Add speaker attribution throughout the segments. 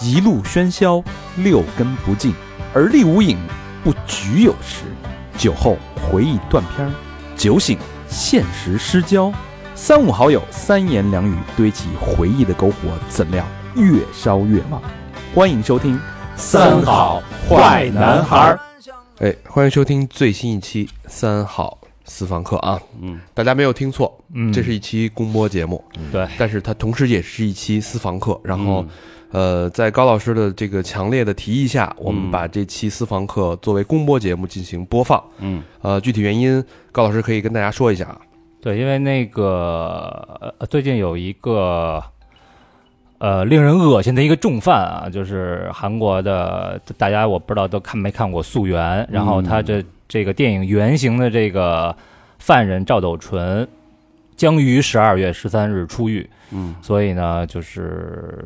Speaker 1: 一路喧嚣，六根不净，而立无影，不局有时。酒后回忆断片儿，酒醒现实失焦。三五好友，三言两语堆起回忆的篝火，怎料越烧越旺。欢迎收听《
Speaker 2: 三好坏男孩儿》。
Speaker 3: 哎，欢迎收听最新一期《三好私房课》啊！
Speaker 2: 嗯，
Speaker 3: 大家没有听错，
Speaker 1: 嗯
Speaker 3: 这是一期公播节目，
Speaker 2: 对，
Speaker 3: 但是它同时也是一期私房课。然后，呃，在高老师的这个强烈的提议下，我们把这期私房课作为公播节目进行播放。
Speaker 2: 嗯，
Speaker 3: 呃，具体原因，高老师可以跟大家说一下啊。
Speaker 2: 对，因为那个呃最近有一个呃令人恶心的一个重犯啊，就是韩国的，大家我不知道都看没看过《溯源》，然后他这、这个电影原型的这个犯人赵斗淳将于十二月十三日出狱，
Speaker 3: 嗯，
Speaker 2: 所以呢，就是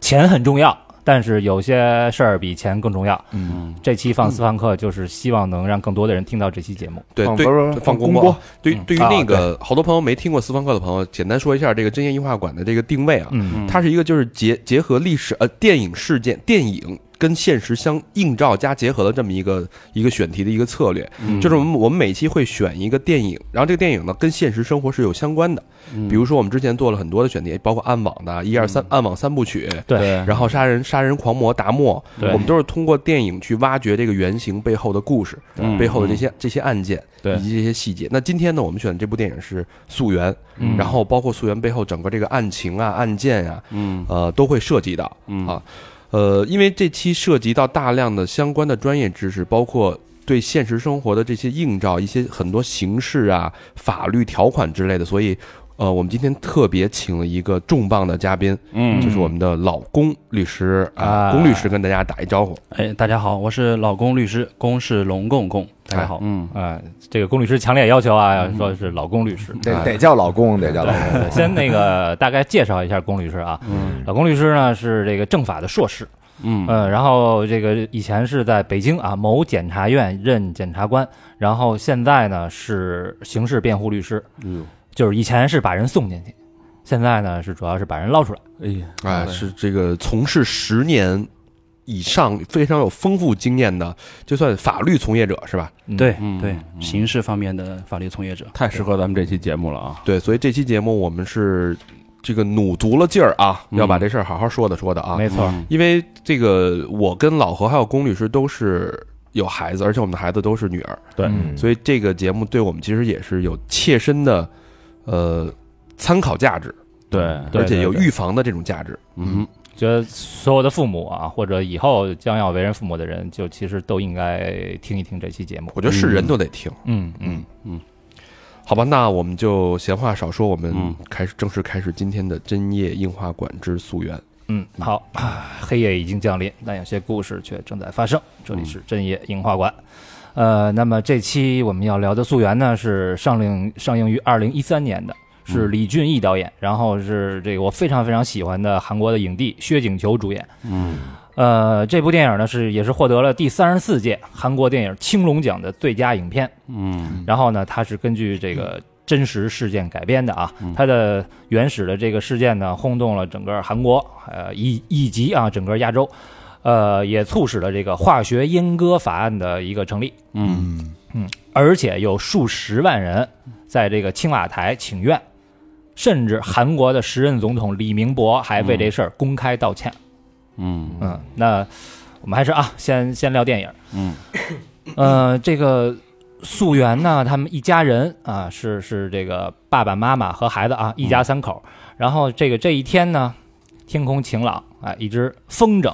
Speaker 2: 钱很重要。但是有些事儿比钱更重要。
Speaker 1: 嗯，
Speaker 2: 这期放私房课就是希望能让更多的人听到这期节目。
Speaker 3: 对
Speaker 1: 放
Speaker 3: 对
Speaker 1: 不是，
Speaker 3: 放
Speaker 1: 放
Speaker 3: 公
Speaker 1: 公播
Speaker 3: 播。对，
Speaker 2: 嗯
Speaker 3: 对于
Speaker 2: 啊
Speaker 3: 那个好多朋友没听过私房课的朋友，简单说一下这个真言映画馆的这个定位啊。
Speaker 2: 嗯
Speaker 3: 它是一个就是结结合历史呃电影事件、电影跟现实相映照加结合的这么一个一个选题的一个策略。
Speaker 2: 嗯
Speaker 3: 就是我们我们每期会选一个电影，然后这个电影呢跟现实生活是有相关的。
Speaker 2: 嗯
Speaker 3: 比如说我们之前做了很多的选题，包括暗网的一二三暗网三部曲。
Speaker 2: 对，
Speaker 3: 然后杀人、杀人狂魔达莫，
Speaker 2: 对
Speaker 3: 我们都是通过电影去挖掘这个原型背后的故事，
Speaker 2: 嗯
Speaker 3: 背后的这些这些案件，
Speaker 2: 对
Speaker 3: 以及这些细节。那今天呢，我们选的这部电影是《溯源》，
Speaker 2: 嗯
Speaker 3: 然后包括《溯源》背后整个这个案情啊、案件呀、嗯，呃，都会涉及到、啊，呃，因为这期涉及到大量的相关的专业知识，包括。对现实生活的这些映照，一些很多形式啊、法律条款之类的，所以，呃，我们今天特别请了一个重磅的嘉宾，
Speaker 4: 嗯
Speaker 3: 就是我们的老龚律师啊，
Speaker 2: 啊
Speaker 3: 龚律师跟大家打一招呼。
Speaker 4: 哎，大家好，我是老龚律师，龚是龙公公，大家好。
Speaker 3: 嗯，
Speaker 2: 啊、这个龚律师强烈要求啊，说是老龚律师。
Speaker 5: 得得叫老公，得叫老公。
Speaker 2: 对，先那个大概介绍一下龚律师啊。老龚律师呢是这个政法的硕士，嗯然后这个以前是在北京啊某检察院任检察官，然后现在呢是刑事辩护律师，就是以前是把人送进去，现在呢是主要是把人捞出来。
Speaker 4: 哎呀，
Speaker 3: 哎，是这个从事十年以上非常有丰富经验的，就算法律从业者是吧？
Speaker 2: 嗯
Speaker 4: 对对，刑事方面的法律从业者，
Speaker 6: 太适合咱们这期节目了啊！
Speaker 3: 对，所以这期节目我们是这个努足了劲儿啊，
Speaker 6: 嗯
Speaker 3: 要把这事儿好好说的说的啊。
Speaker 2: 没错，
Speaker 3: 因为这个，我跟老何还有龚律师都是有孩子，而且我们的孩子都是女儿，
Speaker 6: 对
Speaker 5: 嗯
Speaker 3: 所以这个节目对我们其实也是有切身的，呃，参考价值，
Speaker 6: 对
Speaker 2: 对
Speaker 3: 而且有
Speaker 2: 对
Speaker 3: 预防的这种价值。
Speaker 6: 嗯，
Speaker 2: 觉得所有的父母啊，或者以后将要为人父母的人，就其实都应该听一听这期节目。
Speaker 3: 我觉得是人都得听。
Speaker 2: 嗯
Speaker 3: 嗯
Speaker 2: 嗯，
Speaker 3: 嗯，好吧，那我们就闲话少说，我们
Speaker 6: 嗯
Speaker 3: 开始正式开始今天的针叶映画馆之溯源。
Speaker 2: 嗯，好， 唉黑夜已经降临，但有些故事却正在发生。这里是真夜映画馆。呃，那么这期我们要聊的《溯源》呢，是上映上映于二零一三年的，是李俊毅导演，然后是这个我非常非常喜欢的韩国的影帝薛景求主演。嗯，呃，这部电影呢是也是获得了第三十四届韩国电影青龙奖的最佳影片。嗯，然后呢，它是根据这个真实事件改编的啊，它的原始的这个事件呢，轰动了整个韩国，呃，以以及啊整个亚洲，呃，也促使了这个化学阉割法案的一个成立。
Speaker 6: 嗯
Speaker 2: 而且有数十万人在这个青瓦台请愿，甚至韩国的时任总统李明博还为这事儿公开道歉。
Speaker 6: 嗯
Speaker 2: 嗯，那我们还是啊，先先聊电影。
Speaker 6: 嗯，
Speaker 2: 呃，这个溯源呢，他们一家人啊，是是这个爸爸妈妈和孩子啊，一家三口。然后这个这一天呢，天空晴朗啊，一只风筝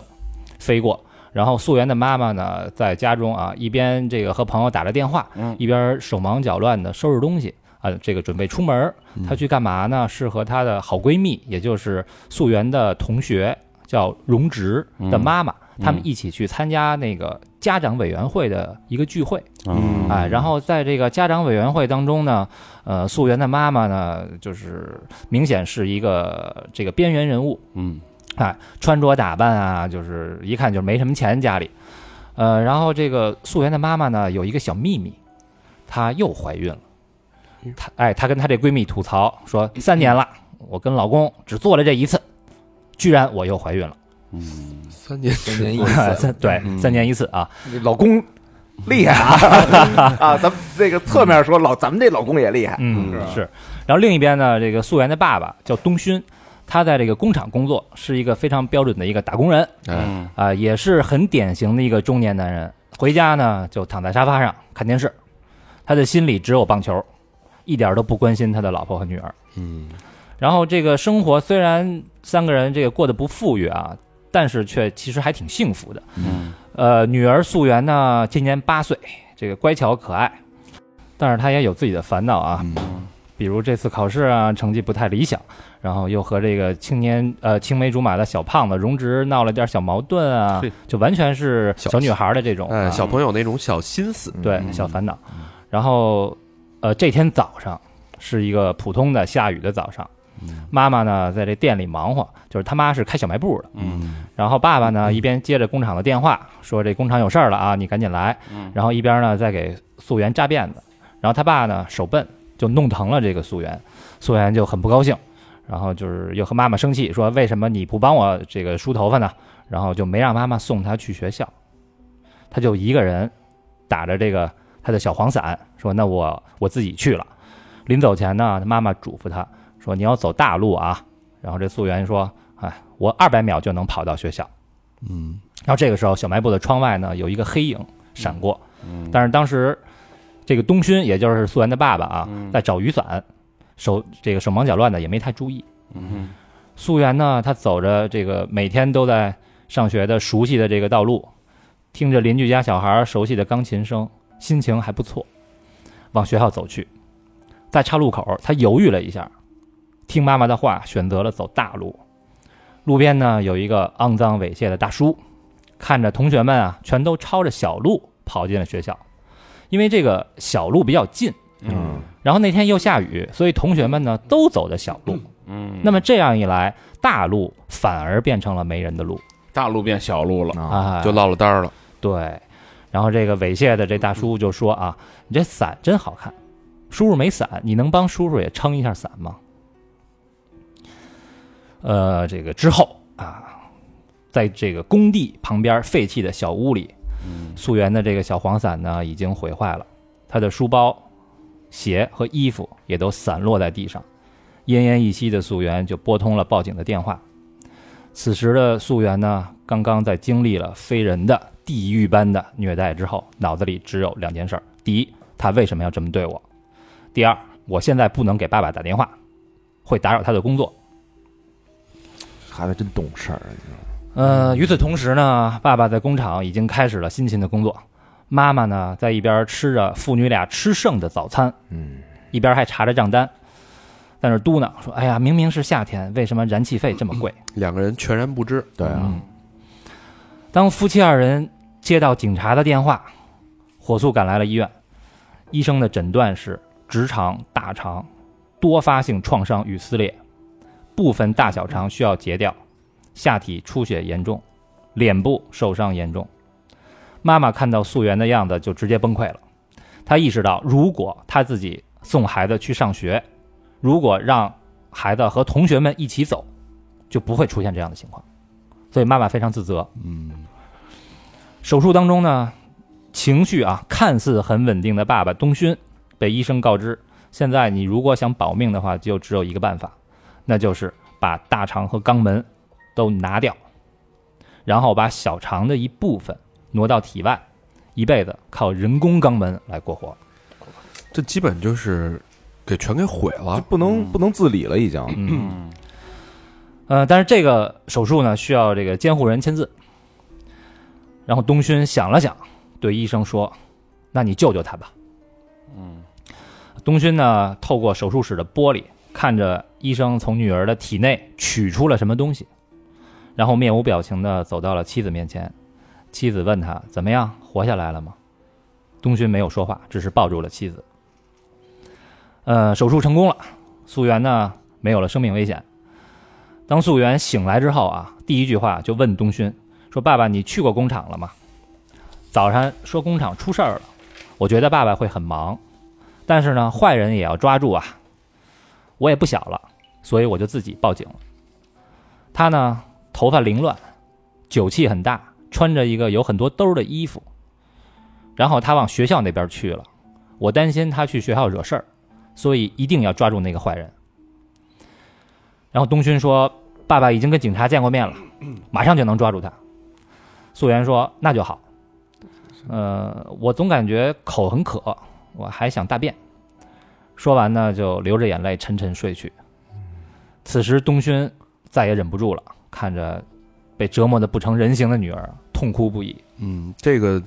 Speaker 2: 飞过。然后溯源的妈妈呢，在家中啊，一边这个和朋友打着电话，
Speaker 6: 嗯
Speaker 2: 一边手忙脚乱的收拾东西啊，这个准备出门儿。
Speaker 6: 嗯
Speaker 2: 她去干嘛呢？是和她的好闺蜜，也就是溯源的同学，叫荣植的妈妈，
Speaker 6: 嗯
Speaker 2: 他们一起去参加那个家长委员会的一个聚会。
Speaker 6: 嗯
Speaker 2: 哎，然后在这个家长委员会当中呢，呃，溯源的妈妈呢，就是明显是一个这个边缘人物，
Speaker 6: 嗯
Speaker 2: 哎，穿着打扮啊，就是一看就是没什么钱家里。呃，然后这个溯源的妈妈呢，有一个小秘密，她又怀孕了。她哎，她跟她这闺蜜吐槽说，三年了，我跟老公只做了这一次，居然我又怀孕了，
Speaker 6: 嗯，
Speaker 3: 三年
Speaker 5: 三年一
Speaker 2: 三对、
Speaker 6: 嗯
Speaker 2: 三年一次啊，
Speaker 5: 老公厉害啊啊！咱们这个侧面说老，咱们这老公也厉害。
Speaker 2: 嗯
Speaker 5: 是吧
Speaker 2: 是。然后另一边呢，这个素媛的爸爸叫东勋，他在这个工厂工作，是一个非常标准的一个打工人
Speaker 3: 哎，
Speaker 4: 嗯
Speaker 2: 啊、也是很典型的一个中年男人。回家呢就躺在沙发上看电视，他的心里只有棒球，一点都不关心他的老婆和女儿。
Speaker 3: 嗯
Speaker 2: 然后这个生活虽然三个人这个过得不富裕啊，但是却其实还挺幸福的。
Speaker 6: 嗯，
Speaker 2: 呃，女儿素媛呢，今年八岁，这个乖巧可爱，但是她也有自己的烦恼啊，
Speaker 3: 嗯
Speaker 2: 比如这次考试啊，成绩不太理想，然后又和这个青年呃青梅竹马的小胖子荣植闹了点小矛盾啊
Speaker 6: 嘿，
Speaker 2: 就完全是
Speaker 3: 小
Speaker 2: 小女孩的这种、啊、
Speaker 3: 哎，小朋友那种小心思，
Speaker 6: 嗯
Speaker 2: 对小烦恼。然后呃，这天早上是一个普通的下雨的早上，
Speaker 6: 嗯
Speaker 2: 妈妈呢在这店里忙活，就是他妈是开小卖部的，
Speaker 6: 嗯，
Speaker 2: 然后爸爸呢一边接着工厂的电话，说这工厂有事儿了啊，你赶紧来。
Speaker 6: 嗯
Speaker 2: 然后一边呢在给素媛扎辫子，然后他爸呢手笨就弄疼了这个素媛，素媛就很不高兴，然后就是又和妈妈生气，说为什么你不帮我这个梳头发呢？然后就没让妈妈送她去学校，她就一个人打着这个她的小黄伞，说那我我自己去了。临走前呢，她妈妈嘱咐她说你要走大路啊。然后这素媛说，哎，我二百秒就能跑到学校。
Speaker 3: 嗯
Speaker 2: 然后这个时候，小卖部的窗外呢有一个黑影闪过，但是当时这个东勋，也就是素媛的爸爸啊，在找雨伞，手这个手忙脚乱的也没太注意。
Speaker 6: 嗯
Speaker 2: 素媛呢，她走着这个每天都在上学的熟悉的这个道路，听着邻居家小孩熟悉的钢琴声，心情还不错，往学校走去。在岔路口，她犹豫了一下，听妈妈的话，选择了走大路。路边呢有一个肮脏猥亵的大叔，看着同学们啊，全都抄着小路跑进了学校，因为这个小路比较近。
Speaker 5: 嗯，
Speaker 2: 然后那天又下雨，所以同学们呢都走的小路。
Speaker 6: 嗯，
Speaker 2: 那么这样一来，大路反而变成了没人的路
Speaker 6: 大路变小路了，
Speaker 5: 啊，
Speaker 2: 啊，
Speaker 3: 就落了单儿了，
Speaker 2: 对。然后这个猥亵的这大叔就说啊：“你这伞真好看，叔叔没伞，你能帮叔叔也撑一下伞吗？”呃，这个之后啊，在这个工地旁边废弃的小屋里，素媛的这个小黄伞呢已经毁坏了，她的书包、鞋和衣服也都散落在地上。奄奄一息的素媛就拨通了报警的电话。此时的素媛呢，刚刚在经历了非人的地狱般的虐待之后，脑子里只有两件事儿：第一，他为什么要这么对我；第二，我现在不能给爸爸打电话，会打扰他的工作。
Speaker 5: 孩子真懂事儿，啊你知道吗
Speaker 2: 呃，与此同时呢，爸爸在工厂已经开始了辛勤的工作，妈妈呢在一边吃着父女俩吃剩的早餐，
Speaker 5: 嗯，
Speaker 2: 一边还查着账单，在那儿嘟囔说：“哎呀，明明是夏天，为什么燃气费这么贵？”
Speaker 3: 两个人全然不知，嗯
Speaker 5: 对啊，
Speaker 2: 嗯当夫妻二人接到警察的电话，火速赶来了医院。医生的诊断是直肠、大肠多发性创伤与撕裂，部分大小肠需要截掉，下体出血严重，脸部受伤严重。妈妈看到素媛的样子就直接崩溃了，她意识到如果她自己送孩子去上学，如果让孩子和同学们一起走，就不会出现这样的情况，所以妈妈非常自责。
Speaker 3: 嗯
Speaker 2: 手术当中呢，情绪啊看似很稳定的爸爸东勋被医生告知，现在你如果想保命的话，就只有一个办法，那就是把大肠和肛门都拿掉，然后把小肠的一部分挪到体外，一辈子靠人工肛门来过活。
Speaker 3: 这基本就是给全给毁
Speaker 5: 就
Speaker 3: 了，
Speaker 5: 不能不能自理了，已经。
Speaker 2: 嗯，呃，但是这个手术呢，需要这个监护人签字。然后东勋想了想，对医生说：“那你救救他吧。”嗯，东勋呢，透过手术室的玻璃，看着医生从女儿的体内取出了什么东西，然后面无表情的走到了妻子面前。妻子问他：“怎么样，活下来了吗？”东勋没有说话，只是抱住了妻子。呃，手术成功了，素媛呢没有了生命危险。当素媛醒来之后啊，第一句话就问东勋说：“爸爸，你去过工厂了吗？”早上说工厂出事儿了，我觉得爸爸会很忙，但是呢，坏人也要抓住啊。我也不小了，所以我就自己报警了。他呢头发凌乱，酒气很大，穿着一个有很多兜儿的衣服。然后他往学校那边去了，我担心他去学校惹事儿，所以一定要抓住那个坏人。然后东勋说：“爸爸已经跟警察见过面了，马上就能抓住他。”素媛说：“那就好。”呃，我总感觉口很渴，我还想大便。说完呢，就流着眼泪沉沉睡去。此时，东勋再也忍不住了，看着被折磨的不成人形的女儿，痛哭不已。
Speaker 3: 嗯，这个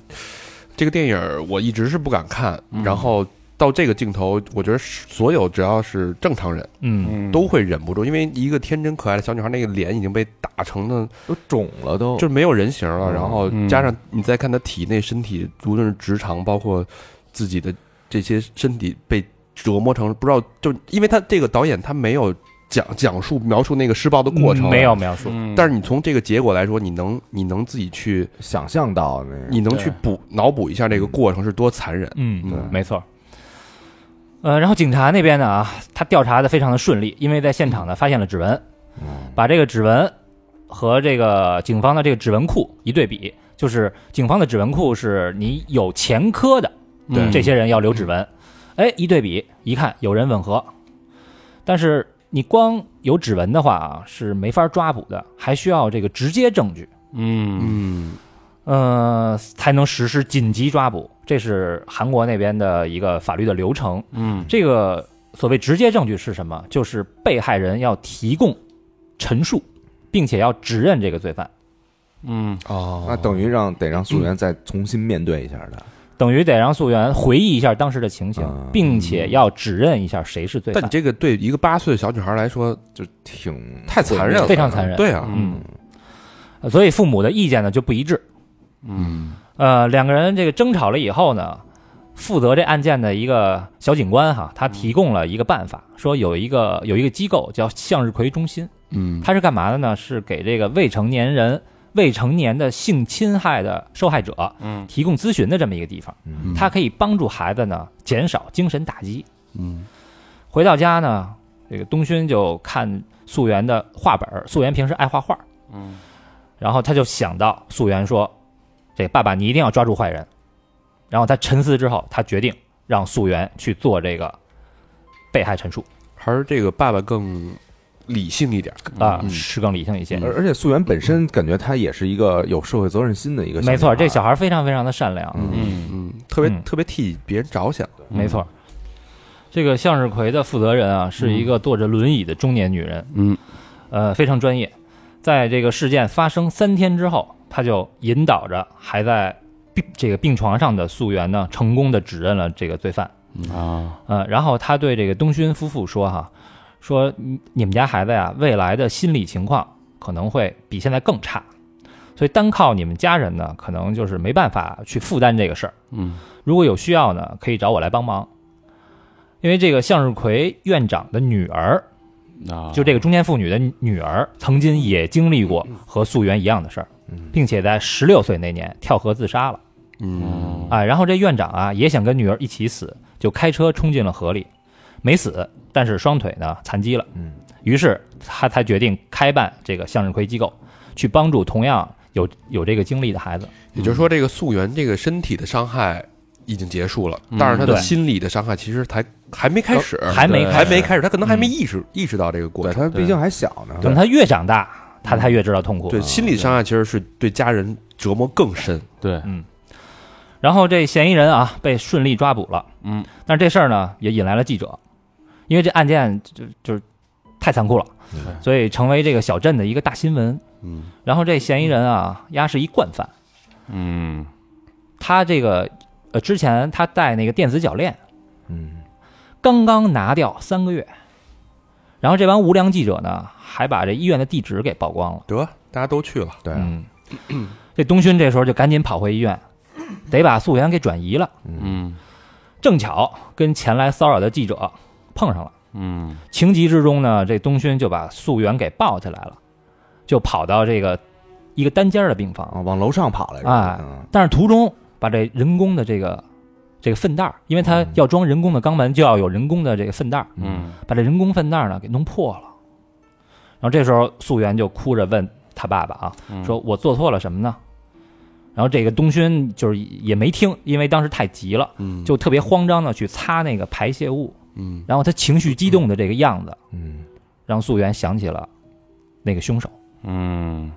Speaker 3: 这个电影儿我一直是不敢看，然后到这个镜头，我觉得是所有只要是正常人
Speaker 2: 嗯，
Speaker 6: 嗯
Speaker 3: 都会忍不住，因为一个天真可爱的小女孩，那个脸已经被打成了
Speaker 5: 都肿了都，
Speaker 3: 就是没有人形了，
Speaker 5: 哦嗯
Speaker 3: 然后
Speaker 6: 嗯
Speaker 3: 加上你再看她体内身体，无论是直肠，包括自己的这些身体被折磨成不知道，就因为他这个导演他没有讲讲述描述那个施暴的过程，啊
Speaker 2: 没有。描述，
Speaker 6: 嗯
Speaker 3: 但是你从这个结果来说，你能你能自己去，
Speaker 5: 想象到那个
Speaker 3: 你能去补脑补一下这个过程是多残忍。
Speaker 2: 嗯，
Speaker 3: 对
Speaker 2: 没错。呃，然后警察那边呢啊，他调查的非常的顺利，因为在现场呢发现了指纹，
Speaker 3: 嗯
Speaker 2: 把这个指纹和这个警方的这个指纹库一对比，就是警方的指纹库是你有前科的，
Speaker 3: 对
Speaker 2: 这些人要留指纹，哎，一对比一看有人吻合，但是你光有指纹的话啊是没法抓捕的，还需要这个直接证据。
Speaker 6: 嗯
Speaker 3: 嗯
Speaker 2: 呃，才能实施紧急抓捕，这是韩国那边的一个法律的流程。
Speaker 6: 嗯
Speaker 2: 这个所谓直接证据是什么？就是被害人要提供陈述，并且要指认这个罪犯，
Speaker 6: 嗯
Speaker 3: 哦，
Speaker 5: 那等于让得让素媛再重新面对一下的，
Speaker 2: 等于得让溯源回忆一下当时的情形
Speaker 5: 啊，
Speaker 2: 并且要指认一下谁是罪
Speaker 3: 但你
Speaker 2: 犯，
Speaker 3: 这个对一个八岁的小女孩来说，
Speaker 5: 就挺
Speaker 3: 太残忍了
Speaker 2: 非常残忍。
Speaker 3: 对啊，
Speaker 2: 嗯，呃所以父母的意见呢就不一致。
Speaker 6: 嗯
Speaker 2: 呃，两个人这个争吵了以后呢，负责这案件的一个小警官哈，他提供了一个办法，说有一个有一个机构叫向日葵中心，
Speaker 3: 嗯
Speaker 2: 它是干嘛的呢？是给这个未成年人、未成年的性侵害的受害者
Speaker 6: 嗯
Speaker 2: 提供咨询的这么一个地方，
Speaker 5: 嗯
Speaker 2: 它可以帮助孩子呢减少精神打击。
Speaker 3: 嗯
Speaker 2: 回到家呢，这个东勋就看素媛的画本儿，素媛平时爱画画，
Speaker 6: 嗯，
Speaker 2: 然后他就想到素媛说：“这爸爸，你一定要抓住坏人。”然后他沉思之后，他决定让素媛去做这个被害陈述
Speaker 3: 还是这个爸爸更理性一点。
Speaker 2: 啊、
Speaker 3: 嗯
Speaker 2: 是更理性一些。
Speaker 5: 而而且素媛本身感觉她也是一个有社会责任心的一个，
Speaker 2: 没错，这小，孩非常非常的善良，
Speaker 3: 嗯嗯，特别
Speaker 2: 嗯
Speaker 3: 特别替别人着想。
Speaker 2: 没错。这个向日葵的负责人啊，是一个坐着轮椅的中年女人，
Speaker 6: 嗯，
Speaker 2: 呃，非常专业。在这个事件发生三天之后，她就引导着还在病这个病床上的素媛呢，成功的指认了这个罪犯。
Speaker 6: 啊
Speaker 2: 呃，然后他对这个东勋夫妇说哈，说你你们家孩子呀，未来的心理情况可能会比现在更差，所以单靠你们家人呢，可能就是没办法去负担这个事儿。
Speaker 6: 嗯
Speaker 2: 如果有需要呢，可以找我来帮忙。因为这个向日葵院长的女儿，
Speaker 6: 啊，
Speaker 2: 就这个中年妇女的女儿，曾经也经历过和素媛一样的事儿，并且在十六岁那年跳河自杀了。
Speaker 3: 嗯
Speaker 2: 啊，然后这院长啊也想跟女儿一起死，就开车冲进了河里，没死，但是双腿呢残疾了。
Speaker 5: 嗯，
Speaker 2: 于是他才决定开办这个向日葵机构，去帮助同样有有这个经历的孩子。
Speaker 3: 也就是说，这个溯源这个身体的伤害已经结束了，但是他的
Speaker 2: 嗯对
Speaker 3: 心理的伤害其实才还没开始，
Speaker 2: 还没
Speaker 3: 对
Speaker 2: 开
Speaker 3: 还
Speaker 2: 始
Speaker 3: 没开始，他可能还没意识意识到这个过
Speaker 5: 对
Speaker 3: 程。
Speaker 5: 她毕竟还小呢，
Speaker 2: 等他越长大，他才越知道痛苦。
Speaker 3: 对心理伤害其实是对家人折磨更深。
Speaker 6: 对
Speaker 2: 然后这嫌疑人啊被顺利抓捕了，
Speaker 6: 嗯，
Speaker 2: 但是这事儿呢也引来了记者，因为这案件就就是太残酷了，所以成为这个小镇的一个大新闻。
Speaker 3: 嗯
Speaker 2: 然后这嫌疑人啊，丫是一惯犯，
Speaker 6: 嗯
Speaker 2: 他这个呃之前他戴那个电子脚链，
Speaker 5: 嗯，
Speaker 2: 刚刚拿掉三个月，然后这帮无良记者呢还把这医院的地址给曝光了。
Speaker 3: 得大家都去了，
Speaker 5: 对，
Speaker 6: 啊
Speaker 2: 嗯，这东勋这时候就赶紧跑回医院，得把素媛给转移了。
Speaker 6: 嗯
Speaker 2: 正巧跟前来骚扰的记者碰上了，
Speaker 6: 嗯
Speaker 2: 情急之中呢，这东勋就把素媛给抱起来了，就跑到这个一个单间儿的病房，
Speaker 5: 啊，往楼上跑来着，
Speaker 2: 哎
Speaker 5: 嗯
Speaker 2: 但是途中把这人工的这个这个粪袋儿，因为
Speaker 3: 嗯
Speaker 2: 它要装人工的肛门，就要有人工的这个粪袋儿，
Speaker 6: 嗯
Speaker 2: 把这人工粪袋儿呢给弄破了。然后这时候素媛就哭着问他爸爸啊，
Speaker 3: 嗯
Speaker 2: 说我做错了什么呢？然后这个东勋就是也没听，因为当时太急了，
Speaker 3: 嗯
Speaker 2: 就特别慌张的去擦那个排泄物，
Speaker 3: 嗯
Speaker 2: 然后他情绪激动的这个样子，
Speaker 5: 嗯，
Speaker 2: 让素媛想起了那个凶手。
Speaker 6: 嗯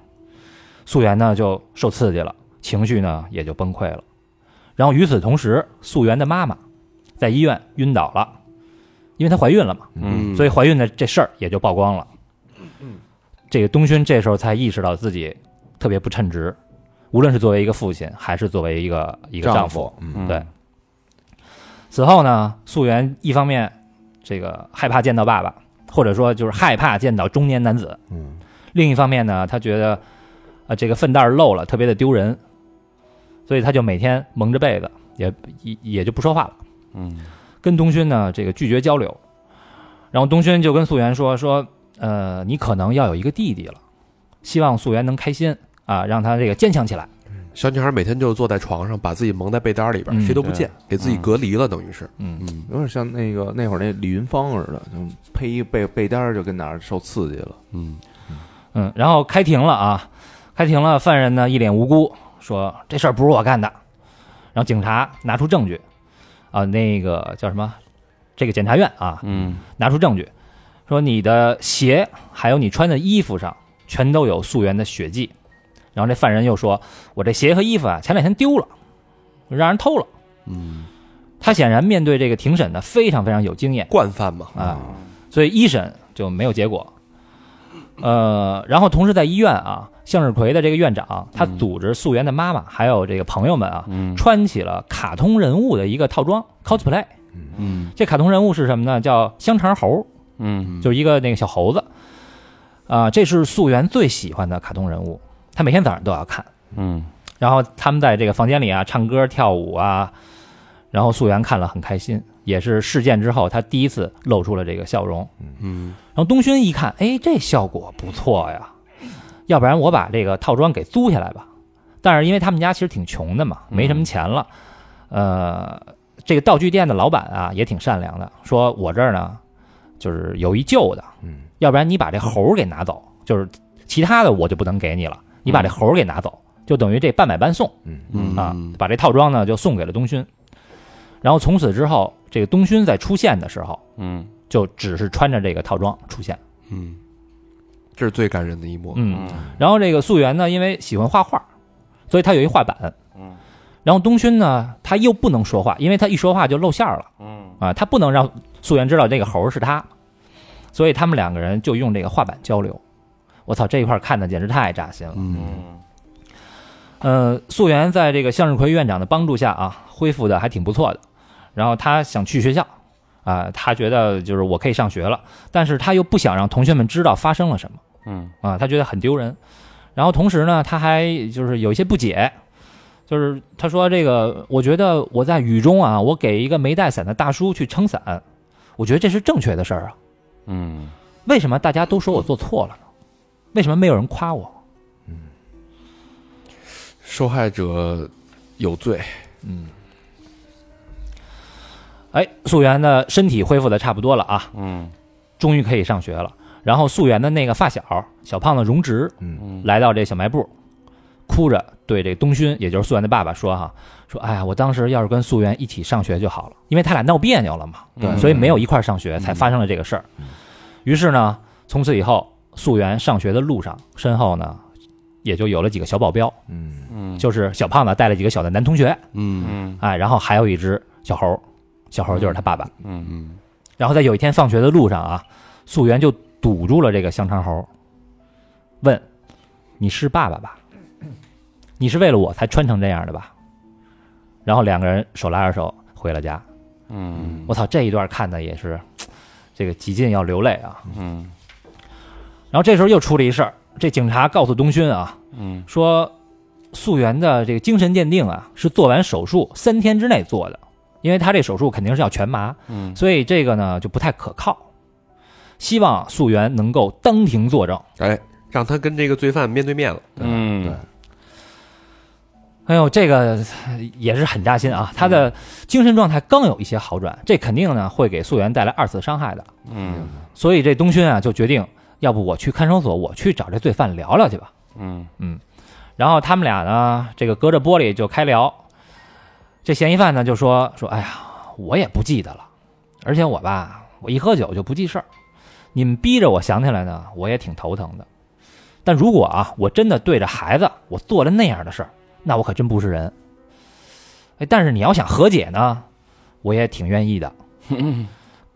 Speaker 2: 素媛呢就受刺激了，情绪呢也就崩溃了。然后与此同时，素媛的妈妈在医院晕倒了，因为她怀孕了嘛，
Speaker 3: 嗯，
Speaker 2: 所以
Speaker 3: 以
Speaker 2: 怀孕的这事儿也就曝光了。这个东勋这时候才意识到自己特别不称职，无论是作为一个父亲，还是作为一个一个丈夫。
Speaker 6: 嗯
Speaker 2: 对此后呢，素媛一方面这个害怕见到爸爸，或者说就是害怕见到中年男子，
Speaker 5: 嗯，
Speaker 2: 另一方面呢，她觉得呃这个粪袋儿漏了，特别的丢人，所以她就每天蒙着被子，也也也就不说话了。
Speaker 6: 嗯
Speaker 2: 跟东勋呢这个拒绝交流，然后东勋就跟素媛说说，呃，你可能要有一个弟弟了，希望素媛能开心啊，让他这个坚强起来。
Speaker 3: 小女孩每天就坐在床上，把自己蒙在被单里边，
Speaker 2: 嗯
Speaker 3: 谁都不见，给自己隔离了，等于是，
Speaker 2: 嗯，
Speaker 3: 嗯
Speaker 5: 有点像那个那会儿那李云芳似的，就配一被被单儿就跟哪儿受刺激了。
Speaker 3: 嗯
Speaker 2: 嗯，然后开庭了啊，开庭了，犯人呢一脸无辜，说这事儿不是我干的。然后警察拿出证据，啊，那个叫什么，这个检察院啊，
Speaker 6: 嗯
Speaker 2: 拿出证据，说你的鞋还有你穿的衣服上全都有素媛的血迹。然后这犯人又说，我这鞋和衣服啊，前两天丢了，让人偷了。
Speaker 3: 嗯，
Speaker 2: 他显然面对这个庭审呢，非常非常有经验。
Speaker 3: 惯犯嘛，
Speaker 2: 啊，
Speaker 6: 嗯
Speaker 2: 所以一审就没有结果。呃，然后同时在医院啊，向日葵的这个院长，他组织素媛的妈妈还有这个朋友们啊，
Speaker 6: 嗯
Speaker 2: 穿起了卡通人物的一个套装 cosplay。
Speaker 6: 嗯
Speaker 2: 这卡通人物是什么呢？叫香肠猴，
Speaker 6: 嗯
Speaker 2: 就是一个那个小猴子。啊、这是素媛最喜欢的卡通人物，她每天早上都要看。
Speaker 6: 嗯
Speaker 2: 然后他们在这个房间里啊，唱歌跳舞啊，然后素媛看了很开心，也是事件之后她第一次露出了这个笑容。
Speaker 3: 嗯
Speaker 2: 然后东勋一看，哎，这效果不错呀，要不然我把这个套装给租下来吧。但是因为他们家其实挺穷的嘛，没什么钱了，呃，这个道具店的老板啊也挺善良的，说我这儿呢就是有一旧的，
Speaker 5: 嗯，
Speaker 2: 要不然你把这猴儿给拿走，就是其他的我就不能给你了，你把这猴儿给拿走，就等于这半买半送。
Speaker 3: 嗯
Speaker 2: 啊，把这套装呢就送给了东勋。然后从此之后，这个东勋在出现的时候，
Speaker 6: 嗯
Speaker 2: 就只是穿着这个套装出现。
Speaker 3: 嗯，这是最感人的一幕，
Speaker 2: 嗯，然后这个素媛呢，因为喜欢画画，所以她有一画板。
Speaker 6: 嗯，
Speaker 2: 然后东勋呢，他又不能说话，因为他一说话就露馅儿了
Speaker 6: 嗯
Speaker 2: 啊，他不能让素媛知道这个猴儿是他，所以他们两个人就用这个画板交流。我操，这一块儿看的简直太扎心了。
Speaker 3: 嗯
Speaker 6: 嗯
Speaker 2: 呃，素媛在这个向日葵院长的帮助下啊，恢复的还挺不错的。然后她想去学校，啊、她觉得就是我可以上学了，但是她又不想让同学们知道发生了什么
Speaker 6: 嗯
Speaker 2: 啊、她觉得很丢人。然后同时呢，她还就是有一些不解，就是她说这个，我觉得我在雨中啊，我给一个没带伞的大叔去撑伞，我觉得这是正确的事儿啊，
Speaker 6: 嗯
Speaker 2: 为什么大家都说我做错了呢？为什么没有人夸我？
Speaker 3: 受害者有罪，
Speaker 2: 哎，素媛的身体恢复的差不多了啊，
Speaker 6: 嗯
Speaker 2: 终于可以上学了。然后素媛的那个发小小胖子荣植，
Speaker 6: 嗯
Speaker 2: 来到这小卖部，哭着对这东勋，也就是素媛的爸爸说、哈，说哎呀，我当时要是跟素媛一起上学就好了，因为他俩闹别扭了嘛，
Speaker 6: 对
Speaker 2: 所以没有一块儿上学，才发生了这个事儿。嗯于是呢，从此以后，素媛上学的路上，身后呢也就有了几个小保镖，
Speaker 5: 嗯
Speaker 6: 嗯
Speaker 2: 就是小胖子带了几个小的男同学，
Speaker 3: 嗯
Speaker 6: 嗯
Speaker 2: 哎，然后还有一只小猴儿，小猴儿就是他爸爸。
Speaker 6: 嗯
Speaker 3: 嗯
Speaker 2: 然后在有一天放学的路上啊，素媛就堵住了这个香肠猴，问：“你是爸爸吧？你是为了我才穿成这样的吧？”然后两个人手拉着手回了家。
Speaker 6: 嗯
Speaker 2: 我操，这一段看的也是，这个几近要流泪啊。
Speaker 6: 嗯
Speaker 2: 然后这时候又出了一事儿，这警察告诉东勋啊，
Speaker 6: 嗯
Speaker 2: 说素媛的这个精神鉴定啊是做完手术三天之内做的，因为他这手术肯定是要全麻，
Speaker 6: 嗯
Speaker 2: 所以这个呢就不太可靠。希望素媛能够当庭作证。
Speaker 3: 哎，让他跟这个罪犯面对面了，
Speaker 6: 嗯
Speaker 2: 哎呦，这个呃也是很扎心
Speaker 6: 嗯
Speaker 2: 啊！她的精神状态刚有一些好转，这肯定呢会给素媛带来二次伤害的。
Speaker 6: 嗯
Speaker 2: 所以这东勋啊就决定，要不我去看守所，我去找这罪犯聊聊去吧。
Speaker 6: 嗯
Speaker 2: 然后他们俩呢，这个隔着玻璃就开聊。这嫌疑犯呢就说说，哎呀，我也不记得了，而且我吧，我一喝酒就不记事儿。你们逼着我想起来呢，我也挺头疼的。但如果啊，我真的对着孩子我做了那样的事儿，那我可真不是人。哎，但是你要想和解呢，我也挺愿意的。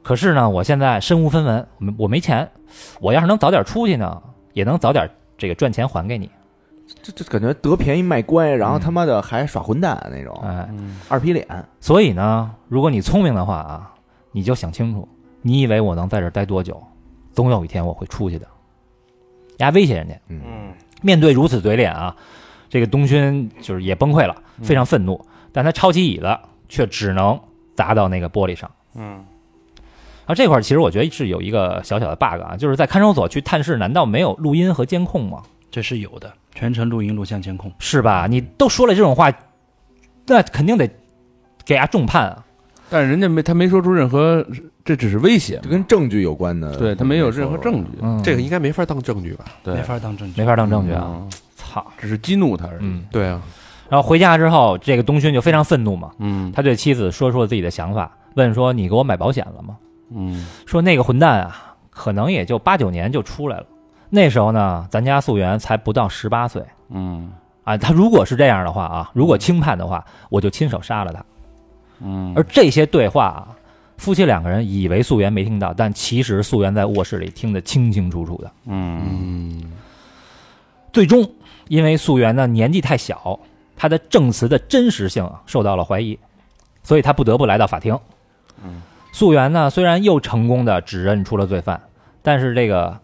Speaker 2: 可是呢，我现在身无分文，我没我没钱。我要是能早点出去呢，也能早点这个赚钱还给你。
Speaker 5: 这这感觉得便宜卖乖，然后
Speaker 2: 嗯
Speaker 5: 他妈的还耍混蛋那种，
Speaker 2: 哎，
Speaker 5: 二皮脸。
Speaker 2: 所以呢，如果你聪明的话啊，你就想清楚，你以为我能在这儿待多久？总有一天我会出去的。丫威胁人家，
Speaker 6: 嗯
Speaker 2: 面对如此嘴脸啊，这个东勋就是也崩溃了，
Speaker 6: 嗯
Speaker 2: 非常愤怒。但他抄起椅子，却只能砸到那个玻璃上。
Speaker 6: 嗯
Speaker 2: 啊，这块儿其实我觉得是有一个小小的 bug 啊，就是在看守所去探视，难道没有录音和监控吗？
Speaker 4: 这是有的，全程录音录像监控。
Speaker 2: 是吧？你都说了这种话，那肯定得给他重判啊。
Speaker 6: 但是人家没他没说出任何，这只是威胁嘛
Speaker 5: 就，跟证据有关的，
Speaker 6: 对他没有任何证据，
Speaker 2: 嗯，
Speaker 3: 这个应该没法当证据吧？
Speaker 6: 对
Speaker 4: 没法当证据，
Speaker 2: 没法当证据啊。
Speaker 6: 嗯
Speaker 2: 操，
Speaker 6: 只是激怒他而已。
Speaker 2: 嗯。
Speaker 3: 对啊，
Speaker 2: 然后回家之后，这个东勋就非常愤怒嘛，
Speaker 6: 嗯
Speaker 2: 他对妻子说出了自己的想法，问说：“你给我买保险了吗
Speaker 6: 嗯？”
Speaker 2: 说那个混蛋啊，可能也就八九年就出来了，那时候呢，咱家素媛才不到十八岁
Speaker 6: 嗯
Speaker 2: 啊。他如果是这样的话啊，如果轻判的话，我就亲手杀了他。
Speaker 6: 嗯，
Speaker 2: 而这些对话啊，夫妻两个人以为素媛没听到，但其实素媛在卧室里听得清清楚楚的。
Speaker 6: 嗯
Speaker 3: 嗯
Speaker 2: 最终，因为素媛呢年纪太小，她的证词的真实性啊受到了怀疑，所以她不得不来到法庭。
Speaker 6: 嗯，
Speaker 2: 素媛呢虽然又成功的指认出了罪犯，但是这个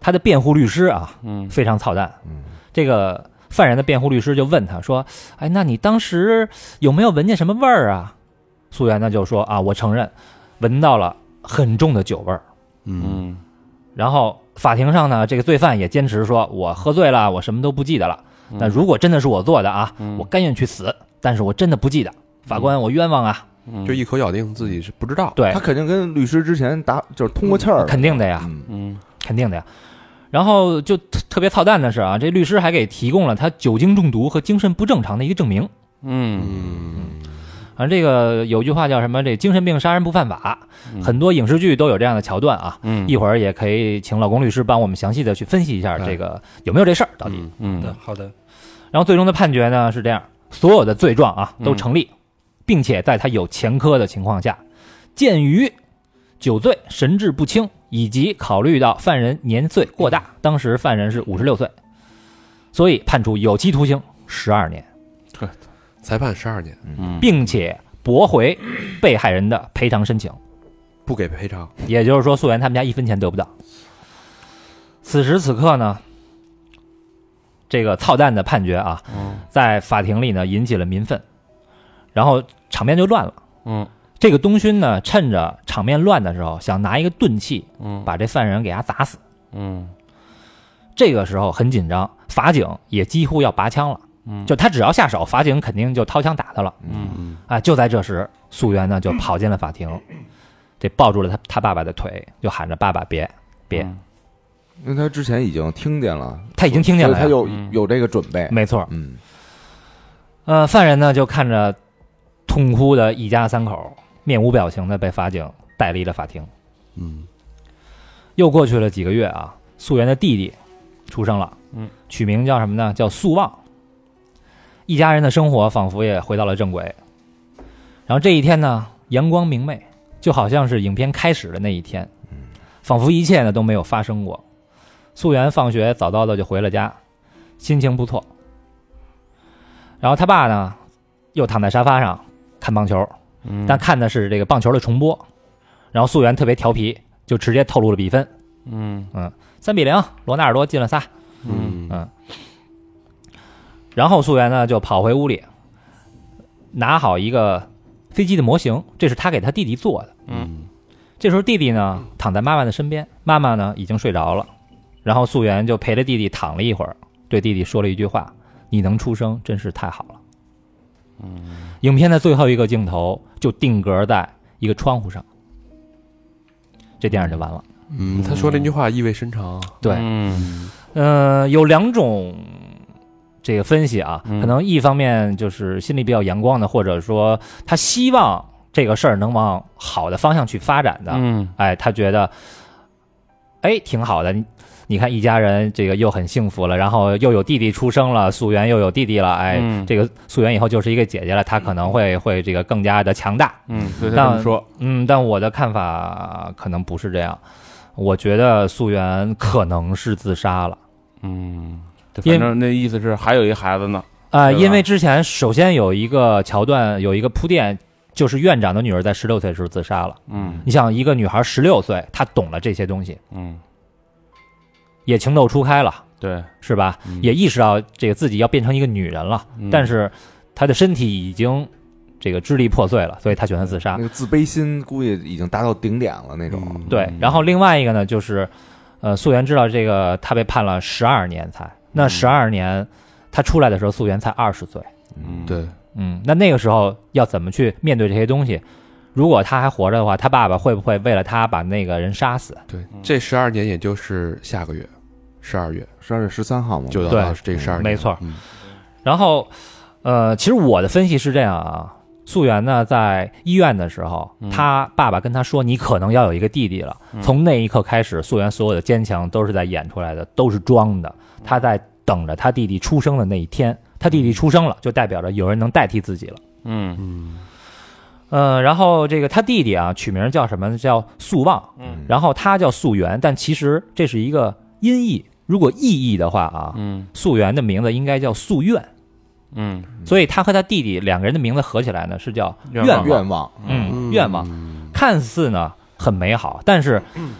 Speaker 2: 她的辩护律师啊
Speaker 6: 嗯
Speaker 2: 非常操蛋。
Speaker 5: 嗯，
Speaker 2: 这个犯人的辩护律师就问他说：“哎，那你当时有没有闻见什么味儿啊？”素媛呢就说：“啊，我承认，闻到了很重的酒味儿。”
Speaker 3: 嗯
Speaker 6: 嗯
Speaker 2: 然后法庭上呢，这个罪犯也坚持说，我喝醉了，我什么都不记得了。那如果真的是我做的啊，
Speaker 6: 嗯
Speaker 2: 我甘愿去死，但是我真的不记得。法官，我冤枉啊！
Speaker 6: 嗯
Speaker 3: 就一口咬定自己是不知道。
Speaker 2: 对
Speaker 5: 他，肯定跟律师之前打就是通过气儿了，
Speaker 2: 肯定啊的呀，
Speaker 5: 嗯
Speaker 6: 嗯
Speaker 2: 肯定的呀。然后就特特别操蛋的是啊，这律师还给提供了他酒精中毒和精神不正常的一个证明。
Speaker 6: 嗯
Speaker 3: 嗯
Speaker 2: 啊，这个有句话叫什么？这精神病杀人不犯法，
Speaker 6: 嗯
Speaker 2: 很多影视剧都有这样的桥段啊。
Speaker 6: 嗯
Speaker 2: 一会儿也可以请老公律师帮我们详细的去分析一下这个
Speaker 6: 哎
Speaker 2: 有没有这事儿到底。
Speaker 3: 嗯
Speaker 6: 嗯
Speaker 4: 的，好的，
Speaker 2: 然后最终的判决呢是这样：所有的罪状啊都成立，并且在他有前科的情况下，鉴于酒醉、神志不清以及考虑到犯人年岁过大，当时犯人是五十六岁，所以判处有期徒刑十二年，
Speaker 3: 裁判十二年
Speaker 6: 嗯
Speaker 2: 并且驳回被害人的赔偿申请，
Speaker 3: 不给赔偿，
Speaker 2: 也就是说，素媛他们家一分钱得不到。此时此刻呢，这个操蛋的判决啊，
Speaker 6: 嗯
Speaker 2: 在法庭里呢引起了民愤，然后场面就乱了。
Speaker 6: 嗯
Speaker 2: 这个东勋呢，趁着场面乱的时候，想拿一个钝器
Speaker 6: 嗯
Speaker 2: 把这犯人给他砸死。
Speaker 6: 嗯
Speaker 2: 这个时候很紧张，法警也几乎要拔枪了。
Speaker 6: 嗯
Speaker 2: 就他只要下手，法警肯定就掏枪打他了。
Speaker 6: 嗯
Speaker 2: 啊，就在这时，素媛呢就跑进了法庭，这抱住了他他爸爸的腿，就喊着：“爸爸别别
Speaker 5: 因为他之前已经听见了，！”
Speaker 2: 他已经听见
Speaker 5: 所以
Speaker 2: 了
Speaker 5: 他
Speaker 2: 呀，
Speaker 5: 有
Speaker 6: 嗯
Speaker 5: 有这个准备，
Speaker 2: 没错。
Speaker 5: 嗯，
Speaker 2: 呃，犯人呢就看着痛哭的一家三口，面无表情的被法警带离了法庭。
Speaker 3: 嗯
Speaker 2: 又过去了几个月啊，素媛的弟弟出生了，
Speaker 6: 嗯，
Speaker 2: 取名叫什么呢？叫素旺。一家人的生活仿佛也回到了正轨。然后这一天呢，阳光明媚，就好像是影片开始的那一天，
Speaker 5: 嗯
Speaker 2: 仿佛一切呢都没有发生过。素媛放学早早的就回了家，心情不错。然后他爸呢，又躺在沙发上看棒球，
Speaker 6: 嗯
Speaker 2: 但看的是这个棒球的重播。然后素媛特别调皮，就直接透露了比分，
Speaker 6: 嗯
Speaker 2: 三比零，罗纳尔多进了仨。
Speaker 6: 嗯
Speaker 2: 嗯然后素媛呢就跑回屋里，拿好一个飞机的模型，这是他给他弟弟做的。
Speaker 6: 嗯
Speaker 2: 这时候弟弟呢躺在妈妈的身边，妈妈呢已经睡着了。然后素媛就陪着弟弟躺了一会儿，对弟弟说了一句话：“你能出生真是太好了。”嗯，影片的最后一个镜头就定格在一个窗户上，这电影就完了。
Speaker 3: 嗯，他说那句话意味深长啊。
Speaker 2: 对，
Speaker 6: 嗯
Speaker 2: 呃嗯，有两种这个分析啊，
Speaker 4: 嗯
Speaker 2: 可能一方面就是心里比较阳光的，或者说他希望这个事儿能往好的方向去发展的，
Speaker 4: 嗯
Speaker 2: 哎，他觉得，哎，挺好的。你你看，一家人这个又很幸福了，然后又有弟弟出生了，素媛又有弟弟了，哎，
Speaker 4: 嗯
Speaker 2: 这个素媛以后就是一个姐姐了，她可能会会这个更加的强大。
Speaker 4: 嗯
Speaker 6: 对他这
Speaker 2: 但
Speaker 6: 么说，
Speaker 2: 嗯，但我的看法可能不是这样，我觉得素媛可能是自杀了。
Speaker 4: 嗯
Speaker 2: 因为
Speaker 6: 反正那意思是还有一孩子呢，
Speaker 2: 啊、
Speaker 6: 对吧
Speaker 2: 因为之前首先有一个桥段，有一个铺垫，就是院长的女儿在十六岁时候自杀了。
Speaker 4: 嗯
Speaker 2: 你想，一个女孩十六岁，她懂了这些东西，
Speaker 4: 嗯，
Speaker 2: 也情窦初开了，
Speaker 4: 对，
Speaker 2: 是吧？
Speaker 4: 嗯
Speaker 2: 也意识到这个自己要变成一个女人了，
Speaker 4: 嗯
Speaker 2: 但是她的身体已经这个支离破碎了，所以她选择自杀
Speaker 5: 那。个自卑心估计已经达到顶点了那种。
Speaker 4: 嗯
Speaker 2: 对，然后另外一个呢，就是呃，素媛知道这个她被判了十二年才，那十二年她出来的时候，素媛才二十岁。
Speaker 4: 嗯
Speaker 3: 对，
Speaker 2: 嗯，那那个时候要怎么去面对这些东西？如果他还活着的话，他爸爸会不会为了他把那个人杀死？
Speaker 3: 对，这十二年也就是下个月，十二月
Speaker 5: 十二月十三号嘛，
Speaker 3: 就
Speaker 2: 对
Speaker 3: 到这十二年，
Speaker 2: 没错
Speaker 3: 嗯，
Speaker 2: 然后，呃，其实我的分析是这样啊，素媛呢在医院的时候，他爸爸跟他说：“你可能要有一个弟弟了。从那一刻开始，素媛所有的坚强都是在演出来的，都是装的。她在等着她弟弟出生的那一天，她弟弟出生了，就代表着有人能代替自己了。
Speaker 4: 嗯
Speaker 2: 嗯，然后这个他弟弟啊，取名叫什么呢？叫素望。
Speaker 5: 嗯
Speaker 2: 然后他叫素媛，但其实这是一个音译。如果意译的话啊，
Speaker 4: 嗯
Speaker 2: 素媛的名字应该叫素愿，
Speaker 4: 嗯
Speaker 2: 所以他和他弟弟两个人的名字合起来呢是叫
Speaker 4: 愿
Speaker 2: 望。
Speaker 5: 愿望，
Speaker 2: 嗯，愿望看似呢很美好，但是，
Speaker 4: 嗯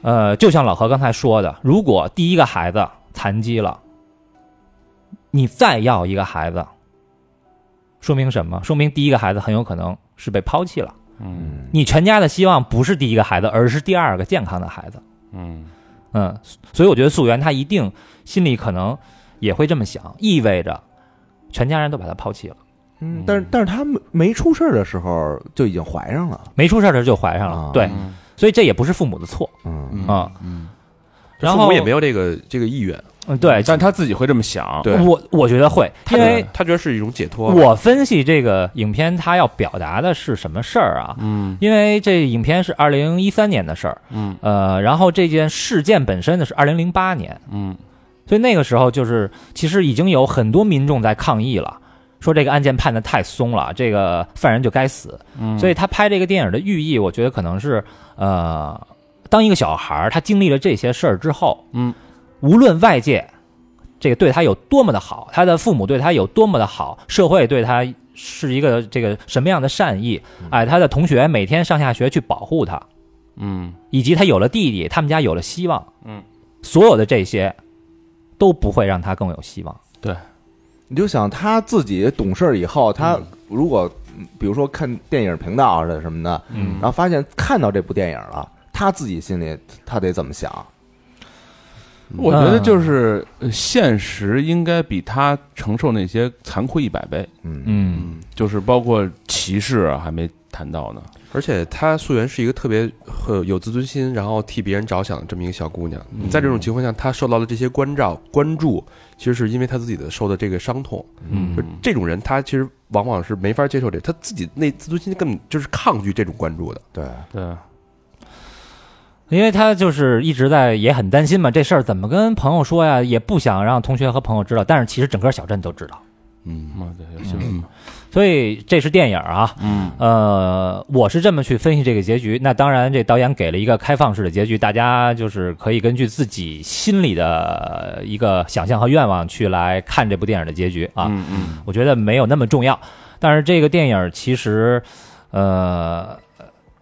Speaker 2: 呃，就像老何刚才说的，如果第一个孩子残疾了，你再要一个孩子，说明什么？说明第一个孩子很有可能是被抛弃了。
Speaker 4: 嗯
Speaker 5: 嗯，
Speaker 2: 你全家的希望不是第一个孩子，而是第二个健康的孩子。
Speaker 4: 嗯
Speaker 2: 嗯，所以我觉得素媛她一定心里可能也会这么想，意味着全家人都把她抛弃了。
Speaker 5: 嗯，但是但是他没没出事儿的时候就已经怀上了，
Speaker 2: 没出事儿的时候就怀上了
Speaker 5: 啊，
Speaker 2: 对，
Speaker 4: 嗯
Speaker 2: 所以这也不是父母的错
Speaker 5: 嗯，
Speaker 2: 啊。
Speaker 3: 嗯，
Speaker 2: 然
Speaker 3: 父
Speaker 2: 后
Speaker 3: 母也没有这个这个意愿，
Speaker 2: 嗯，对，
Speaker 6: 但他自己会这么想，
Speaker 3: 对
Speaker 2: 我我觉得会，因为
Speaker 3: 他觉得是一种解脱，
Speaker 2: 我分析这个影片，它要表达的是什么事儿啊？
Speaker 4: 嗯
Speaker 2: 因为这影片是二零一三年的事儿，
Speaker 4: 嗯，
Speaker 2: 呃，然后这件事件本身呢是二零零八年，
Speaker 4: 嗯
Speaker 2: 所以那个时候就是其实已经有很多民众在抗议了，说这个案件判的太松了，这个犯人就该死。
Speaker 4: 嗯
Speaker 2: 所以他拍这个电影的寓意，我觉得可能是呃，当一个小孩儿他经历了这些事儿之后，
Speaker 4: 嗯，
Speaker 2: 无论外界这个对他有多么的好，他的父母对他有多么的好，社会对他是一个这个什么样的善意，哎，他的同学每天上下学去保护他，
Speaker 4: 嗯
Speaker 2: 以及他有了弟弟，他们家有了希望，
Speaker 4: 嗯，
Speaker 2: 所有的这些都不会让他更有希望。
Speaker 5: 你就想他自己懂事儿以后，他如果嗯比如说看电影频道的什么的，
Speaker 4: 嗯
Speaker 5: 然后发现看到这部电影了，他自己心里他得怎么想？
Speaker 6: 我觉得就是呃现实应该比他承受那些残酷一百倍，
Speaker 5: 嗯，
Speaker 2: 嗯
Speaker 6: 就是包括歧视啊，还没谈到呢。
Speaker 3: 而且她素媛是一个特别呃有自尊心，然后替别人着想的这么一个小姑娘。在这种情况下，她受到了这些关照、关注，其实是因为她自己的受的这个伤痛。就
Speaker 4: 嗯
Speaker 3: 这种人，她其实往往是没法接受这，她自己内自尊心根本就是抗拒这种关注的。
Speaker 5: 对，
Speaker 4: 对，
Speaker 2: 因为他就是一直在也很担心嘛，这事儿怎么跟朋友说呀？也不想让同学和朋友知道，但是其实整个小镇都知道，
Speaker 3: 嗯，
Speaker 4: 妈的有新闻嘛
Speaker 2: 所以这是电影啊。
Speaker 4: 嗯
Speaker 2: 呃，我是这么去分析这个结局。那当然，这导演给了一个开放式的结局，大家就是可以根据自己心里的一个想象和愿望去来看这部电影的结局啊。
Speaker 4: 嗯嗯
Speaker 2: 我觉得没有那么重要。但是这个电影其实，呃，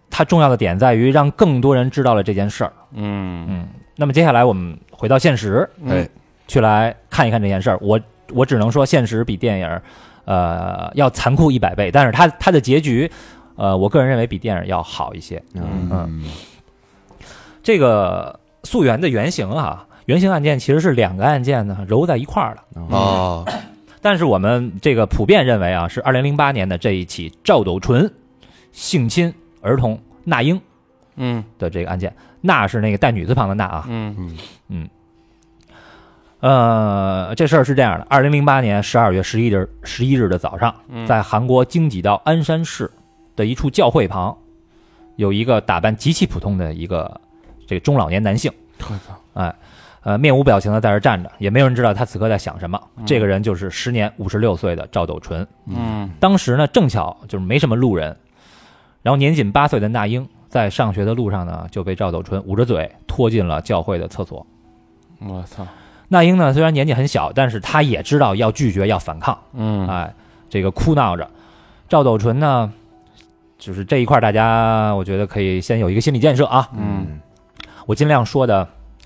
Speaker 2: 它重要的点在于让更多人知道了这件事儿。
Speaker 4: 嗯
Speaker 2: 嗯，那么接下来我们回到现实
Speaker 3: 哎，
Speaker 2: 去来看一看这件事儿。我我只能说，现实比电影，呃，要残酷一百倍，但是它它的结局，呃，我个人认为比电影要好一些。
Speaker 5: 嗯
Speaker 2: 嗯，这个溯源的原型啊，原型案件其实是两个案件呢揉在一块儿的。
Speaker 3: 哦，
Speaker 2: 但是我们这个普遍认为啊，是二零零八年的这一起赵斗淳性侵儿童那英
Speaker 4: 嗯
Speaker 2: 的这个案件，那是那个带女字旁的那啊，
Speaker 4: 嗯
Speaker 2: 嗯呃，这事儿是这样的：二零零八年十二月十一日十一日的早上，在韩国京畿道鞍山市的一处教会旁，有一个打扮极其普通的一个这个中老年男性，哎，呃，面无表情的在这儿站着，也没有人知道他此刻在想什么。这个人就是时年五十六岁的赵斗淳。
Speaker 6: 嗯
Speaker 2: 当时呢，正巧就是没什么路人，然后年仅八岁的那英在上学的路上呢，就被赵斗淳捂着嘴拖进了教会的厕所。
Speaker 6: 我操，
Speaker 2: 那英呢，虽然年纪很小，但是她也知道要拒绝，要反抗，
Speaker 6: 嗯
Speaker 2: 哎，这个哭闹着。赵斗淳呢，就是这一块，大家我觉得可以先有一个心理建设啊，
Speaker 6: 嗯
Speaker 2: 我尽量说的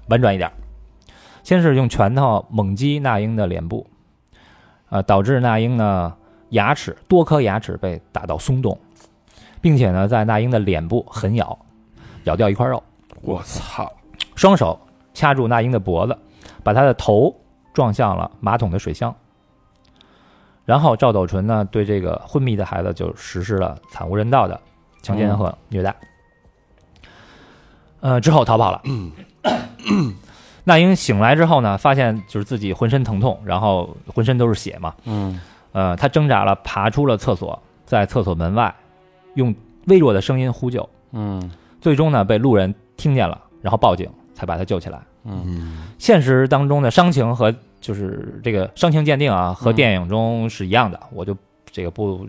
Speaker 2: 婉转一点。先是用拳头猛击那英的脸部，呃，导致那英呢牙齿多颗牙齿被打到松动，并且呢在那英的脸部狠咬，咬掉一块肉，
Speaker 6: 我操，
Speaker 2: 双手掐住那英的脖子，把她的头撞向了马桶的水箱。然后赵斗淳呢对这个昏迷的孩子就实施了惨无人道的强奸和虐待，
Speaker 6: 嗯
Speaker 2: 呃，之后逃跑了。
Speaker 6: 嗯
Speaker 2: 那英醒来之后呢，发现就是自己浑身疼痛，然后浑身都是血嘛。
Speaker 6: 嗯
Speaker 2: 呃，她挣扎了，爬出了厕所，在厕所门外用微弱的声音呼救，
Speaker 6: 嗯
Speaker 2: 最终呢被路人听见了，然后报警才把她救起来。
Speaker 6: 嗯
Speaker 3: 嗯
Speaker 2: 现实当中的伤情和就是这个伤情鉴定啊，和电影中是一样的，
Speaker 6: 嗯
Speaker 2: 我就这个不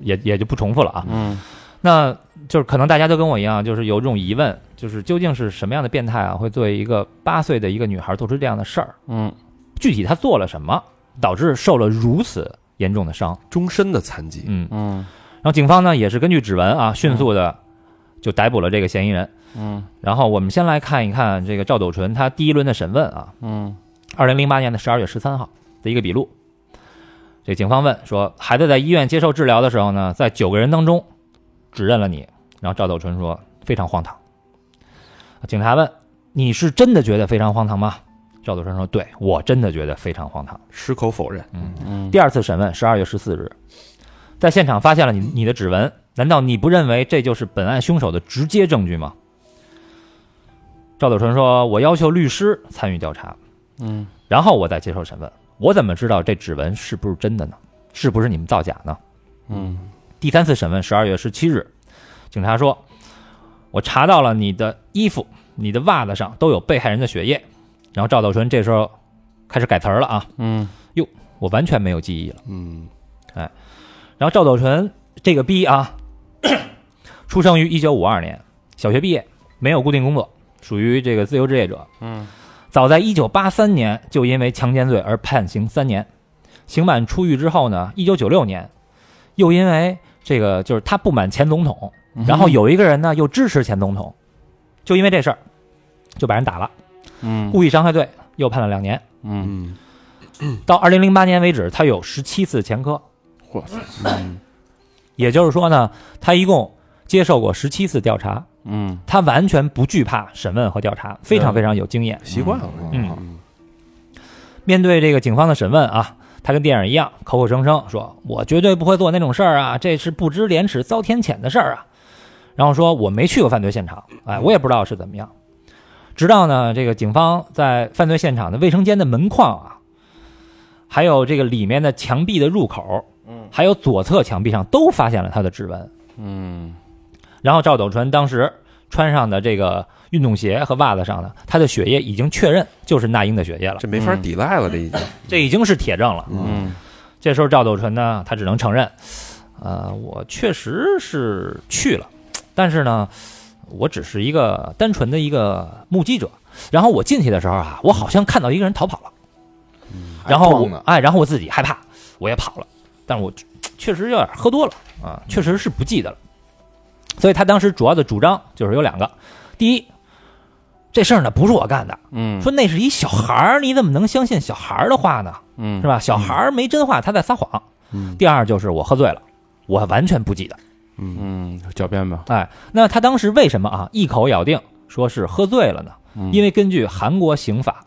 Speaker 2: 也也就不重复了啊。
Speaker 6: 嗯
Speaker 2: 那就是可能大家都跟我一样，就是有这种疑问，就是究竟是什么样的变态啊，会对一个八岁的一个女孩做出这样的事儿？
Speaker 6: 嗯，
Speaker 2: 具体他做了什么，导致受了如此严重的伤？
Speaker 3: 终身的残疾，
Speaker 2: 嗯，
Speaker 6: 嗯
Speaker 2: 然后警方呢也是根据指纹啊，迅速的就逮捕了这个嫌疑人。
Speaker 6: 嗯
Speaker 2: 然后我们先来看一看这个赵斗淳他第一轮的审问啊，
Speaker 6: 嗯
Speaker 2: 二零零八年的十二月十三号的一个笔录。这警方问说，孩子在医院接受治疗的时候呢，在九个人当中指认了你。然后赵斗淳说非常荒唐。警察问你是真的觉得非常荒唐吗？赵斗淳说对我真的觉得非常荒唐。
Speaker 3: 矢口否认。
Speaker 6: 嗯，
Speaker 2: 第二次审问十二月十四日，在现场发现了你你的指纹，难道你不认为这就是本案凶手的直接证据吗？赵斗淳说：“我要求律师参与调查，
Speaker 6: 嗯，
Speaker 2: 然后我再接受审问。我怎么知道这指纹是不是真的呢？是不是你们造假呢？”
Speaker 6: 嗯
Speaker 2: 第三次审问十二月十七日，警察说：“我查到了你的衣服、你的袜子上都有被害人的血液。”然后赵斗淳这时候开始改词儿了啊，
Speaker 6: 嗯
Speaker 2: 我完全没有记忆了。哎
Speaker 3: 嗯
Speaker 2: 然后赵斗淳这个逼啊， 出生于一九五二年，小学毕业，没有固定工作，属于这个自由职业者。
Speaker 6: 嗯，
Speaker 2: 早在一九八三年就因为强奸罪而判刑三年，刑满出狱之后呢，一九九六年又因为这个就是他不满前总统，
Speaker 6: 嗯
Speaker 2: 然后有一个人呢又支持前总统，就因为这事儿就把人打了，
Speaker 6: 嗯
Speaker 2: 故意伤害罪又判了两年。
Speaker 6: 嗯，
Speaker 3: 嗯，
Speaker 2: 到二零零八年为止，他有十七次前科，嗯
Speaker 6: 我操，
Speaker 2: 也就是说呢，他一共接受过十七次调查，
Speaker 6: 嗯
Speaker 2: 他完全不惧怕审问和调查，非常非常有经验。
Speaker 3: 习惯了。
Speaker 2: 嗯，面对这个警方的审问啊，他跟电影一样，口口声声说：“我绝对不会做那种事儿啊，这是不知廉耻遭天谴的事儿啊。”然后说：“我没去过犯罪现场，哎，我也不知道是怎么样。”直到呢，这个警方在犯罪现场的卫生间的门框啊，还有这个里面的墙壁的入口，嗯，还有左侧墙壁上都发现了他的指纹。
Speaker 6: 嗯
Speaker 2: 然后赵斗淳当时穿上的这个运动鞋和袜子上呢，他的血液已经确认就是那英的血液了，
Speaker 3: 这没法抵赖了，这已经。
Speaker 2: 这已经是铁证了。
Speaker 6: 嗯
Speaker 2: 这时候赵斗淳呢，他只能承认，呃，我确实是去了，但是呢，我只是一个单纯的一个目击者。然后我进去的时候啊，我好像看到一个人逃跑了，然后
Speaker 5: 还
Speaker 2: 我
Speaker 5: 撞呢
Speaker 2: 哎，然后我自己害怕，我也跑了，但是我确实有点喝多了啊，确实是不记得了。所以他当时主要的主张就是有两个，第一，这事儿呢不是我干的，
Speaker 6: 嗯
Speaker 2: 说那是一小孩儿，你怎么能相信小孩儿的话呢？
Speaker 6: 嗯
Speaker 2: 是吧？小孩儿没真话，他在撒谎。第二就是我喝醉了，我完全不记得。
Speaker 6: 嗯，狡辩吧，
Speaker 2: 哎，那他当时为什么啊一口咬定说是喝醉了呢？因为根据韩国刑法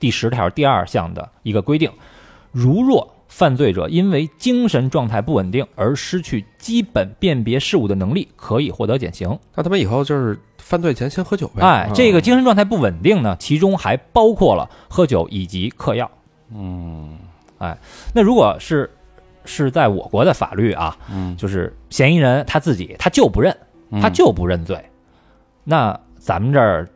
Speaker 2: 第十条第二项的一个规定，如若犯罪者因为精神状态不稳定而失去基本辨别事物的能力，可以获得减刑。
Speaker 3: 那他们以后就是犯罪前先喝酒呗。
Speaker 2: 哎，这个精神状态不稳定呢，其中还包括了喝酒以及嗑药。哎
Speaker 6: 嗯
Speaker 2: 那如果是是在我国的法律啊，
Speaker 6: 嗯，
Speaker 2: 就是嫌疑人他自己他就不认，
Speaker 3: 嗯
Speaker 2: 他就不认罪，那咱们这儿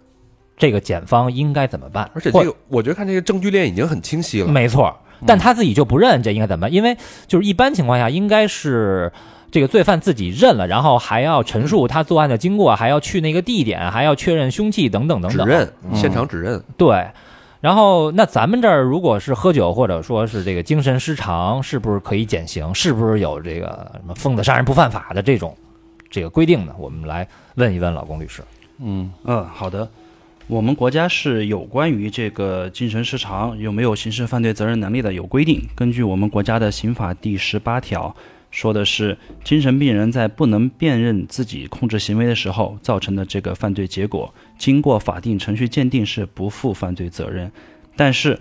Speaker 2: 这个检方应该怎么办？
Speaker 3: 而且
Speaker 2: 或
Speaker 3: 这个，嗯我觉得看这个证据链已经很清晰了。
Speaker 2: 没错，但他自己就不认，这应该怎么办？因为就是一般情况下，应该是这个罪犯自己认了，然后还要陈述他作案的经过，还要去那个地点，还要确认凶器等等等
Speaker 3: 指
Speaker 2: 等。
Speaker 3: 认，现场指认，
Speaker 2: 对。然后，那咱们这儿如果是喝酒，或者说是这个精神失常，是不是可以减刑？是不是有这个什么疯子杀人不犯法的这种这个规定呢？我们来问一问老龚律师。
Speaker 6: 嗯
Speaker 4: 嗯，好的。我们国家是有关于这个精神失常有没有刑事犯罪责任能力的有规定。根据我们国家的刑法第十八条，说的是精神病人在不能辨认自己控制行为的时候造成的这个犯罪结果，经过法定程序鉴定是不负犯罪责任，但是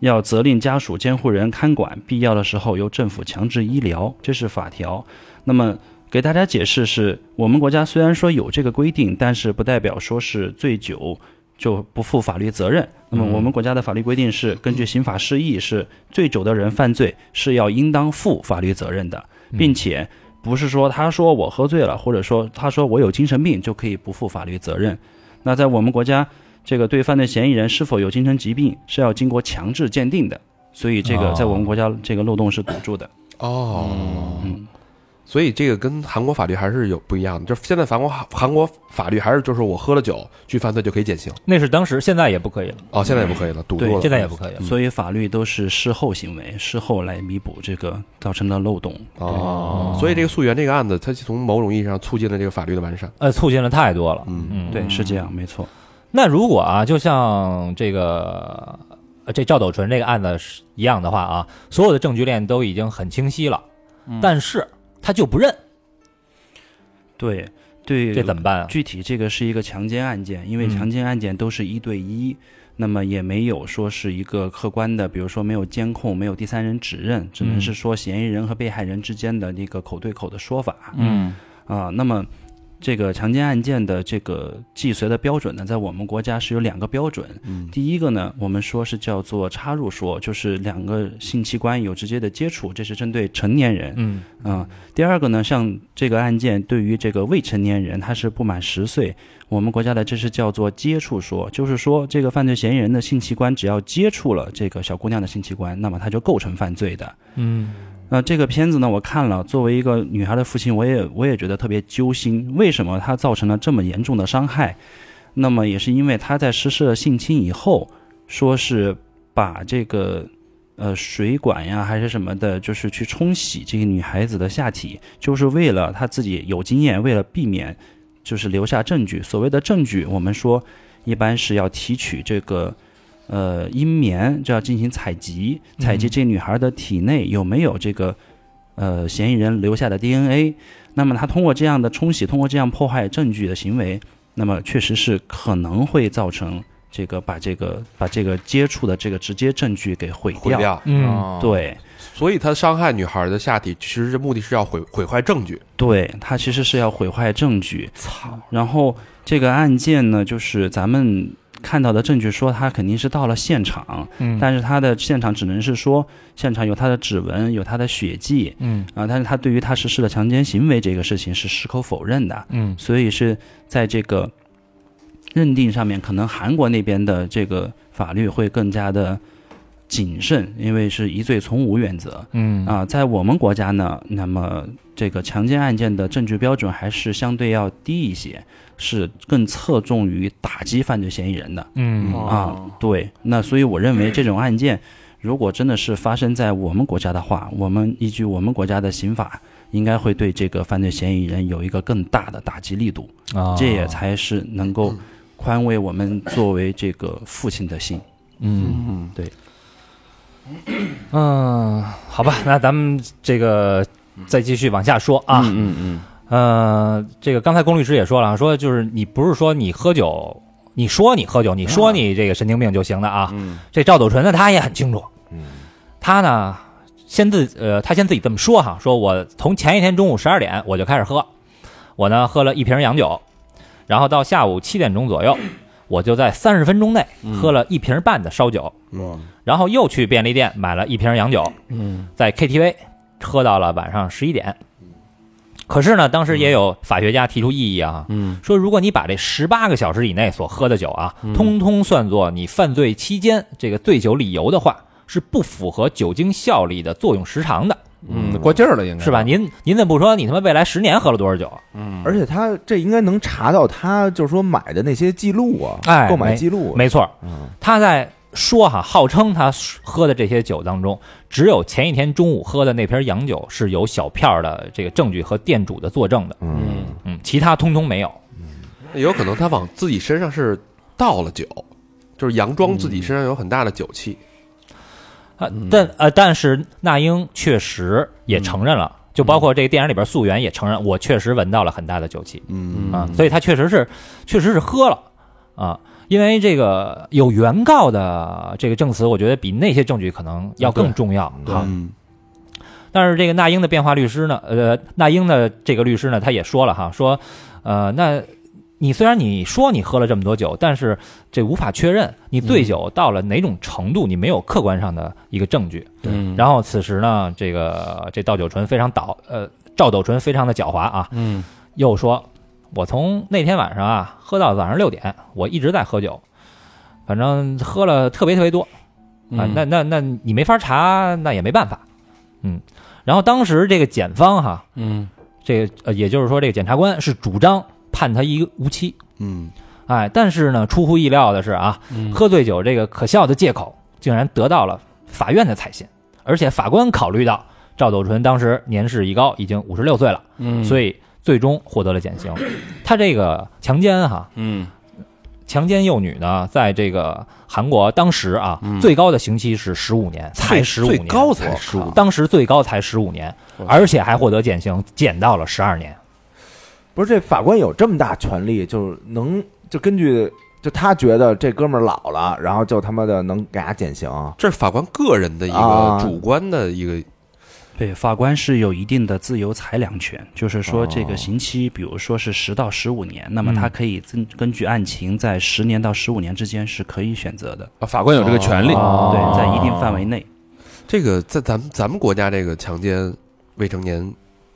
Speaker 4: 要责令家属、监护人看管，必要的时候由政府强制医疗，这是法条。那么给大家解释是，我们国家虽然说有这个规定，但是不代表说是醉酒就不负法律责任。那么我们国家的法律规定是，根据刑法释义是，醉酒的人犯罪是要应当负法律责任的，并且不是说他说我喝醉了，或者说他说我有精神病就可以不负法律责任。那在我们国家，这个对犯罪嫌疑人是否有精神疾病是要经过强制鉴定的，所以这个在我们国家这个漏洞是堵住的。
Speaker 3: 哦，
Speaker 4: 嗯
Speaker 3: 所以这个跟韩国法律还是有不一样的，就是现在韩国韩国法律还是就是我喝了酒去犯罪就可以减刑，
Speaker 2: 那是当时，现在也不可以了，
Speaker 3: 哦，现在也不可以了，堵住
Speaker 4: 对
Speaker 3: 了，
Speaker 2: 现在也不可以了。
Speaker 4: 所以法律都是事后行为，事后来弥补这个造成的漏洞。
Speaker 3: 哦，所以这个溯源这个案子，它从某种意义上促进了这个法律的完善，
Speaker 2: 呃，促进了太多了。
Speaker 3: 嗯，
Speaker 2: 嗯，
Speaker 4: 对，是这样，没错。
Speaker 2: 那如果啊，就像这个呃这赵斗淳这个案子是一样的话啊，所有的证据链都已经很清晰了，但是他就不认，
Speaker 4: 对对，
Speaker 2: 这怎么办啊？
Speaker 4: 具体这个是一个强奸案件，因为
Speaker 2: 嗯
Speaker 4: 强奸案件都是一对一，那么也没有说是一个客观的，比如说没有监控，没有第三人指认，只
Speaker 2: 嗯
Speaker 4: 能是说嫌疑人和被害人之间的那个口对口的说法。
Speaker 6: 嗯
Speaker 4: 啊，那么这个强奸案件的这个既遂的标准呢，在我们国家是有两个标准。第一个呢，我们说是叫做插入说，就是两个性器官有直接的接触，这是针对成年人。
Speaker 2: 嗯
Speaker 4: 啊，第二个呢，像这个案件对于这个未成年人，他是不满十岁，我们国家的这是叫做接触说，就是说这个犯罪嫌疑人的性器官只要接触了这个小姑娘的性器官，那么他就构成犯罪的。
Speaker 2: 嗯
Speaker 4: 那这个片子呢，我看了，作为一个女孩的父亲，我也我也觉得特别揪心。为什么他造成了这么严重的伤害？那么也是因为他在实施了性侵以后，说是把这个呃水管呀还是什么的，就是去冲洗这个女孩子的下体，就是为了他自己有经验，为了避免就是留下证据。所谓的证据，我们说一般是要提取这个呃阴棉，就要进行采集，采集这女孩的体内有没有这个呃嫌疑人留下的 DNA。那么他通过这样的冲洗，通过这样破坏证据的行为，那么确实是可能会造成这个把这个把这个接触的这个直接证据给毁
Speaker 3: 毁掉，
Speaker 2: 嗯，
Speaker 5: 哦
Speaker 4: 对
Speaker 3: 所以他伤害女孩的下体，其实这目的是要毁毁坏证据，
Speaker 4: 对，他其实是要毁坏证据。操！然后这个案件呢，就是咱们看到的证据说他肯定是到了现场，
Speaker 2: 嗯
Speaker 4: 但是他的现场只能是说现场有他的指纹，有他的血迹
Speaker 2: 嗯
Speaker 4: 啊，但是他对于他实施的强奸行为这个事情是矢口否认的，
Speaker 2: 嗯
Speaker 4: 所以是在这个认定上面，可能韩国那边的这个法律会更加的谨慎，因为是疑罪从无原则。
Speaker 2: 嗯
Speaker 4: 啊，在我们国家呢，那么这个强奸案件的证据标准还是相对要低一些，是更侧重于打击犯罪嫌疑人的
Speaker 2: 嗯
Speaker 6: 哦
Speaker 4: 啊。对，那所以我认为这种案件，如果真的是发生在我们国家的话，我们依据我们国家的刑法，应该会对这个犯罪嫌疑人有一个更大的打击力度，
Speaker 2: 啊
Speaker 4: 这也才是能够宽慰我们作为这个父亲的心。
Speaker 2: 嗯
Speaker 6: 嗯
Speaker 2: 嗯，好吧，那咱们这个再继续往下说啊。
Speaker 6: 嗯嗯
Speaker 2: 呃，这个刚才龚律师也说了啊，说就是你不是说你喝酒，你说你喝酒，你说你这个神经病就行了啊。
Speaker 6: 嗯
Speaker 2: 这赵斗淳呢，他也很清楚，
Speaker 5: 嗯
Speaker 2: 他呢先自呃，他先自己这么说哈，说我从前一天中午十二点我就开始喝，我呢喝了一瓶洋酒，然后到下午七点钟左右，我就在三十分钟内喝了一瓶半的烧酒，
Speaker 4: 嗯
Speaker 2: 然后又去便利店买了一瓶洋酒，嗯，在 KTV 喝到了晚上十一点。可是呢，当时也有法学家提出异议啊，嗯，说如果你把这十八个小时以内所喝的酒啊，通通算作你犯罪期间这个醉酒理由的话，是不符合酒精效力的作用时长的，
Speaker 6: 嗯，过劲儿了应该
Speaker 2: 是吧？？您您怎么不说你他妈未来十年喝了多少酒？啊
Speaker 5: 而且他这应该能查到他就是说买的那些记录啊，
Speaker 2: 哎
Speaker 5: 购买记录啊，
Speaker 2: 没错，他在说哈，号称他喝的这些酒当中，只有前一天中午喝的那瓶洋酒是有小票的这个证据和店主的作证的，
Speaker 5: 嗯，
Speaker 2: 嗯，其他通通没有。
Speaker 3: 也有可能他往自己身上是倒了酒，就是佯装自己身上有很大的酒气。
Speaker 2: 啊，但呃，但是那英确实也承认了，就包括这个电影里边素媛也承认，我确实闻到了很大的酒气
Speaker 3: 嗯
Speaker 2: 啊，所以他确实是确实是喝了啊，因为这个有原告的这个证词，我觉得比那些证据可能要更重要啊。
Speaker 3: 嗯
Speaker 2: 但是这个那英的辩话律师呢，呃，那英的这个律师呢，他也说了哈，说，呃，那你虽然你说你喝了这么多酒，但是这无法确认你
Speaker 3: 嗯
Speaker 2: 醉酒到了哪种程度，你没有客观上的一个证据。
Speaker 6: 嗯
Speaker 2: 然后此时呢，这个这赵九纯非常倒，呃，赵斗纯非常的狡猾啊，
Speaker 6: 嗯
Speaker 2: 又说，我从那天晚上啊喝到晚上六点，我一直在喝酒，反正喝了特别特别多啊，
Speaker 6: 嗯
Speaker 2: 那那那你没法查，那也没办法，嗯。然后当时这个检方哈，
Speaker 6: 嗯
Speaker 2: 这个呃，也就是说这个检察官是主张判他一个无期，
Speaker 3: 嗯
Speaker 2: 哎，但是呢，出乎意料的是啊，
Speaker 6: 嗯
Speaker 2: 喝醉酒这个可笑的借口，竟然得到了法院的采信，而且法官考虑到赵斗淳当时年事已高，已经五十六岁了，
Speaker 6: 嗯
Speaker 2: 所
Speaker 6: 以
Speaker 2: 以最终获得了减刑。他这个强奸哈，
Speaker 6: 嗯
Speaker 2: 强奸幼女呢，在这个韩国当时啊，最高的刑期是十五年，才十五年，
Speaker 3: 嗯最高才十五，
Speaker 2: 当时最高才十五年，而且还获得减刑，减到了十二年。
Speaker 5: 不是这法官有这么大权力，就是能就根据就他觉得这哥们儿老了，然后就他妈的能给他减刑，
Speaker 3: 这是法官个人的一个
Speaker 5: 啊
Speaker 3: 主观的一个，
Speaker 4: 对，法官是有一定的自由裁量权，就是说这个刑期，比如说是十到十五年，那么他可以根根据案情，在十年到十五年之间是可以选择的，
Speaker 6: 啊法官有这个权利，
Speaker 4: 对，在一定范围内。
Speaker 3: 这个在咱们咱们国家这个强奸未成年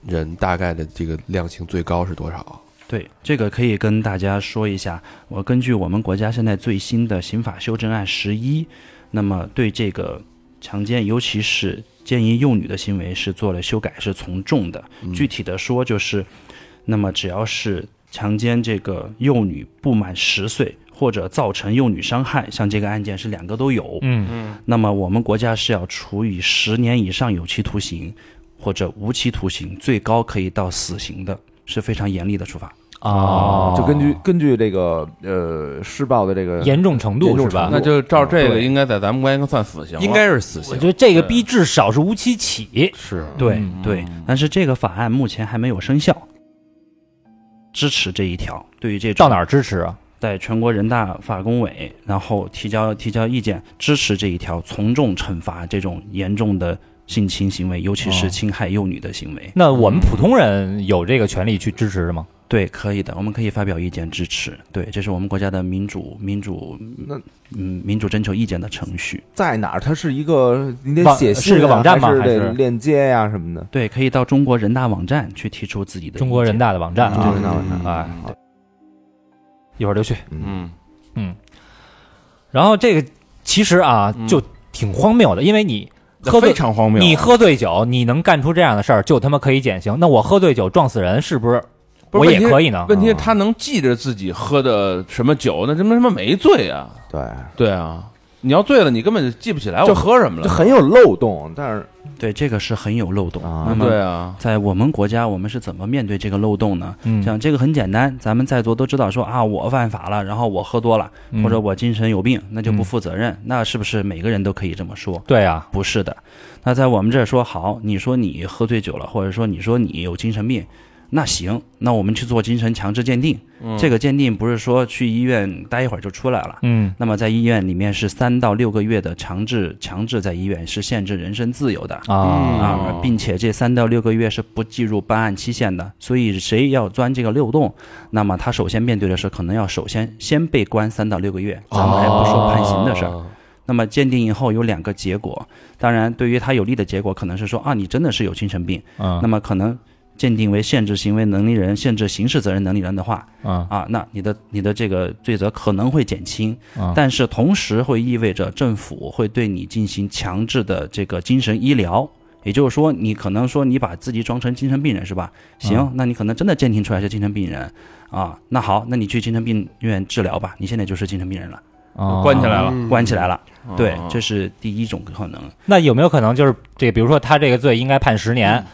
Speaker 3: 人大概的这个量刑最高是多少？
Speaker 4: 对，这个可以跟大家说一下。我根据我们国家现在最新的刑法修正案十一，那么对这个强奸，尤其是奸淫幼女的行为是做了修改，是从重的。嗯
Speaker 3: 嗯
Speaker 4: 具体的说就是，那么只要是强奸这个幼女不满十岁。或者造成幼女伤害，像这个案件是两个都有。
Speaker 2: 嗯，
Speaker 4: 那么我们国家是要处以十年以上有期徒刑，或者无期徒刑，最高可以到死刑的，是非常严厉的处罚。
Speaker 2: 哦，
Speaker 5: 就根据根据这个呃施暴的这个
Speaker 2: 严重程度
Speaker 5: 严重
Speaker 2: 是吧
Speaker 5: 程度
Speaker 6: 那？就照这个应该在咱们国家应该算死刑了，
Speaker 3: 应该是死
Speaker 2: 我
Speaker 3: 刑
Speaker 2: 觉。得这个逼至少是无期起。
Speaker 3: 是
Speaker 4: 对
Speaker 2: 嗯
Speaker 4: 对，但是这个法案目前还没有生效。支持这一条，对于这种
Speaker 2: 到哪儿支持啊？
Speaker 4: 在全国人大法工委，然后提交提交意见，支持这一条从重惩罚这种严重的性侵行为，尤其
Speaker 2: 哦
Speaker 4: 是侵害幼女的行为。
Speaker 2: 那我
Speaker 6: 嗯
Speaker 2: 们普通人有这个权利去支持吗？
Speaker 4: 对，可以的，我们可以发表意见支持。对，这是我们国家的民主民主
Speaker 5: 那
Speaker 4: 嗯民主征求意见的程序。
Speaker 5: 在哪儿？它是一个你得
Speaker 2: 网
Speaker 5: 写信、啊、
Speaker 2: 是个网站吗
Speaker 5: 还
Speaker 2: 还是
Speaker 5: 得链接呀、什么的？
Speaker 4: 对，可以到中国人大网站去提出自己的
Speaker 2: 中国
Speaker 4: 意见
Speaker 2: 人大的网站
Speaker 5: 中国
Speaker 2: 啊，
Speaker 5: 人大网站
Speaker 2: 哎，一会儿就去。
Speaker 6: 嗯
Speaker 2: 然后这个其实啊，就挺荒谬的，因为你喝
Speaker 6: 嗯非
Speaker 2: 醉，
Speaker 6: 常荒谬，啊
Speaker 2: 你喝醉酒，你能干出这样的事儿，就他妈可以减刑。那我喝醉酒撞死人，是不是
Speaker 6: 不
Speaker 2: 我
Speaker 6: 是
Speaker 2: 也
Speaker 6: 问题
Speaker 2: 可以呢？
Speaker 6: 嗯问题是他能记着自己喝的什么酒，那他妈他妈没醉啊？
Speaker 5: 对，
Speaker 2: 嗯
Speaker 6: 对啊，你要醉了，你根本就记不起来
Speaker 5: 就
Speaker 6: 我喝什么
Speaker 5: 就
Speaker 6: 了。
Speaker 5: 很有漏洞，但是
Speaker 4: 对这个是很有漏洞。
Speaker 5: 啊
Speaker 4: 那么
Speaker 6: 对啊，
Speaker 4: 在我们国家，我们是怎么面对这个漏洞呢？
Speaker 2: 嗯
Speaker 4: 像这个很简单，咱们在座都知道说啊，我犯法了，然后我喝多了，
Speaker 2: 嗯
Speaker 4: 或者我精神有病，那就
Speaker 2: 嗯
Speaker 4: 不负责任。那是不是每个人都可以这么说？
Speaker 2: 对啊，
Speaker 4: 不是的。那在我们这儿说好，你说你喝醉酒了，或者说你说你有精神病，那行，那我们去做精神强制鉴定。这个鉴定不是说去医院待一会儿就出来了。
Speaker 2: 嗯
Speaker 4: 那么在医院里面是三到六个月的强制，强制在医院是限制人身自由的。
Speaker 2: 啊
Speaker 4: 啊，并且这三到六个月是不计入办案期限的，所以谁要钻这个漏洞，那么他首先面对的是可能要首先先被关三到六个月，咱们还不说判刑的事儿。
Speaker 2: 哦
Speaker 4: 那么鉴定以后有两个结果，当然对于他有利的结果可能是说啊，你真的是有精神病，
Speaker 2: 啊
Speaker 4: 那么可能鉴定为限制行为能力人、限制刑事责任能力人的话
Speaker 2: 啊
Speaker 4: 啊，那你的你的这个罪责可能会减轻，
Speaker 2: 啊
Speaker 4: 但是同时会意味着政府会对你进行强制的这个精神医疗。也就是说，你可能说你把自己装成精神病人是吧？行，
Speaker 2: 嗯
Speaker 4: 那你可能真的鉴定出来是精神病人啊。那好，那你去精神病院治疗吧，你现在就是精神病人了，
Speaker 2: 啊
Speaker 6: 嗯关起来了
Speaker 4: 关起来了。对，
Speaker 6: 哦
Speaker 4: 这是第一种可能。
Speaker 2: 那有没有可能就是这，比如说他这个罪应该判十年，
Speaker 6: 嗯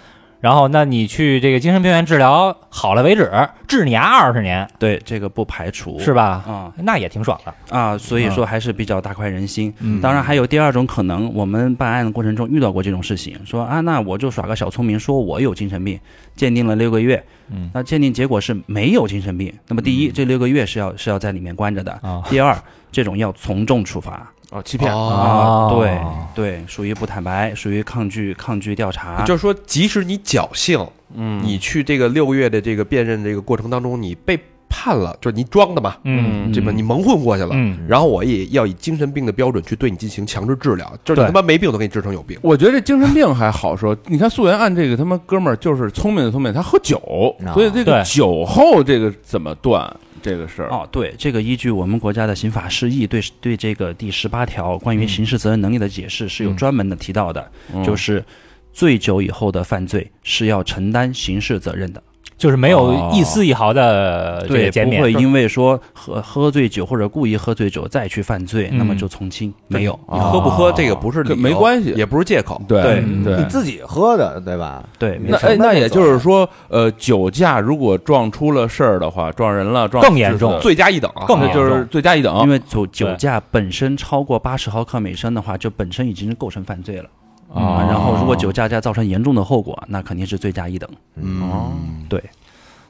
Speaker 2: 然后那你去这个精神病院治疗好了为止，治你丫二十年，
Speaker 4: 对，这个不排
Speaker 6: 哦
Speaker 4: 除
Speaker 2: 是吧？
Speaker 4: 啊
Speaker 2: 那也挺爽的。
Speaker 4: 啊，嗯所以说还是比较大快人心。当然还有第二种可能，我们办案的过程中遇到过这种事情，说啊，那我就耍个小聪明，说我有精神病，鉴定了六个月，嗯，那鉴定结果是没有精神病。那么第一，这六个月是要是要在里面关着的；
Speaker 2: 啊
Speaker 4: 第二，这种要从重处罚。
Speaker 6: 哦，欺骗，
Speaker 3: 哦
Speaker 4: 啊，
Speaker 2: 哦
Speaker 4: 对对，属于不坦白，属于抗拒抗拒调查。
Speaker 3: 就是说，即使你侥幸，
Speaker 6: 嗯
Speaker 3: 你去这个六个月的这个辨认这个过程当中，你被判了，就是你装的嘛，
Speaker 2: 嗯
Speaker 3: 对吧？
Speaker 4: 嗯
Speaker 3: 你蒙混过去了，
Speaker 2: 嗯
Speaker 3: 然后我也要以精神病的标准去对你进行强制治疗，就是
Speaker 2: 对
Speaker 3: 你他妈没病都给你治成有病。
Speaker 6: 我觉得这精神病还好说，你看素媛案这个他妈哥们儿就是聪明的聪明，他喝酒，
Speaker 5: 啊
Speaker 6: 所以这个
Speaker 2: 对
Speaker 6: 酒后这个怎么断这个事儿？
Speaker 4: 哦，对，这个依据我们国家的刑法释义对对这个第十八条关于刑事责任能力的解释是有专门的提到的，就是醉酒以后的犯罪是要承担刑事责任的，
Speaker 2: 就是没有一丝一毫的这
Speaker 4: 哦对
Speaker 2: 个，减
Speaker 4: 不
Speaker 2: 免。嗯
Speaker 4: 会因为说喝喝醉酒或者故意喝醉酒再去犯罪，那么就从轻，没有。
Speaker 3: 你喝不喝这个不是理由
Speaker 6: 这没关系
Speaker 3: 也不是借口。
Speaker 6: 嗯对
Speaker 2: 对
Speaker 5: 你自己喝的对吧？
Speaker 4: 对，没
Speaker 6: 那
Speaker 4: 错
Speaker 6: 哎，那也
Speaker 2: 啊
Speaker 6: 就是说，呃，酒驾如果撞出了事儿的话，撞人了，撞
Speaker 2: 更严重
Speaker 6: 最
Speaker 3: 罪加一等啊，
Speaker 2: 更
Speaker 6: 那
Speaker 2: 严
Speaker 6: 就
Speaker 2: 重
Speaker 6: 是罪加一等，
Speaker 4: 因为酒酒
Speaker 2: 对
Speaker 4: 驾本身超过八十毫克每升的话，就本身已经是构成犯罪了
Speaker 6: 啊
Speaker 4: 啊。然后，如果酒驾再造成严重的后果，那肯定是罪加一等。
Speaker 3: 嗯，
Speaker 4: 对，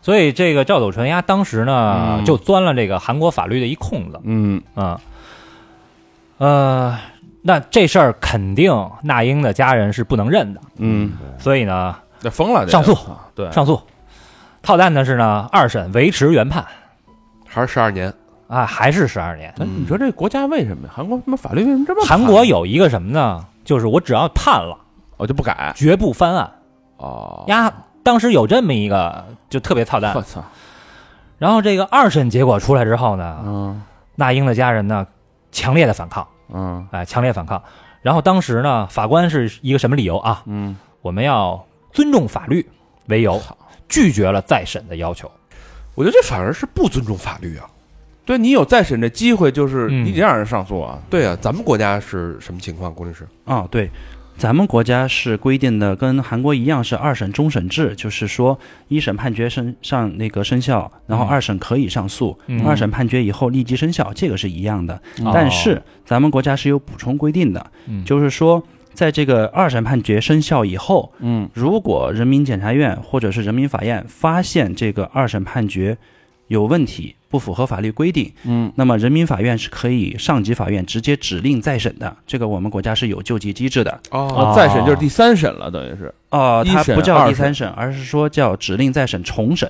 Speaker 2: 所以这个赵斗淳呀，当时呢、
Speaker 6: 嗯
Speaker 2: 就钻了这个韩国法律的一空子
Speaker 6: 嗯，
Speaker 2: 啊、呃，那这事儿肯定那英的家人是不能认的，
Speaker 6: 嗯，
Speaker 2: 所以呢
Speaker 6: 那疯了，这
Speaker 2: 上诉
Speaker 6: 对，
Speaker 2: 上诉。套蛋的是呢，二审维持原判
Speaker 3: 还是十二年，
Speaker 2: 啊，还是十二年。
Speaker 6: 哎你说这国家为什么呀？韩国他妈法律为什么这么
Speaker 2: 韩
Speaker 6: 判
Speaker 2: 国有一个什么呢？就是我只要判了，
Speaker 6: 我哦就不改
Speaker 2: 绝不翻案
Speaker 6: 哦，
Speaker 2: 呀。当时有这么一个就特别操蛋
Speaker 6: 我，操，
Speaker 2: 然后这个二审结果出来之后呢，
Speaker 6: 嗯
Speaker 2: 那英的家人呢强烈的反抗，
Speaker 6: 嗯
Speaker 2: 哎，强烈反抗。然后当时呢，法官是一个什么理由啊？
Speaker 6: 嗯，
Speaker 2: 我们要尊重法律为由，拒绝了再审的要求。
Speaker 3: 我觉得这反而是不尊重法律啊。
Speaker 6: 对你有再审的机会，就是
Speaker 2: 嗯
Speaker 6: 你得让人上诉啊，
Speaker 3: 对啊，咱们国家是什么情况？龚律师，
Speaker 4: 啊，对，咱们国家是规定的，跟韩国一样是二审终审制，就是说一审判决生上那个生效，然后
Speaker 2: 嗯
Speaker 4: 二审可以上诉，
Speaker 2: 嗯
Speaker 4: 二审判决以后立即生效，这个是一样的。
Speaker 2: 哦
Speaker 4: 嗯但是咱们国家是有补充规定的，
Speaker 2: 嗯
Speaker 4: 就是说。在这个二审判决生效以后，
Speaker 6: 嗯，
Speaker 4: 如果人民检察院或者是人民法院发现这个二审判决有问题，不符合法律规定，
Speaker 6: 嗯，
Speaker 4: 那么人民法院是可以上级法院直接指令再审的，这个我们国家是有救济机制的。
Speaker 3: 哦，
Speaker 6: 啊，再审就是第三审了，等于是
Speaker 4: 哦，
Speaker 6: 一
Speaker 4: 它
Speaker 6: 审
Speaker 4: 不
Speaker 6: 二
Speaker 4: 叫第
Speaker 6: 审
Speaker 4: 三审，而是说叫指令再审重审，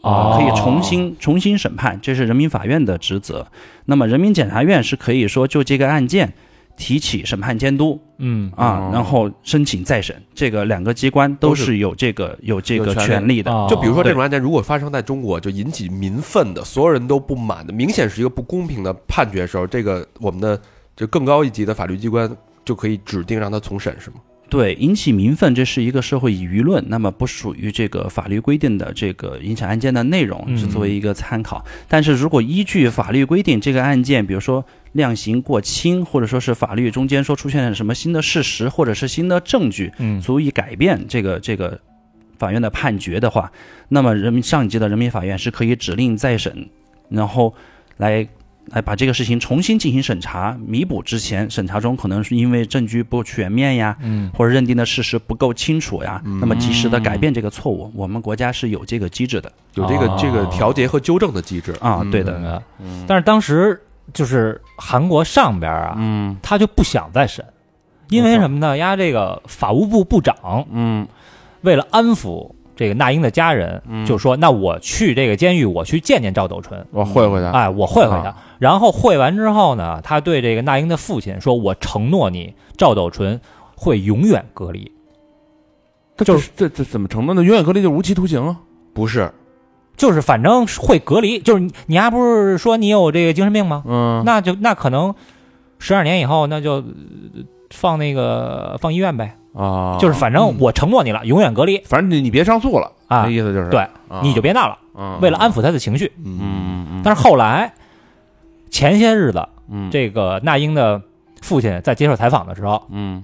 Speaker 4: 啊
Speaker 2: 哦
Speaker 4: 可以重
Speaker 6: 哦
Speaker 4: 新重新审判，这是人民法院的职责。那么人民检察院是可以说就这个案件提起审判监督
Speaker 2: 嗯
Speaker 4: 啊
Speaker 6: 哦，
Speaker 4: 然后申请再审，这个两个机关
Speaker 3: 都
Speaker 4: 都
Speaker 3: 是
Speaker 4: 是有这个有这
Speaker 6: 有
Speaker 4: 个
Speaker 6: 权啊
Speaker 4: 权利的。
Speaker 2: 哦
Speaker 3: 就比如说这
Speaker 4: 对
Speaker 3: 种案件，如果发生在中国，就引起民愤的，所有人都不满的，明显是一个不公平的判决的时候，这个我们的就更高一级的法律机关就可以指定让他重审，是吗？
Speaker 4: 对，引起民愤，这是一个社会舆论，那么不属于这个法律规定的这个影响案件的内容，
Speaker 2: 嗯
Speaker 4: 是作为一个参考。但是如果依据法律规定，这个案件，比如说量刑过轻，或者说是法律中间说出现了什么新的事实，或者是新的证据，
Speaker 2: 嗯
Speaker 4: 足以改变这个这个法院的判决的话，那么人民上级的人民法院是可以指令再审，然后来来把这个事情重新进行审查，弥补之前审查中可能是因为证据不全面呀，
Speaker 2: 嗯，
Speaker 4: 或者认定的事实不够清楚呀，那么及时的改变这个错误，我们国家是有这个机制的
Speaker 3: 有这个这个
Speaker 2: 哦
Speaker 3: 调节和纠正的机制。
Speaker 4: 啊，对
Speaker 2: 懂
Speaker 6: 嗯
Speaker 4: 的，
Speaker 2: 了。但是当时就是韩国上边啊，
Speaker 6: 嗯
Speaker 2: 他就不想再审，因为什么呢？压这个法务部部长
Speaker 6: 嗯
Speaker 2: 为了安抚这个那英的家人，就说：“那我去这个监狱，我去见见赵斗淳，
Speaker 6: 我会啊会他，
Speaker 2: 哎，我会会他。”然后会完之后呢，他对这个那英的父亲说：“我承诺你，赵斗淳会永远隔离。
Speaker 6: 他就是这这怎么承诺呢？永远隔离就是无期徒刑啊！
Speaker 3: 不是，”
Speaker 2: 就是反正是会隔离，就是你你还不是说你有这个精神病吗？
Speaker 6: 嗯，
Speaker 2: 那就那可能十二年以后，那就呃放那个放医院呗。
Speaker 6: 啊，
Speaker 2: 就是反正
Speaker 3: 嗯
Speaker 2: 我承诺你了，永远隔离，
Speaker 6: 反正你你别上诉了
Speaker 2: 啊
Speaker 6: 那意思就是
Speaker 2: 对，
Speaker 6: 啊
Speaker 2: 你就别闹了。
Speaker 6: 嗯
Speaker 2: 为了安抚他的情绪，
Speaker 3: 嗯，
Speaker 6: 嗯嗯
Speaker 2: 但是后来前些日子，
Speaker 6: 嗯
Speaker 2: 这个那英的父亲在接受采访的时候
Speaker 6: 嗯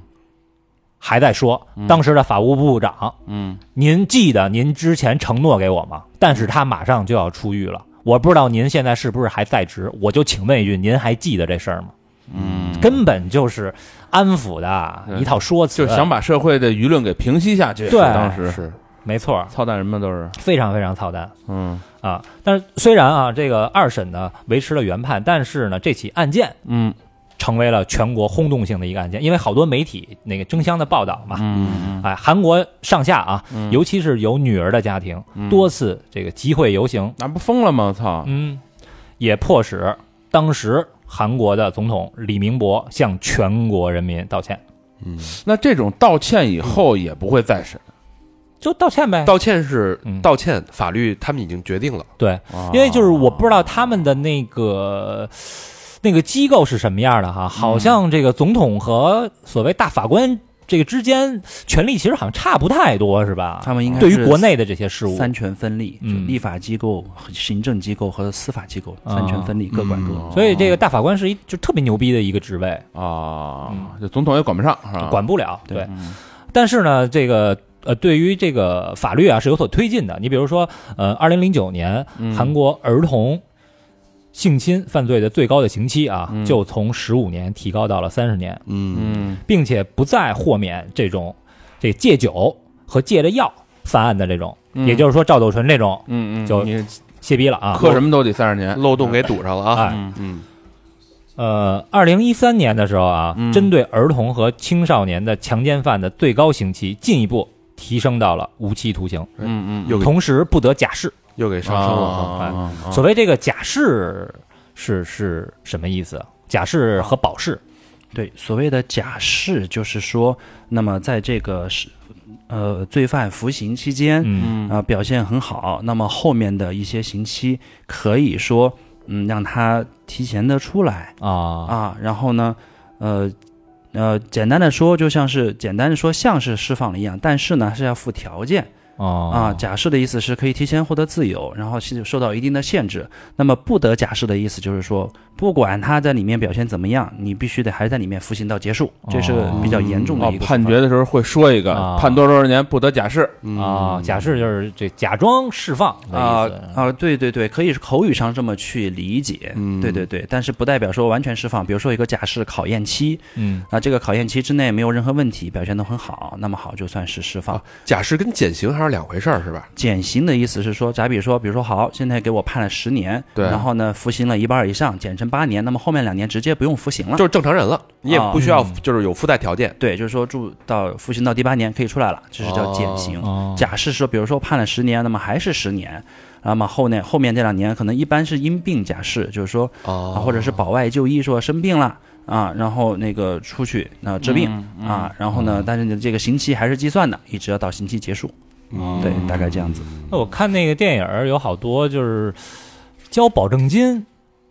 Speaker 2: 还在说，当时的法务部长，
Speaker 6: 嗯
Speaker 2: 您记得您之前承诺给我吗？但是他马上就要出狱了。我不知道您现在是不是还在职，我就请问一句，您还记得这事儿吗？
Speaker 6: 嗯，
Speaker 2: 根本就是安抚的一套说辞，
Speaker 6: 就想把社会的舆论给平息下去。
Speaker 2: 对
Speaker 6: 当时
Speaker 3: 是
Speaker 2: 没错，
Speaker 6: 操蛋人们都是，
Speaker 2: 非常非常操蛋。
Speaker 6: 嗯
Speaker 2: 啊，但是虽然啊，这个二审呢维持了原判，但是呢，这起案件
Speaker 6: 嗯
Speaker 2: 成为了全国轰动性的一个案件，因为好多媒体那个争相的报道嘛。
Speaker 6: 嗯
Speaker 2: 哎，韩国上下啊，尤其是有女儿的家庭，
Speaker 6: 嗯
Speaker 2: 多次这个集会游行，
Speaker 6: 那不疯了吗？操，
Speaker 2: 嗯，也迫使当时韩国的总统李明博向全国人民道歉，
Speaker 6: 那这种道歉以后
Speaker 2: 嗯
Speaker 6: 也不会再审，
Speaker 2: 就道歉呗。
Speaker 3: 道歉是
Speaker 2: 嗯
Speaker 3: 道歉，法律他们已经决定了。
Speaker 2: 对，因为就是我不知道他们的那个那个机构是什么样的
Speaker 4: 嗯
Speaker 2: 哈，好像这个总统和所谓大法官这个之间权力其实好像差不太多，是吧？
Speaker 4: 他们应该
Speaker 2: 对于
Speaker 4: 是
Speaker 2: 国内的这些事务，
Speaker 4: 三权分立，
Speaker 2: 嗯
Speaker 4: 就立法机构、行政机构和司法机构
Speaker 2: 啊
Speaker 4: 三权分立，各管各。
Speaker 2: 所以这个大法官是一就特别牛逼的一个职位，
Speaker 6: 啊，就总统也管不上，是吧？
Speaker 2: 嗯管不了。
Speaker 4: 对嗯
Speaker 2: 对，但是呢，这个。呃，对于这个法律啊是有所推进的。你比如说，呃，二零零九年、
Speaker 4: 嗯
Speaker 2: 韩国儿童性侵犯罪的最高的刑期啊，
Speaker 4: 嗯
Speaker 2: 就从十五年提高到了三十年。
Speaker 3: 嗯
Speaker 6: 嗯
Speaker 2: 并且不再豁免这种这戒酒和戒了药犯案的这种，
Speaker 6: 嗯
Speaker 2: 也就是说赵斗淳这种
Speaker 6: 嗯嗯，
Speaker 2: 就
Speaker 6: 你
Speaker 2: 歇逼了啊。
Speaker 6: 磕什么都得三十年，
Speaker 3: 漏洞给堵上了啊。
Speaker 2: 哎，
Speaker 3: 嗯
Speaker 2: 呃，二零一三年的时候啊，
Speaker 6: 嗯
Speaker 2: 针对儿童和青少年的强奸犯的最高刑期进一步提升到了无期徒刑，
Speaker 6: 嗯嗯，
Speaker 3: 又给
Speaker 2: 同时不得假释。
Speaker 3: 又给上升了啊。
Speaker 6: 啊啊
Speaker 2: 所谓这个假释是是什么意思？假释和保释，
Speaker 4: 对，所谓的假释就是说，那么在这个是呃罪犯服刑期间，
Speaker 2: 嗯
Speaker 4: 啊、表现很好，那么后面的一些刑期可以说，嗯，让他提前的出来
Speaker 2: 啊
Speaker 4: 啊，然后呢，呃。呃，简单的说，就像是简单的说，像是释放了一样，但是呢，是要附条件
Speaker 6: 哦
Speaker 4: 啊。
Speaker 2: 啊
Speaker 4: 假释的意思是可以提前获得自由，然后是受到一定的限制。那么不得假释的意思就是说，不管他在里面表现怎么样，你必须得还在里面服刑到结束，这是比较严重的
Speaker 6: 哦
Speaker 4: 一，个、
Speaker 6: 判决。的时候会说一个
Speaker 2: 啊
Speaker 6: 判多少多少年不得假释，
Speaker 2: 啊！假释就是这假装释放的
Speaker 4: 啊
Speaker 2: 意思。
Speaker 4: 啊，对对对，可以是口语上这么去理解，
Speaker 6: 嗯
Speaker 4: 对对对，但是不代表说完全释放。比如说一个假释考验期，
Speaker 2: 嗯，
Speaker 4: 那这个考验期之内没有任何问题，表现都很好，那么好就算是释放。
Speaker 3: 假释跟减刑还是两回事儿，是吧？
Speaker 4: 减刑的意思是说，假比说，比如说好，现在给我判了十年，
Speaker 3: 对
Speaker 4: 然后呢服刑了一半以上，减成八年，那么后面两年直接不用服刑了
Speaker 3: 就。是正常人了，你也
Speaker 4: 啊
Speaker 3: 不需要就是有附带条件。
Speaker 4: 对，就是说住到服刑到第八年可以出来了，这是叫减刑。
Speaker 2: 哦
Speaker 4: 假设说，比如说判了十年，那么还是十年，那么后面后面这两年可能一般是因病假释，就是说啊，
Speaker 3: 哦
Speaker 4: 或者是保外就医，说生病了啊，然后那个出去那、治
Speaker 3: 嗯
Speaker 4: 病、啊，然后
Speaker 3: 哦
Speaker 4: 呢，但是你这个刑期还是计算的，一直要到刑期结束。
Speaker 3: 哦
Speaker 4: 对，大概这样子。
Speaker 2: 那我看那个电影儿有好多就是交保证金，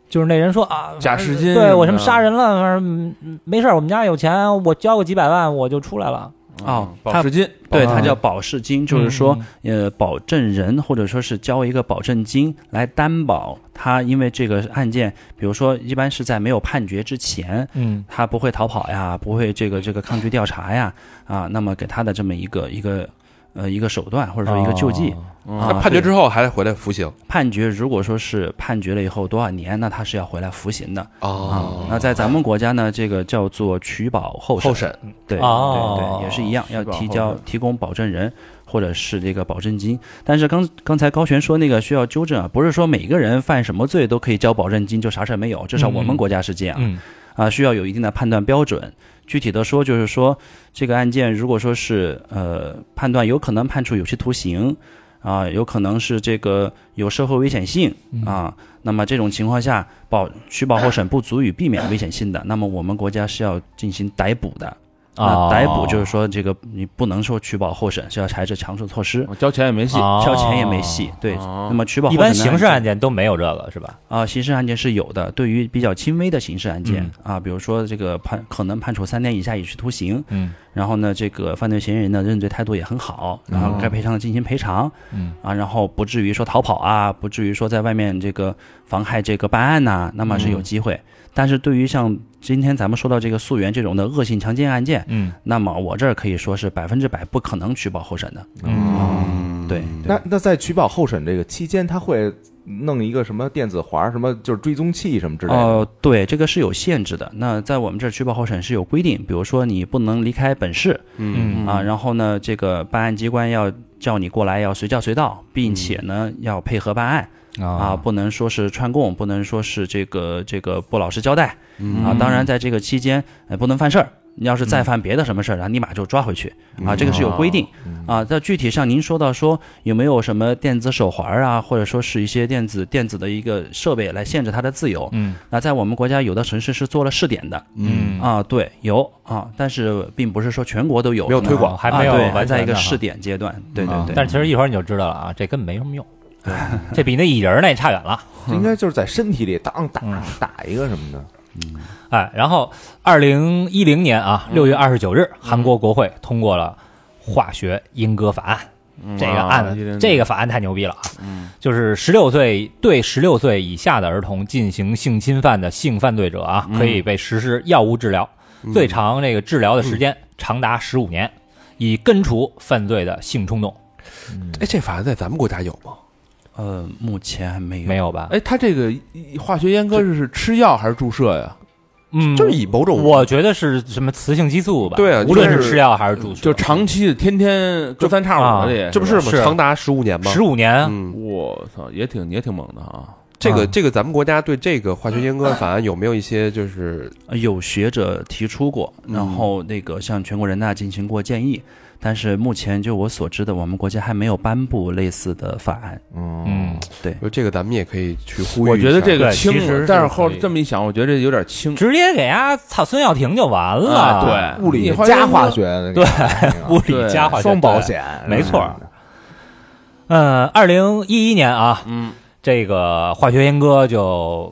Speaker 2: 就是那人说啊，
Speaker 6: 假释金啊
Speaker 2: 对我什么杀人了，反正嗯没事儿，我们家有钱，我交个几百万我就出来了。
Speaker 4: 哦
Speaker 6: 啊保
Speaker 4: 他
Speaker 6: 释金，
Speaker 4: 对，它
Speaker 2: 啊嗯
Speaker 4: 叫保释金，就是说，呃，保证人或者说是交一个保证金来担保他，因为这个案件，比如说一般是在没有判决之前，
Speaker 2: 嗯
Speaker 4: 他不会逃跑呀，不会这个这个抗拒调查呀，啊，那么给他的这么一个一个呃一个手段或者说一个救济。啊
Speaker 3: 他判决之后还得回来服刑
Speaker 4: 判决如果说是判决了以后多少年，那他是要回来服刑的啊。
Speaker 3: 哦，
Speaker 4: 那在咱们国家呢，这个叫做取保候审，
Speaker 3: 后审
Speaker 4: 对
Speaker 2: 哦
Speaker 4: 对对，也是一样，要
Speaker 6: 取保
Speaker 4: 提
Speaker 6: 候
Speaker 4: 交提供保证人或者是这个保证金。但是刚刚才高璇说那个需要纠正啊，不是说每个人犯什么罪都可以交保证金就啥事儿没有，至少我
Speaker 2: 嗯
Speaker 4: 们国家是这样。
Speaker 2: 嗯
Speaker 4: 啊，需要有一定的判断标准。具体的说，就是说这个案件如果说是呃判断有可能判处有期徒刑，啊，有可能是这个有社会危险性
Speaker 2: 嗯
Speaker 4: 啊，那么这种情况下保取保 候审不足以避免危险性的，那么我们国家是要进行逮捕的。
Speaker 2: 哦
Speaker 4: 啊，逮捕就是说这个你不能说取保候审，是要采取强制措施，
Speaker 6: 我交钱也没戏。
Speaker 2: 哦
Speaker 4: 交钱也没戏。对，
Speaker 6: 哦
Speaker 4: 那么取保
Speaker 2: 一
Speaker 4: 候
Speaker 2: 般
Speaker 4: 审的
Speaker 2: 刑
Speaker 4: 案
Speaker 2: 事
Speaker 4: 件
Speaker 2: 案件都没有这个是吧？
Speaker 4: 啊，刑事案件是有的。对于比较轻微的刑事案件、啊，比如说这个判可能判处三年以下有期徒刑，
Speaker 2: 嗯，哦
Speaker 4: 然后呢，这个犯罪嫌疑人的认罪态度也很好，然后该赔偿的进行赔偿，
Speaker 2: 嗯
Speaker 4: 啊，然后不至于说逃跑啊，不至于说在外面这个妨害这个办案呐、那么
Speaker 2: 嗯
Speaker 4: 是有机会。但是对于像今天咱们说到这个溯源这种的恶性强奸案件，
Speaker 2: 嗯，
Speaker 4: 那么我这儿可以说是百分之百不可能取保候审的，嗯，对，对
Speaker 5: 那那在取保候审这个期间，他会弄一个什么电子环儿，什么就是追踪器什么之类的。
Speaker 4: 哦、对，这个是有限制的。那在我们这儿取保候审是有规定，比如说你不能离开本市，
Speaker 2: 嗯
Speaker 4: 啊，然后呢，这个办案机关要叫你过来，要随叫随到，
Speaker 2: 嗯
Speaker 4: 并且呢要配合办案啊，不能说是串供，不能说是这个这个不老实交代
Speaker 2: 嗯
Speaker 4: 啊。当然，在这个期间呃不能犯事儿。你要是再犯别的什么事儿，然后立马就抓回去
Speaker 2: 嗯
Speaker 4: 啊，这个是有规
Speaker 2: 哦
Speaker 4: 定啊。在具体上，您说到说有没有什么电子手环儿啊，或者说是一些电子电子的一个设备来限制他的自由？
Speaker 2: 嗯，
Speaker 4: 那在我们国家有的城市是做了试点的，
Speaker 2: 嗯
Speaker 4: 啊，对，有啊，但是并不是说全国都有，
Speaker 3: 没有推广
Speaker 2: 哦还没有
Speaker 4: 啊对，
Speaker 2: 完
Speaker 4: 还在一
Speaker 2: 全
Speaker 4: 个
Speaker 2: 的哈嗯
Speaker 4: 试点阶段，对对对。
Speaker 2: 但是其实一会儿你就知道了啊，这根本没什么用， 这比那蚁人儿那差远了。
Speaker 5: 应该就是在身体里当打
Speaker 2: 嗯
Speaker 5: 打一个什么的。
Speaker 2: 哎，然后二零一零年啊，六月二十九日，韩国国会通过了化学阉割法案。这个案
Speaker 6: 啊
Speaker 2: 子，这个法案太牛逼了啊！就是十六岁对十六岁以下的儿童进行性侵犯的性犯罪者啊，可以被实施药物治疗，嗯
Speaker 3: 嗯
Speaker 2: 最长这个治疗的时间长达十五年，以根除犯罪的性冲动。
Speaker 3: 哎，这法案在咱们国家有吗？
Speaker 4: 呃，目前还没有，
Speaker 2: 没有吧？
Speaker 6: 哎，他这个化学阉割是吃药还是注射呀？
Speaker 2: 嗯，
Speaker 3: 就是以某种
Speaker 2: 我觉得是什么雌性激素吧？
Speaker 3: 对啊
Speaker 2: 无论
Speaker 3: 就是是
Speaker 2: 吃药还是注射，
Speaker 6: 就长期的，天天隔三差五的也。
Speaker 3: 啊这不是吗？
Speaker 2: 是
Speaker 3: 长达十五年吗？
Speaker 2: 十五年啊，
Speaker 3: 嗯，
Speaker 6: 我操，也挺也挺猛的啊！
Speaker 3: 这个
Speaker 2: 啊
Speaker 3: 这个，咱们国家对这个化学阉割法案有没有一些就是
Speaker 4: 呃有学者提出过，然
Speaker 3: 嗯
Speaker 4: 后那个向全国人大进行过建议，但是目前就我所知的，我们国家还没有颁布类似的法案。
Speaker 2: 嗯，
Speaker 3: 呃这个咱们也可以去呼吁一下。
Speaker 6: 我觉得这个
Speaker 2: 对
Speaker 6: 轻
Speaker 2: 其实
Speaker 6: 了
Speaker 2: 是，
Speaker 6: 但是
Speaker 2: 可以
Speaker 6: 后这么一想，我觉得这有点轻。
Speaker 2: 直接给丫操孙耀庭就完了。
Speaker 6: 啊，对，
Speaker 5: 物理
Speaker 6: 你化
Speaker 5: 加
Speaker 6: 学
Speaker 5: 化学，
Speaker 2: 对
Speaker 5: 那个啊
Speaker 2: 物理加化学
Speaker 5: 双保。险，
Speaker 2: 没错儿
Speaker 5: 哎
Speaker 2: 嗯，二零一一年啊，嗯，这个化学阉割就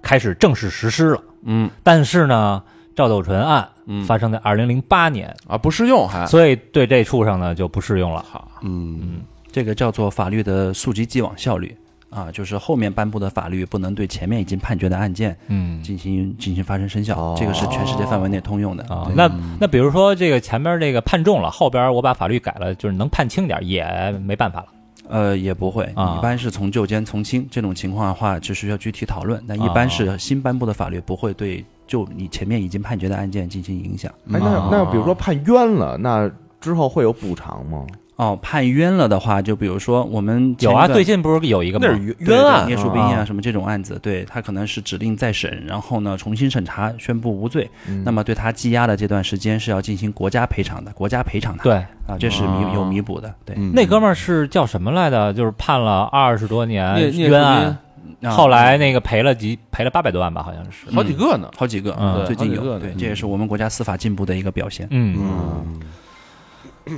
Speaker 2: 开始正式实施了。
Speaker 6: 嗯，
Speaker 2: 但是呢，赵斗淳案
Speaker 6: 嗯
Speaker 2: 发生在二零零八年，
Speaker 6: 啊不适用还。
Speaker 2: 所以对这畜生呢就不适用了。
Speaker 3: 嗯，
Speaker 4: 这个叫做法律的溯及既往效率啊，就是后面颁布的法律不能对前面已经判决的案件
Speaker 2: 嗯
Speaker 4: 进行进行发生生效，这个是全世界范围内通用的
Speaker 2: 啊
Speaker 4: 对，
Speaker 2: 那那比如说这个前面这个判重了，后边我把法律改了，就是能判轻点儿也没办法了。
Speaker 4: 呃，也不会，
Speaker 2: 啊
Speaker 4: 一般是从旧监从轻这种情况的话，就需要具体讨论。
Speaker 2: 啊
Speaker 4: 但一般是新颁布的法律不会对就你前面已经判决的案件进行影响。
Speaker 5: 哎，
Speaker 2: 嗯
Speaker 5: 那那比如说判冤了，那之后会有补偿吗？
Speaker 4: 哦，判冤了的话，就比如说我们
Speaker 2: 有啊，
Speaker 4: 前一段
Speaker 2: 最近不是有一个吗？
Speaker 3: 那是冤
Speaker 4: 对
Speaker 3: 冤案
Speaker 4: 对，聂树斌啊
Speaker 2: 啊
Speaker 4: 什么这种案子，对他可能是指令再审，然后呢重新审查宣布无罪，
Speaker 2: 嗯
Speaker 4: 那么对他羁押的这段时间是要进行国家赔偿的，国家赔偿他。
Speaker 2: 对，
Speaker 4: 啊，这是弥有弥补的，对。
Speaker 3: 嗯
Speaker 2: 那哥们儿是叫什么来的？就是判了二十多年
Speaker 6: 聂聂
Speaker 2: 冤
Speaker 6: 树
Speaker 2: 案，
Speaker 4: 啊
Speaker 2: 嗯后来那个赔了几赔了八百多万吧，好像是
Speaker 6: 斌。好几个呢，
Speaker 4: 好几个，
Speaker 2: 嗯
Speaker 4: 最近
Speaker 6: 好几个
Speaker 4: 有，对，这也是我们国家司法进步的一个表现。
Speaker 2: 嗯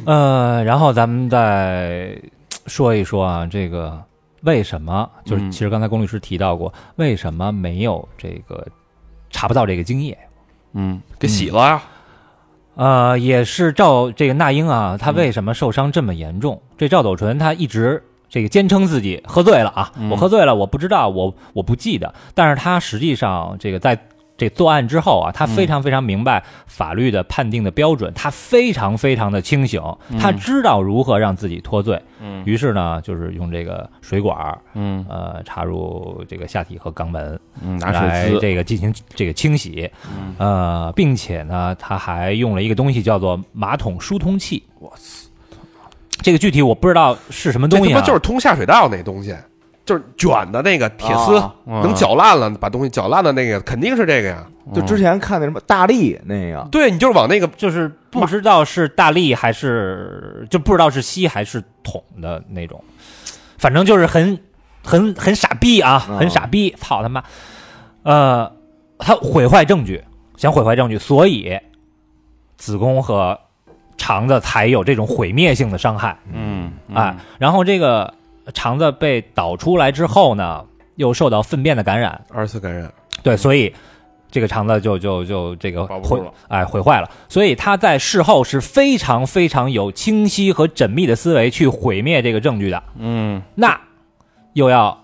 Speaker 2: 呃，然后咱们再说一说啊，这个为什么就是其实刚才龚律师提到过，为什么没有这个查不到这个精液？
Speaker 6: 嗯，
Speaker 3: 给洗了啊，
Speaker 2: 呃，也是赵这个那英啊，她为什么受伤这么严重？这赵斗淳他一直这个坚称自己喝醉了啊，我喝醉了，我不知道，我我不记得，但是他实际上这个在这作案之后啊，他非常非常明白法律的判定的标准，他非常非常的清醒，他知道如何让自己脱罪。嗯，于是呢，就是用这个水管儿，
Speaker 6: 嗯
Speaker 2: 呃，插入这个下体和肛门，
Speaker 6: 嗯，拿
Speaker 2: 来
Speaker 6: 水滋，
Speaker 2: 这个进行这个清洗。
Speaker 3: 嗯
Speaker 2: 呃，并且呢，他还用了一个东西叫做马桶疏通器。我操！这个具体我不知道是什么
Speaker 3: 这
Speaker 2: 东
Speaker 3: 他
Speaker 2: 西
Speaker 3: 妈
Speaker 2: 啊，
Speaker 3: 就是通下水道那东西，就是卷的那个铁丝，
Speaker 5: 啊
Speaker 3: 能搅烂了，把东西搅烂的那个肯定是这个呀。
Speaker 5: 就之前看那什么大力那个，
Speaker 3: 对，你就是往那个
Speaker 2: 就是不知道是大力还是就不知道是吸还是捅的那种，反正就是很很很傻逼啊，
Speaker 5: 嗯
Speaker 2: 很傻逼，操他妈！呃，他毁坏证据，想毁坏证据，所以子宫和肠子才有这种毁灭性的伤害。
Speaker 6: 嗯
Speaker 2: 哎，，然后这个肠子被导出来之后呢，又受到粪便的感染，
Speaker 3: 二次感染，
Speaker 2: 对，所以这个肠子就就就这个
Speaker 6: 保不住
Speaker 2: 毁
Speaker 6: 了
Speaker 2: 哎毁坏了，所以他在事后是非常非常有清晰和缜密的思维去毁灭这个证据的。
Speaker 6: 嗯
Speaker 2: 那又要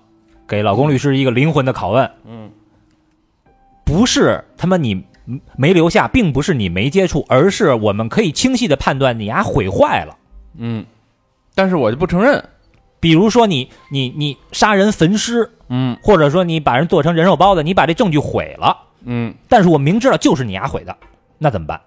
Speaker 2: 给老公律师一个灵魂的拷问，
Speaker 6: 嗯，
Speaker 2: 不是他妈你没留下，并不是你没接触，而是我们可以清晰的判断你丫毁坏了。
Speaker 6: 嗯，但是我就不承认，
Speaker 2: 比如说你你你杀人焚尸，
Speaker 6: 嗯
Speaker 2: 或者说你把人做成人肉包子，你把这证据毁了，
Speaker 6: 嗯
Speaker 2: 但是我明知道就是你丫毁的，那怎么办？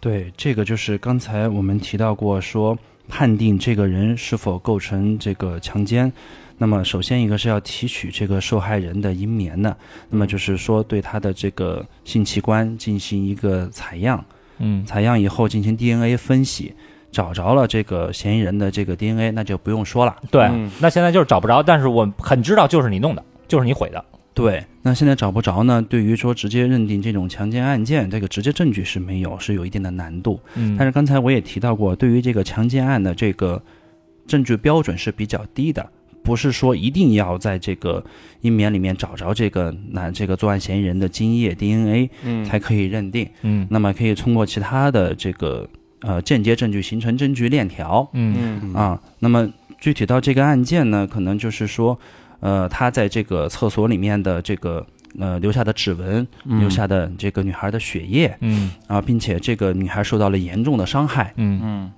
Speaker 4: 对，这个就是刚才我们提到过说。判定这个人是否构成这个强奸，那么首先一个是要提取这个受害人的阴棉的，那么就是说对他的这个性器官进行一个采样，
Speaker 2: 嗯
Speaker 4: 采样以后进行 DNA 分析，找着了这个嫌疑人的这个 DNA，那就不用说了。
Speaker 2: 对，
Speaker 6: 嗯
Speaker 2: 那现在就是找不着，但是我很知道就是你弄的，就是你毁的。
Speaker 4: 对，那现在找不着呢，对于说直接认定这种强奸案件，这个直接证据是没有，是有一定的难度。
Speaker 2: 嗯
Speaker 4: 但是刚才我也提到过，对于这个强奸案的这个证据标准是比较低的，不是说一定要在这个阴棉里面找着这个男这个作案嫌疑人的精液 DNA
Speaker 6: 嗯
Speaker 4: 才可以认定。
Speaker 2: 嗯
Speaker 4: 那么可以通过其他的这个呃间接证据形成证据链条
Speaker 2: 嗯
Speaker 6: 嗯
Speaker 4: 啊。那么具体到这个案件呢，可能就是说，呃，他在这个厕所里面的这个呃留下的指纹，留下的这个女孩的血液
Speaker 2: 嗯
Speaker 4: 啊，并且这个女孩受到了严重的伤害。
Speaker 2: 嗯
Speaker 6: 嗯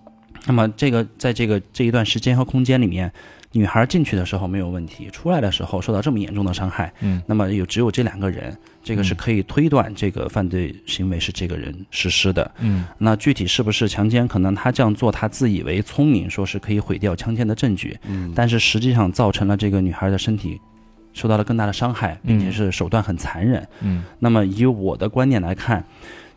Speaker 4: 那么这个在这个这一段时间和空间里面。女孩进去的时候没有问题，出来的时候受到这么严重的伤害，
Speaker 2: 嗯
Speaker 4: 那么有只有这两个人，这个是可以推断这个犯罪行为是这个人实施的。
Speaker 2: 嗯
Speaker 4: 那具体是不是强奸？可能他这样做，他自以为聪明，说是可以毁掉强奸的证据，
Speaker 6: 嗯
Speaker 4: 但是实际上造成了这个女孩的身体受到了更大的伤害，并且是手段很残忍。
Speaker 2: 嗯
Speaker 4: 那么以我的观点来看，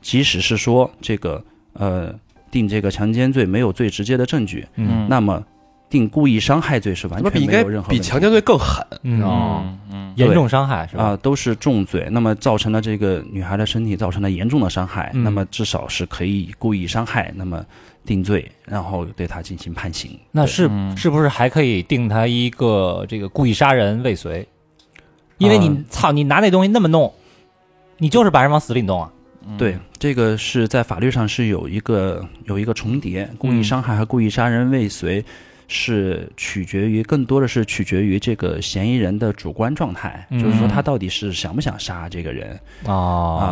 Speaker 4: 即使是说这个呃定这个强奸罪没有最直接的证据，
Speaker 2: 嗯
Speaker 4: 那么定故意伤害罪是完
Speaker 3: 他妈比
Speaker 4: 全
Speaker 3: 应
Speaker 4: 没
Speaker 3: 该
Speaker 4: 有任何
Speaker 3: 比
Speaker 4: 问题
Speaker 3: 强奸罪更狠。
Speaker 2: 嗯，
Speaker 5: 啊
Speaker 6: 嗯嗯
Speaker 2: 严重伤害是
Speaker 4: 啊、
Speaker 2: 吧？
Speaker 4: 都是重罪，那么造成了这个女孩的身体造成了严重的伤害，
Speaker 2: 嗯
Speaker 4: 那么至少是可以故意伤害，那么定罪，然后对她进行判刑。
Speaker 2: 那
Speaker 4: 对
Speaker 2: 是是不是还可以定他一个这个故意杀人未遂？嗯因为你
Speaker 4: 啊
Speaker 2: 操，你拿那东西那么弄，你就是把人往死里弄啊！
Speaker 4: 对，这个是在法律上是有一个有一个重叠，故意伤害和故意杀人未遂是取决于更多的是取决于这个嫌疑人的主观状态，
Speaker 2: 嗯
Speaker 4: 就是说他到底是想不想杀这个人啊、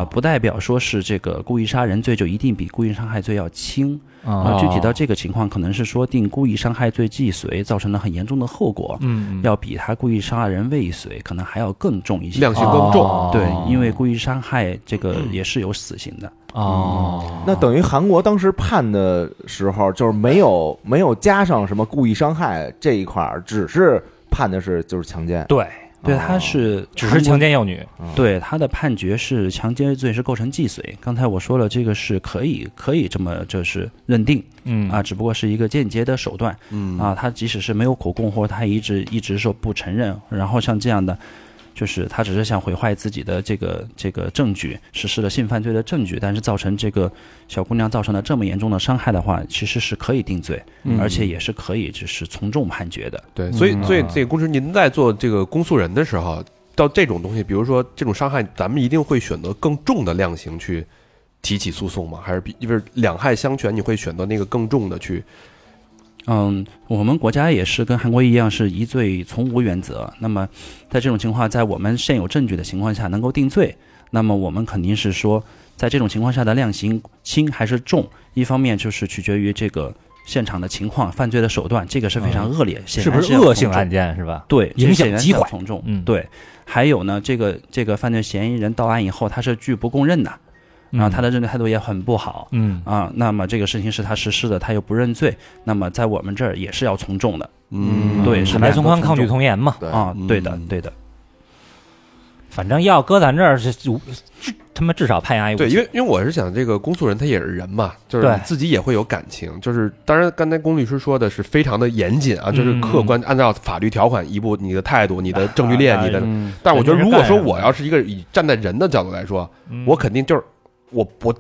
Speaker 2: 哦
Speaker 4: 不代表说是这个故意杀人罪就一定比故意伤害罪要轻。
Speaker 2: 啊
Speaker 4: 啊，具体到这个情况，可能是说定故意伤害罪既遂，造成了很严重的后果，
Speaker 2: 嗯
Speaker 4: 要比他故意杀人未遂可能还要更重一些。
Speaker 3: 量刑更重
Speaker 2: 哦
Speaker 4: 对，因为故意伤害 这个也是有死刑的。
Speaker 2: 哦，
Speaker 5: 那等于韩国当时判的时候，就是没有没有加上什么故意伤害这一块儿，只是判的是就是强奸。
Speaker 2: 对，
Speaker 4: 对，
Speaker 5: 哦
Speaker 4: 他是
Speaker 2: 只是强奸幼女，
Speaker 4: 对他的判决是强奸罪是构成既遂。刚才我说了，这个是可以可以这么就是认定
Speaker 2: 嗯
Speaker 4: 啊，只不过是一个间接的手段。
Speaker 3: 嗯
Speaker 4: 啊，他即使是没有口供，或者他一直一直说不承认，然后像这样的，就是他只是想毁坏自己的这个这个证据，实施了性犯罪的证据，但是造成这个小姑娘造成了这么严重的伤害的话，其实是可以定罪，而且也是可以就是从重判决的。
Speaker 3: 对，所以
Speaker 6: 嗯
Speaker 3: 所以这个公司您在做这个公诉人的时候，到这种东西，比如说这种伤害，咱们一定会选择更重的量刑去提起诉讼吗？还是比因为两害相权，你会选择那个更重的去
Speaker 4: 嗯，我们国家也是跟韩国一样是疑罪从无原则。那么，在这种情况，在我们现有证据的情况下能够定罪，那么我们肯定是说，在这种情况下的量刑轻还是重，一方面就是取决于这个现场的情况、犯罪的手段，这个是非常恶劣，显
Speaker 2: 是
Speaker 4: 然
Speaker 2: 不
Speaker 4: 是
Speaker 2: 是
Speaker 4: 要
Speaker 2: 恶性
Speaker 4: 从重
Speaker 2: 案件是吧？
Speaker 4: 对，
Speaker 2: 影响极
Speaker 4: 坏
Speaker 2: 坏
Speaker 4: 从重，
Speaker 2: 嗯
Speaker 4: 对。还有呢，这个这个犯罪嫌疑人到案以后，他是拒不供认的，然后他
Speaker 2: 的
Speaker 4: 的认罪态度也很不好。
Speaker 2: 嗯
Speaker 4: 啊，那么这个事情是他实施的，他又不认罪，那么在我们这儿也是要从重的。
Speaker 3: 嗯，
Speaker 4: 对是
Speaker 2: 坦白从宽，
Speaker 4: 两个
Speaker 2: 抗拒
Speaker 4: 从
Speaker 2: 从严嘛。
Speaker 5: 对
Speaker 4: 啊，对的
Speaker 3: 嗯，
Speaker 4: 对的，
Speaker 2: 反正要搁咱这儿是无至他妈至少判押一
Speaker 3: 对，
Speaker 2: 无
Speaker 3: 因
Speaker 2: 期
Speaker 3: 为因为我是想，这个公诉人他也是人嘛，就是
Speaker 2: 对
Speaker 3: 你自己也会有感情，就是当然刚才龚律师说的是非常的严谨啊，就是
Speaker 2: 嗯
Speaker 3: 客观按照法律条款一步，你的态度、你的证据
Speaker 2: 啊
Speaker 3: 链、你的，
Speaker 6: 嗯
Speaker 3: 但我觉得如果说
Speaker 2: 人家是干什么
Speaker 3: 我要是一个以站在人的角度来说，
Speaker 2: 嗯
Speaker 3: 我肯定就是我我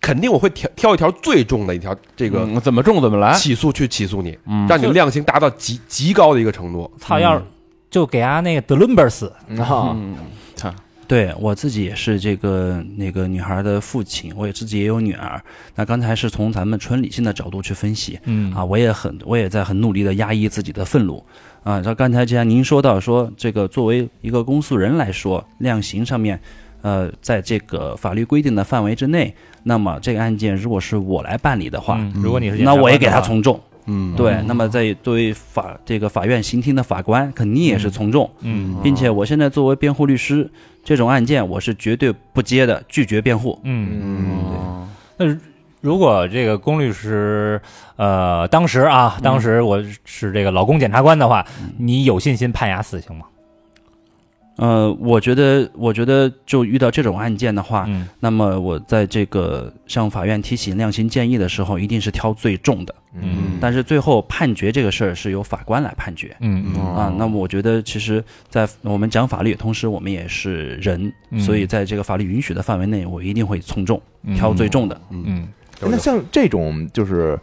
Speaker 3: 肯定我会挑挑一条最重的一条这个
Speaker 6: 嗯怎么中怎么
Speaker 2: 哎
Speaker 6: 来，
Speaker 3: 起诉去起诉你，
Speaker 6: 嗯
Speaker 3: 让你量刑达到极极高的一个程度。
Speaker 2: 嗯操，要是就给他那个德伦贝斯，
Speaker 5: 啊，
Speaker 6: 嗯，看
Speaker 4: 对我自己也是这个那个女孩的父亲，我也自己也有女儿。那刚才是从咱们纯理性的角度去分析
Speaker 2: 嗯
Speaker 4: 啊，我也很我也在很努力的压抑自己的愤怒啊。那刚才既然您说到说这个作为一个公诉人来说，量刑上面。呃，在这个法律规定的范围之内，那么这个案件如果是我来办理的话，
Speaker 2: 嗯如果你是
Speaker 4: 那我也给
Speaker 2: 他
Speaker 4: 他从重。
Speaker 3: 嗯，
Speaker 4: 对，那么在对于法这个法院刑庭的法官，肯定也是从重。
Speaker 2: 嗯
Speaker 4: 并且我现在作为辩护律师，这种案件我是绝对不接的，拒绝辩护。
Speaker 2: 嗯。
Speaker 6: 嗯，
Speaker 2: 那如如果这个龚律师，呃，当时啊，当时
Speaker 4: 嗯
Speaker 2: 我是这个老公检察官的话，你有信心判压死刑吗？
Speaker 4: 呃，我觉得，我觉得就遇到这种案件的话，
Speaker 2: 嗯
Speaker 4: 那么我在这个向法院提起量刑建议的时候，一定是挑最重的。
Speaker 2: 嗯
Speaker 4: 但是最后判决这个事儿是由法官来判决。
Speaker 2: 嗯
Speaker 6: 哦
Speaker 4: 啊，那么我觉得，其实，在我们讲法律，同时我们也是人，
Speaker 2: 嗯
Speaker 4: 所以在这个法律允许的范围内，我一定会从重，挑最重的。
Speaker 2: 嗯
Speaker 5: 那像这种就是，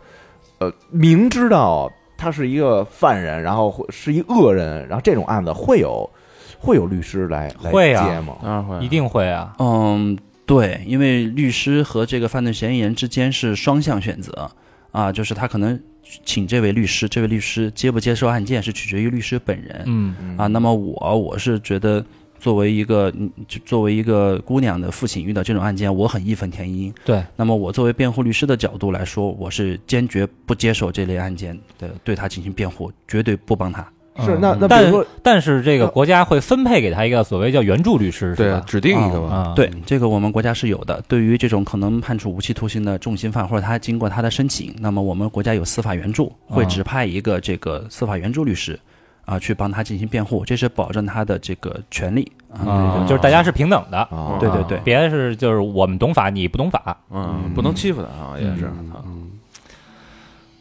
Speaker 5: 呃，明知道他是一个犯人，然后会是一恶人，然后这种案子会有会有律师来来
Speaker 2: 会啊
Speaker 5: 接吗？
Speaker 6: 当然会
Speaker 2: 一定会啊，
Speaker 4: 嗯，对，因为律师和这个犯罪嫌疑人之间是双向选择啊，就是他可能请这位律师，这位律师接不接受案件是取决于律师本人、
Speaker 2: 嗯
Speaker 4: 啊。那么我我是觉得。作为一个，嗯就作为一个姑娘的父亲，遇到这种案件，我很义愤填膺。
Speaker 2: 对，
Speaker 4: 那么我作为辩护律师的角度来说，我是坚决不接受这类案件的，对他进行辩护，绝对不帮他。
Speaker 5: 是
Speaker 2: 嗯
Speaker 5: 那那比如
Speaker 2: 但
Speaker 5: 说
Speaker 2: 但是这个
Speaker 5: 呃
Speaker 2: 国家会分配给他一个所谓叫援助律师，
Speaker 3: 对
Speaker 2: 是
Speaker 3: 啊
Speaker 2: 吧，？
Speaker 3: 指定一个嘛，
Speaker 2: 啊，
Speaker 4: 对，这个我们国家是有的。对于这种可能判处无期徒刑的重刑犯，或者他经过他的申请，那么我们国家有司法援助，会
Speaker 2: 啊
Speaker 4: 指派一个这个司法援助律师，啊，去帮他进行辩护，这是保证他的这个权利啊。
Speaker 2: 嗯就是大家是平等的，
Speaker 5: 啊，
Speaker 4: 对对对，
Speaker 2: 别的是就是我们懂法，你不懂法。
Speaker 6: 嗯，不能欺负他啊，也是，
Speaker 3: 嗯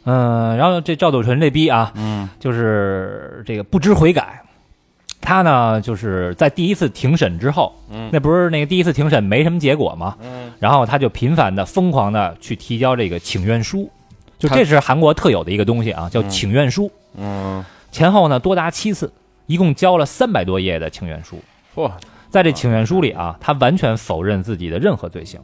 Speaker 2: 嗯，然后这赵斗淳这逼啊，嗯，就是这个不知悔改，他呢就是在第一次庭审之后，嗯，那不是那个第一次庭审没什么结果嘛，嗯，然后他就频繁的疯狂的去提交这个请愿书，就
Speaker 6: 他
Speaker 2: 这是韩国特有的一个东西啊，叫请愿书，嗯，前后呢多达七次，一共交了三百多页的请愿书，
Speaker 6: 嚯，
Speaker 2: 在这请愿书里啊，他完全否认自己的任何罪行。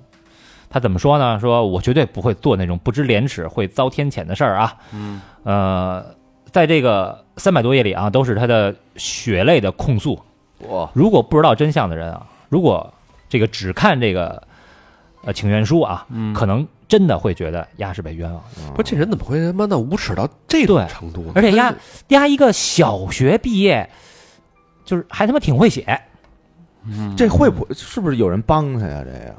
Speaker 2: 他怎么说呢？说我绝对不会做那种不知廉耻、会遭天谴的事儿啊。嗯，呃，在这个三百多页里啊，都是他的血泪的控诉。
Speaker 5: 哇，
Speaker 2: 如果不知道真相的人啊，如果这个只看这个呃请愿书啊，
Speaker 3: 嗯
Speaker 2: 可能真的会觉得丫是被冤枉的。
Speaker 3: 不，这人怎么会他妈的无耻到这种
Speaker 2: 对
Speaker 3: 程度呢？
Speaker 2: 而且丫丫一个小学毕业，就是还他妈挺会写。
Speaker 5: 这会不是不是有人帮他呀？这个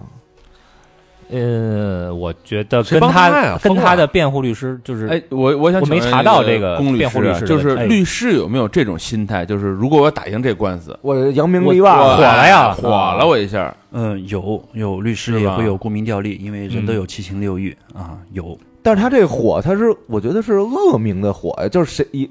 Speaker 2: 呃，我觉得跟
Speaker 3: 谁帮
Speaker 2: 他
Speaker 3: 他呀
Speaker 2: 跟
Speaker 3: 疯
Speaker 2: 他
Speaker 3: 了
Speaker 2: 的辩护律师就是，
Speaker 6: 哎，我我想
Speaker 2: 我没
Speaker 6: 请问
Speaker 2: 查到
Speaker 6: 那
Speaker 2: 这个
Speaker 6: 龚律
Speaker 2: 辩护律
Speaker 6: 师啊，
Speaker 2: 师的
Speaker 6: 就是
Speaker 2: 哎
Speaker 6: 律师有没有这种心态？就是如果我打赢这官司，
Speaker 5: 我扬名
Speaker 6: 我
Speaker 5: 立万啊
Speaker 6: 我
Speaker 2: 火了呀
Speaker 6: 火了我一下，
Speaker 4: 嗯、有有律师
Speaker 6: 是
Speaker 4: 也
Speaker 6: 吧
Speaker 4: 会有顾名钓利，因为人都
Speaker 2: 嗯
Speaker 4: 有七情六欲啊，有。
Speaker 5: 但是他这火，他是我觉得是恶名的火呀，就是谁一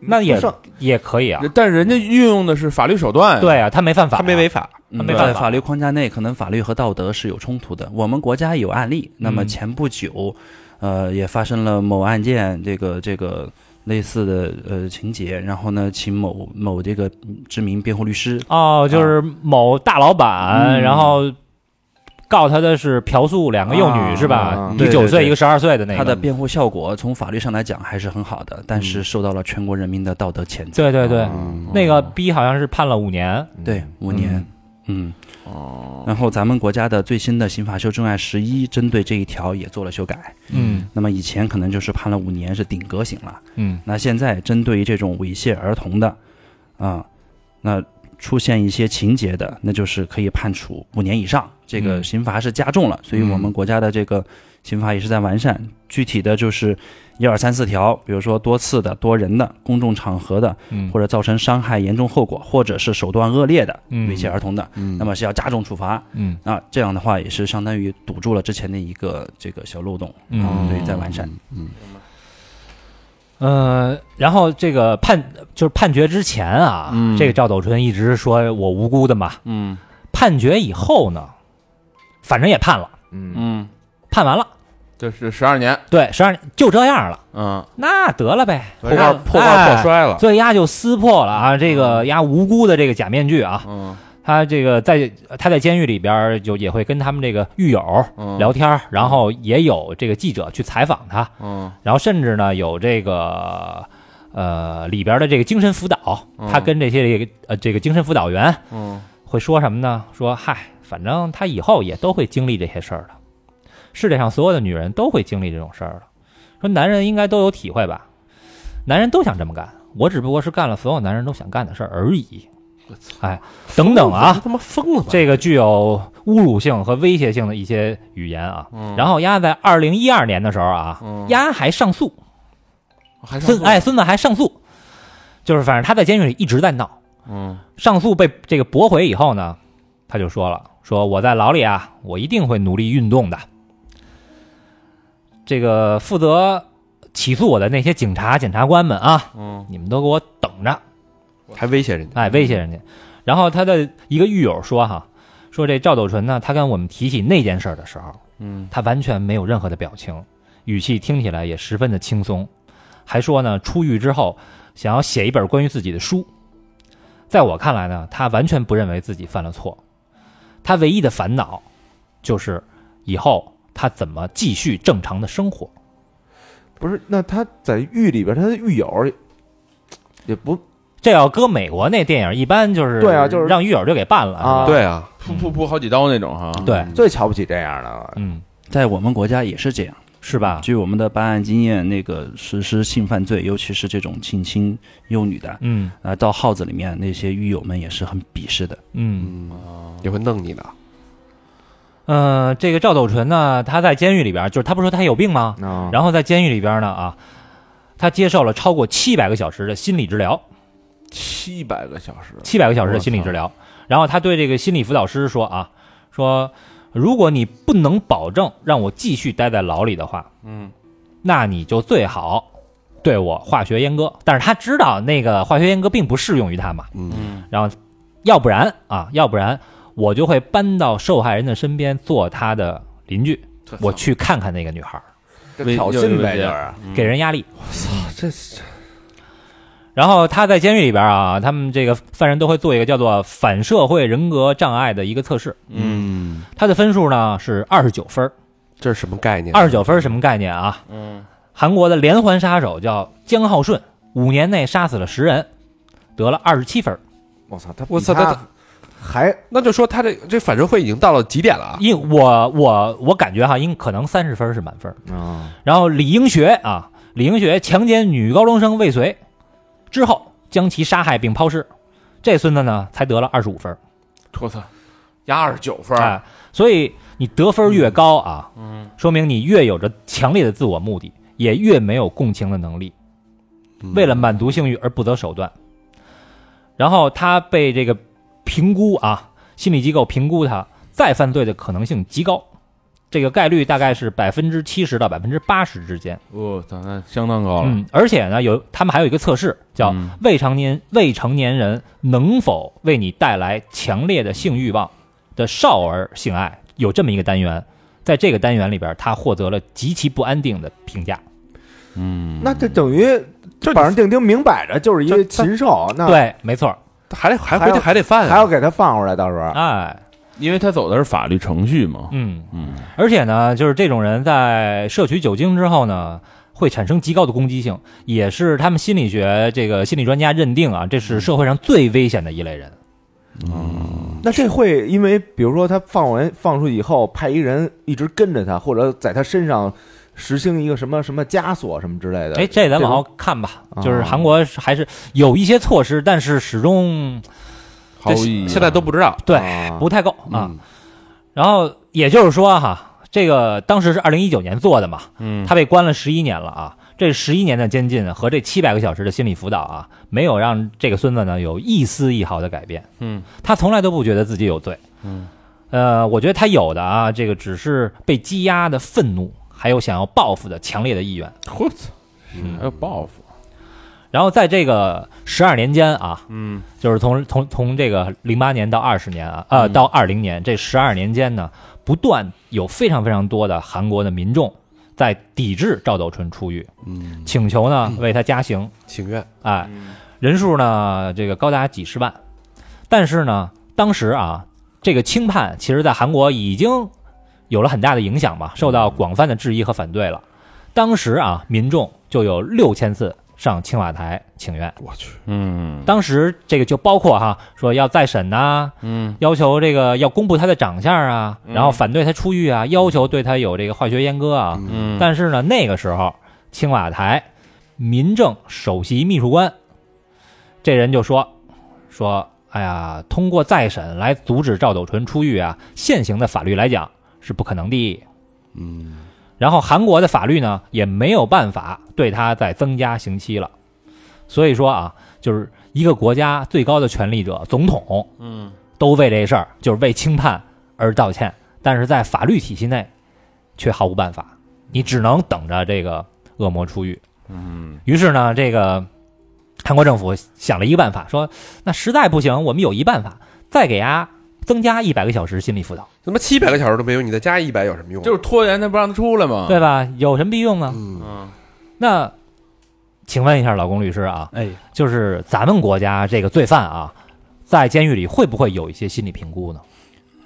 Speaker 2: 那也
Speaker 5: 不上
Speaker 2: 也可以啊。
Speaker 6: 但是人家运用的是法律手段，，
Speaker 2: 对啊，他没犯法呀，
Speaker 3: 他没违法，
Speaker 2: 那没
Speaker 4: 嗯
Speaker 2: 办
Speaker 4: 在
Speaker 2: 法
Speaker 4: 法律框架内，可能法律和道德是有冲突的。我们国家有案例，那么
Speaker 2: 嗯
Speaker 4: 前不久，呃，也发生了某案件，这个这个类似的呃情节，然后呢，请某某这个知名辩护律师，
Speaker 2: 哦，就是某大老板，然后告他的是朴素两个幼女、
Speaker 5: 啊
Speaker 2: 是吧
Speaker 5: 啊？
Speaker 2: 一个
Speaker 4: 对
Speaker 2: 九
Speaker 4: 对
Speaker 2: 岁，
Speaker 4: 对
Speaker 2: 一个十二岁的那个。
Speaker 4: 他的辩护效果从法律上来讲还是很好的，但是受到了全国人民的道德谴责。
Speaker 2: 对对对，
Speaker 3: 啊
Speaker 6: 嗯
Speaker 2: 那个逼好像是判了五年。
Speaker 4: 对，五年。嗯，哦。然后咱们国家的最新的刑法修正案十一针对这一条也做了修改。
Speaker 2: 嗯
Speaker 4: 那么以前可能就是判了五年是顶格刑了，
Speaker 2: 嗯
Speaker 4: 那现在针对于这种猥亵儿童的，啊、那出现一些情节的，那就是可以判处五年以上，这个
Speaker 2: 嗯
Speaker 4: 刑罚是加重了。所以我们国家的这个刑法也是在完善，具体的就是一二三四条，比如说多次的、多人的、公众场合的，
Speaker 2: 嗯，
Speaker 4: 或者造成伤害严重后果，或者是手段恶劣的
Speaker 2: 嗯
Speaker 4: 猥亵儿童的，
Speaker 6: 嗯
Speaker 4: 那么是要加重处罚。
Speaker 2: 嗯
Speaker 4: 那这样的话也是相当于堵住了之前的一个这个小漏洞，
Speaker 2: 嗯
Speaker 4: 对，在完善。
Speaker 2: 呃，然后这个判就是判决之前啊，这个赵斗淳一直说我无辜的嘛。
Speaker 6: 嗯
Speaker 2: 判决以后呢，反正也判了，
Speaker 5: 嗯，
Speaker 6: 嗯，
Speaker 2: 判完了，
Speaker 6: 这是十二年，
Speaker 2: 对，十二年就这样了，
Speaker 6: 嗯，
Speaker 2: 那得了呗，
Speaker 6: 破罐破罐
Speaker 2: 哎
Speaker 6: 破摔了，
Speaker 2: 所以丫就撕破了啊，这个丫无辜的这个假面具啊，
Speaker 6: 嗯
Speaker 2: 他这个在呃他在监狱里边儿就也会跟他们这个狱友
Speaker 6: 嗯
Speaker 2: 聊天儿，然后也有这个记者去采访他，
Speaker 6: 嗯
Speaker 2: 然后甚至呢有这个呃里边的这个精神辅导，他跟这些这个呃这个精神辅导员
Speaker 6: 嗯
Speaker 2: 会说什么呢？说嗨，反正他以后也都会经历这些事儿的，世界上所有的女人都会经历这种事儿的。说男人应该都有体会吧，男人都想这么干，我只不过是干了所有男人都想干的事儿而已。哎，等等啊，
Speaker 3: 他妈疯了吧？
Speaker 2: 这个具有侮辱性和威胁性的一些语言啊。
Speaker 3: 嗯
Speaker 2: 然后丫在二零一二年的时候啊，丫还上诉，
Speaker 6: 还
Speaker 2: 孙哎孙子还上诉，就是反正他在监狱里一直在闹。
Speaker 6: 嗯
Speaker 2: 上诉被这个驳回以后呢，他就说了：“说我在牢里啊，我一定会努力运动的。”这个负责起诉我的那些警察、检察官们啊，
Speaker 6: 嗯
Speaker 2: 你们都给我等着！
Speaker 3: 还威胁人家，
Speaker 2: 哎，威胁人家。然后他的一个狱友说：“哈，说这赵斗淳呢，他跟我们提起那件事儿的时候，
Speaker 6: 嗯
Speaker 2: 他完全没有任何的表情，语气听起来也十分的轻松，还说呢，出狱之后想要写一本关于自己的书。在我看来呢，他完全不认为自己犯了错，他唯一的烦恼就是以后他怎么继续正常的生活。
Speaker 5: 不是，那他在狱里边，他的狱友也不
Speaker 2: 这要搁美国那电影，一般就是
Speaker 5: 对啊就是
Speaker 2: 让狱友就给办了，是吧
Speaker 5: 啊
Speaker 3: 对啊，嗯
Speaker 6: 噗噗噗好几刀那种哈，
Speaker 2: 对，
Speaker 5: 最瞧不起这样的了。
Speaker 2: 嗯，
Speaker 4: 在我们国家也是这样。
Speaker 2: 是吧？
Speaker 4: 据我们的办案经验，那个实施性犯罪，尤其是这种性侵幼女的，
Speaker 2: 嗯
Speaker 4: 啊，到号子里面那些狱友们也是很鄙视的。
Speaker 2: 嗯，
Speaker 3: 嗯，也会弄你的，
Speaker 2: 呃，这个赵斗淳呢，他在监狱里边，就是他不是说他有病吗？
Speaker 5: 啊，
Speaker 2: 然后在监狱里边呢啊，他接受了超过七百个小时的心理治疗，
Speaker 6: 七百个小时，
Speaker 2: 七百个小时的心理治疗。然后他对这个心理辅导师说啊，说如果你不能保证让我继续待在牢里的话，
Speaker 6: 嗯，
Speaker 2: 那你就最好对我化学阉割。但是他知道那个化学阉割并不适用于他嘛，
Speaker 3: 嗯，
Speaker 2: 然后要不然啊，要不然我就会搬到受害人的身边做他的邻居，我去看看那个女孩儿。
Speaker 5: 这挑衅呗，就是
Speaker 3: 嗯
Speaker 5: 啊
Speaker 2: 给人压力。我操，这。然后他在监狱里边啊，他们这个犯人都会做一个叫做反社会人格障碍的一个测试，
Speaker 3: 嗯，
Speaker 2: 他的分数呢是二十九分。
Speaker 3: 这是什么概念？
Speaker 2: 二十九分是什么概念啊？嗯，韩国的连环杀手叫江浩顺，五年内杀死了十人，得了二十七分。
Speaker 5: 我操，他比
Speaker 3: 我操
Speaker 5: 他
Speaker 3: 他
Speaker 5: 还
Speaker 3: 那就说他这这反社会已经到了极点了啊！
Speaker 2: 因我我我感觉哈，应可能三十分是满分。
Speaker 5: 啊，
Speaker 2: 然后李英学啊，李英学强奸女高中生未遂之后，将其杀害并抛尸，这孙子呢才得了二十五分儿。
Speaker 6: 我操，压二十九分，
Speaker 2: 哎，所以你得分越高啊，嗯，说明你越有着强烈的自我目的，也越没有共情的能力，
Speaker 3: 嗯
Speaker 2: 为了满足性欲而不择手段。然后他被这个评估啊，心理机构评估他再犯罪的可能性极高，这个概率大概是百分之七十到百分之八十之间。
Speaker 6: 我操，哦那相当高了，
Speaker 2: 嗯，而且呢，有他们还有一个测试叫
Speaker 6: 嗯
Speaker 2: 未成年未成年人能否为你带来强烈的性欲望的少儿性爱，有这么一个单元，在这个单元里边，他获得了极其不安定的评价。
Speaker 6: 嗯，
Speaker 5: 那这等于板上钉钉，明摆着就是一个禽兽，那
Speaker 6: 啊
Speaker 2: 对，没错，
Speaker 3: 还得还
Speaker 5: 还
Speaker 3: 回
Speaker 5: 要
Speaker 3: 去还得犯啊，
Speaker 6: 啊
Speaker 5: 还要给他放回来，到时候
Speaker 2: 哎，
Speaker 6: 因为他走的是法律程序嘛。
Speaker 2: 嗯，
Speaker 6: 嗯，
Speaker 2: 而且呢，就是这种人在摄取酒精之后呢，会产生极高的攻击性，也是他们心理学这个心理专家认定啊，这是社会上最危险的一类人。
Speaker 5: 那这会因为，比如说他放完放出以后，派一人一直跟着他，或者在他身上实行一个什么什么枷锁什么之类的。
Speaker 2: 哎，这咱往后看吧。
Speaker 5: 啊
Speaker 2: 就是韩国是还是有一些措施，但是始终
Speaker 6: 毫无意义。
Speaker 3: 现在都不知道。
Speaker 2: 对
Speaker 5: 啊
Speaker 2: 不太够啊。然后也就是说哈，这个当时是二零一九年做的嘛，
Speaker 6: 嗯，
Speaker 2: 他被关了十一年了啊。这十一年的监禁和这七百个小时的心理辅导啊，没有让这个孙子呢有一丝一毫的改变。
Speaker 6: 嗯，
Speaker 2: 他从来都不觉得自己有罪。
Speaker 6: 嗯，
Speaker 2: 呃，我觉得他有的啊，这个只是被积压的愤怒，还有想要报复的强烈的意愿。
Speaker 6: 我操，还有报复。
Speaker 2: 然后在这个十二年间啊，
Speaker 6: 嗯
Speaker 2: 就是从从从这个零八年到二十年啊，呃，
Speaker 6: 嗯
Speaker 2: 到二零年这十二年间呢，不断有非常非常多的韩国的民众在抵制赵斗淳出狱，
Speaker 6: 嗯
Speaker 2: 请求呢为他加刑，
Speaker 3: 请愿，
Speaker 2: 哎，人数呢这个高达几十万，但是呢，当时啊，这个轻判其实在韩国已经有了很大的影响嘛，受到广泛的质疑和反对了。当时啊，民众就有六千次上青瓦台请愿。
Speaker 3: 我去，
Speaker 6: 嗯
Speaker 2: 当时这个就包括哈，说要再审呐、
Speaker 6: 嗯
Speaker 2: 要求这个要公布他的长相啊，然后反对他出狱啊，要求对他有这个化学阉割啊。
Speaker 6: 嗯，
Speaker 2: 但是呢，那个时候青瓦台民政首席秘书官这人就说说，哎呀，通过再审来阻止赵斗淳出狱啊，现行的法律来讲是不可能的。
Speaker 3: 嗯，
Speaker 2: 然后韩国的法律呢也没有办法对他再增加刑期了。所以说啊，就是一个国家最高的权力者总统，嗯，都为这事儿就是为轻判而道歉，但是在法律体系内却毫无办法，你只能等着这个恶魔出狱。嗯，于是呢，这个韩国政府想了一个办法，说那实在不行，我们有一办法，再给他增加一百个小时心理辅导，
Speaker 3: 他妈七百个小时都没有，你再加一百有什么用？啊
Speaker 6: 就是拖延他不让他出来嘛。
Speaker 2: 对吧？有什么必用呢？
Speaker 3: 嗯，
Speaker 2: 那请问一下老龚律师啊，
Speaker 4: 哎，
Speaker 2: 就是咱们国家这个罪犯啊，在监狱里会不会有一些心理评估呢？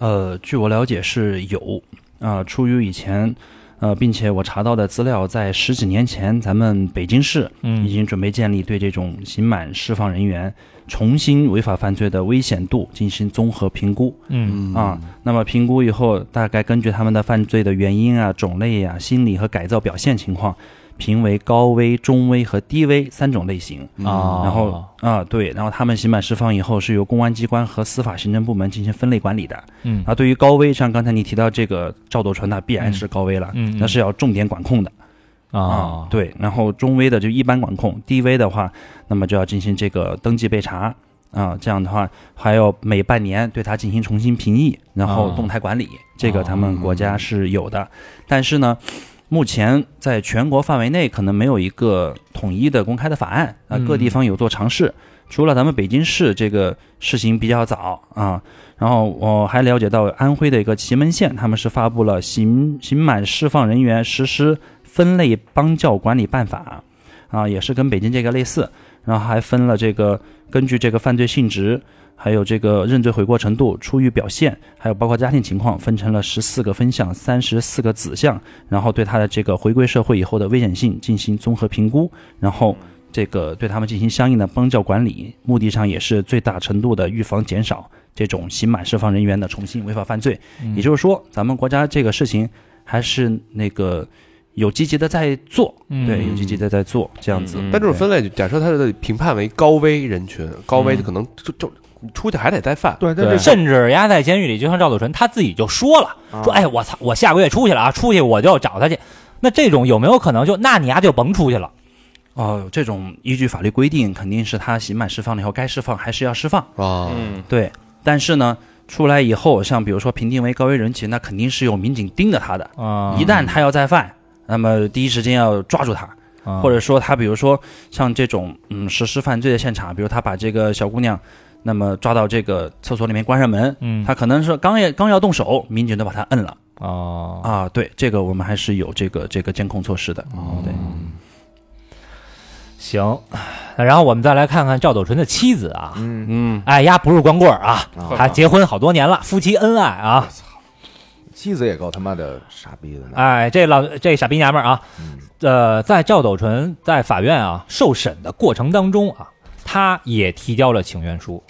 Speaker 4: 呃，据我了解是有啊、出于以前，呃，并且我查到的资料，在十几年前，咱们北京市已
Speaker 2: 嗯
Speaker 4: 经准备建立对这种刑满释放人员重新违法犯罪的危险度进行综合评估
Speaker 2: 嗯
Speaker 3: 嗯
Speaker 4: 啊、，那么评估以后，大概根据他们的犯罪的原因啊、种类啊、心理和改造表现情况，评为高危、中危和低危三种类型。
Speaker 2: 啊，
Speaker 4: 嗯然后啊，对，然后他们刑满释放以后是由公安机关和司法行政部门进行分类管理的。
Speaker 2: 嗯
Speaker 4: 啊，对于高危，像刚才你提到这个赵斗淳，那必然是高危了，
Speaker 2: 嗯嗯
Speaker 4: 那是要重点管控的
Speaker 2: 啊，
Speaker 4: 对，然后中危的就一般管控，低危的话，那么就要进行这个登记备查啊，这样的话还要每半年对它进行重新评议，然后
Speaker 2: 啊
Speaker 4: 动态管理，这个咱们国家是有的，但是呢。目前在全国范围内可能没有一个统一的公开的法案啊，各地
Speaker 2: 嗯
Speaker 4: 方有做尝试。除了咱们北京市这个事情比较早啊，然后我还了解到安徽的一个祁门县，他们是发布了刑刑满释放人员实施分类帮教管理办法，啊，也是跟北京这个类似，然后还分了这个根据这个犯罪性质。还有这个认罪悔过程度、出狱表现，还有包括家庭情况，分成了十四个分项、三十四个子项，然后对他的这个回归社会以后的危险性进行综合评估，然后这个对他们进行相应的帮教管理，目的上也是最大程度的预防减少这种刑满释放人员的重新违法犯罪。
Speaker 2: 嗯
Speaker 4: 也就是说，咱们国家这个事情还是那个有积极的在做，
Speaker 2: 嗯
Speaker 4: 对，有积极的在做这样子。
Speaker 6: 嗯
Speaker 3: 但这种分类，假设他是评判为高危人群，高
Speaker 6: 嗯
Speaker 3: 危可能就就你出去还得再犯。
Speaker 5: 对，但
Speaker 6: 对
Speaker 5: 这
Speaker 2: 甚至丫在监狱里，就像赵斗淳他自己就说了，
Speaker 5: 啊
Speaker 2: 说哎，我操，我下个月出去了啊，出去我就找他去。那这种有没有可能就那你丫就甭出去了？
Speaker 4: 哦，这种依据法律规定，肯定是他刑满释放了以后该释放还是要释放。
Speaker 3: 啊，
Speaker 6: 嗯
Speaker 4: 对，但是呢，出来以后，像比如说评定为高危人群，那肯定是有民警盯着他的。
Speaker 2: 啊
Speaker 4: 一旦他要再犯，那么第一时间要抓住他，
Speaker 2: 啊
Speaker 4: 或者说他比如说像这种嗯实施犯罪的现场，比如他把这个小姑娘，那么抓到这个厕所里面关上门，
Speaker 2: 嗯
Speaker 4: 他可能是刚也刚要动手，民警就把他摁了
Speaker 2: 啊
Speaker 4: 啊。对，这个我们还
Speaker 2: 哦
Speaker 4: 是有这个这个监控措施的。对，
Speaker 2: 行，然后我们再来看看赵斗淳的妻子啊，
Speaker 5: 嗯，
Speaker 6: 嗯，
Speaker 2: 哎呀，不是光棍儿啊，
Speaker 5: 啊
Speaker 2: 还结婚好多年了，夫妻恩爱啊，
Speaker 5: 妻子也够他妈的傻逼的呢。
Speaker 2: 哎，这老这傻逼娘们儿啊，呃，在赵斗淳在法院啊受审的过程当中啊，他也提交了请愿书。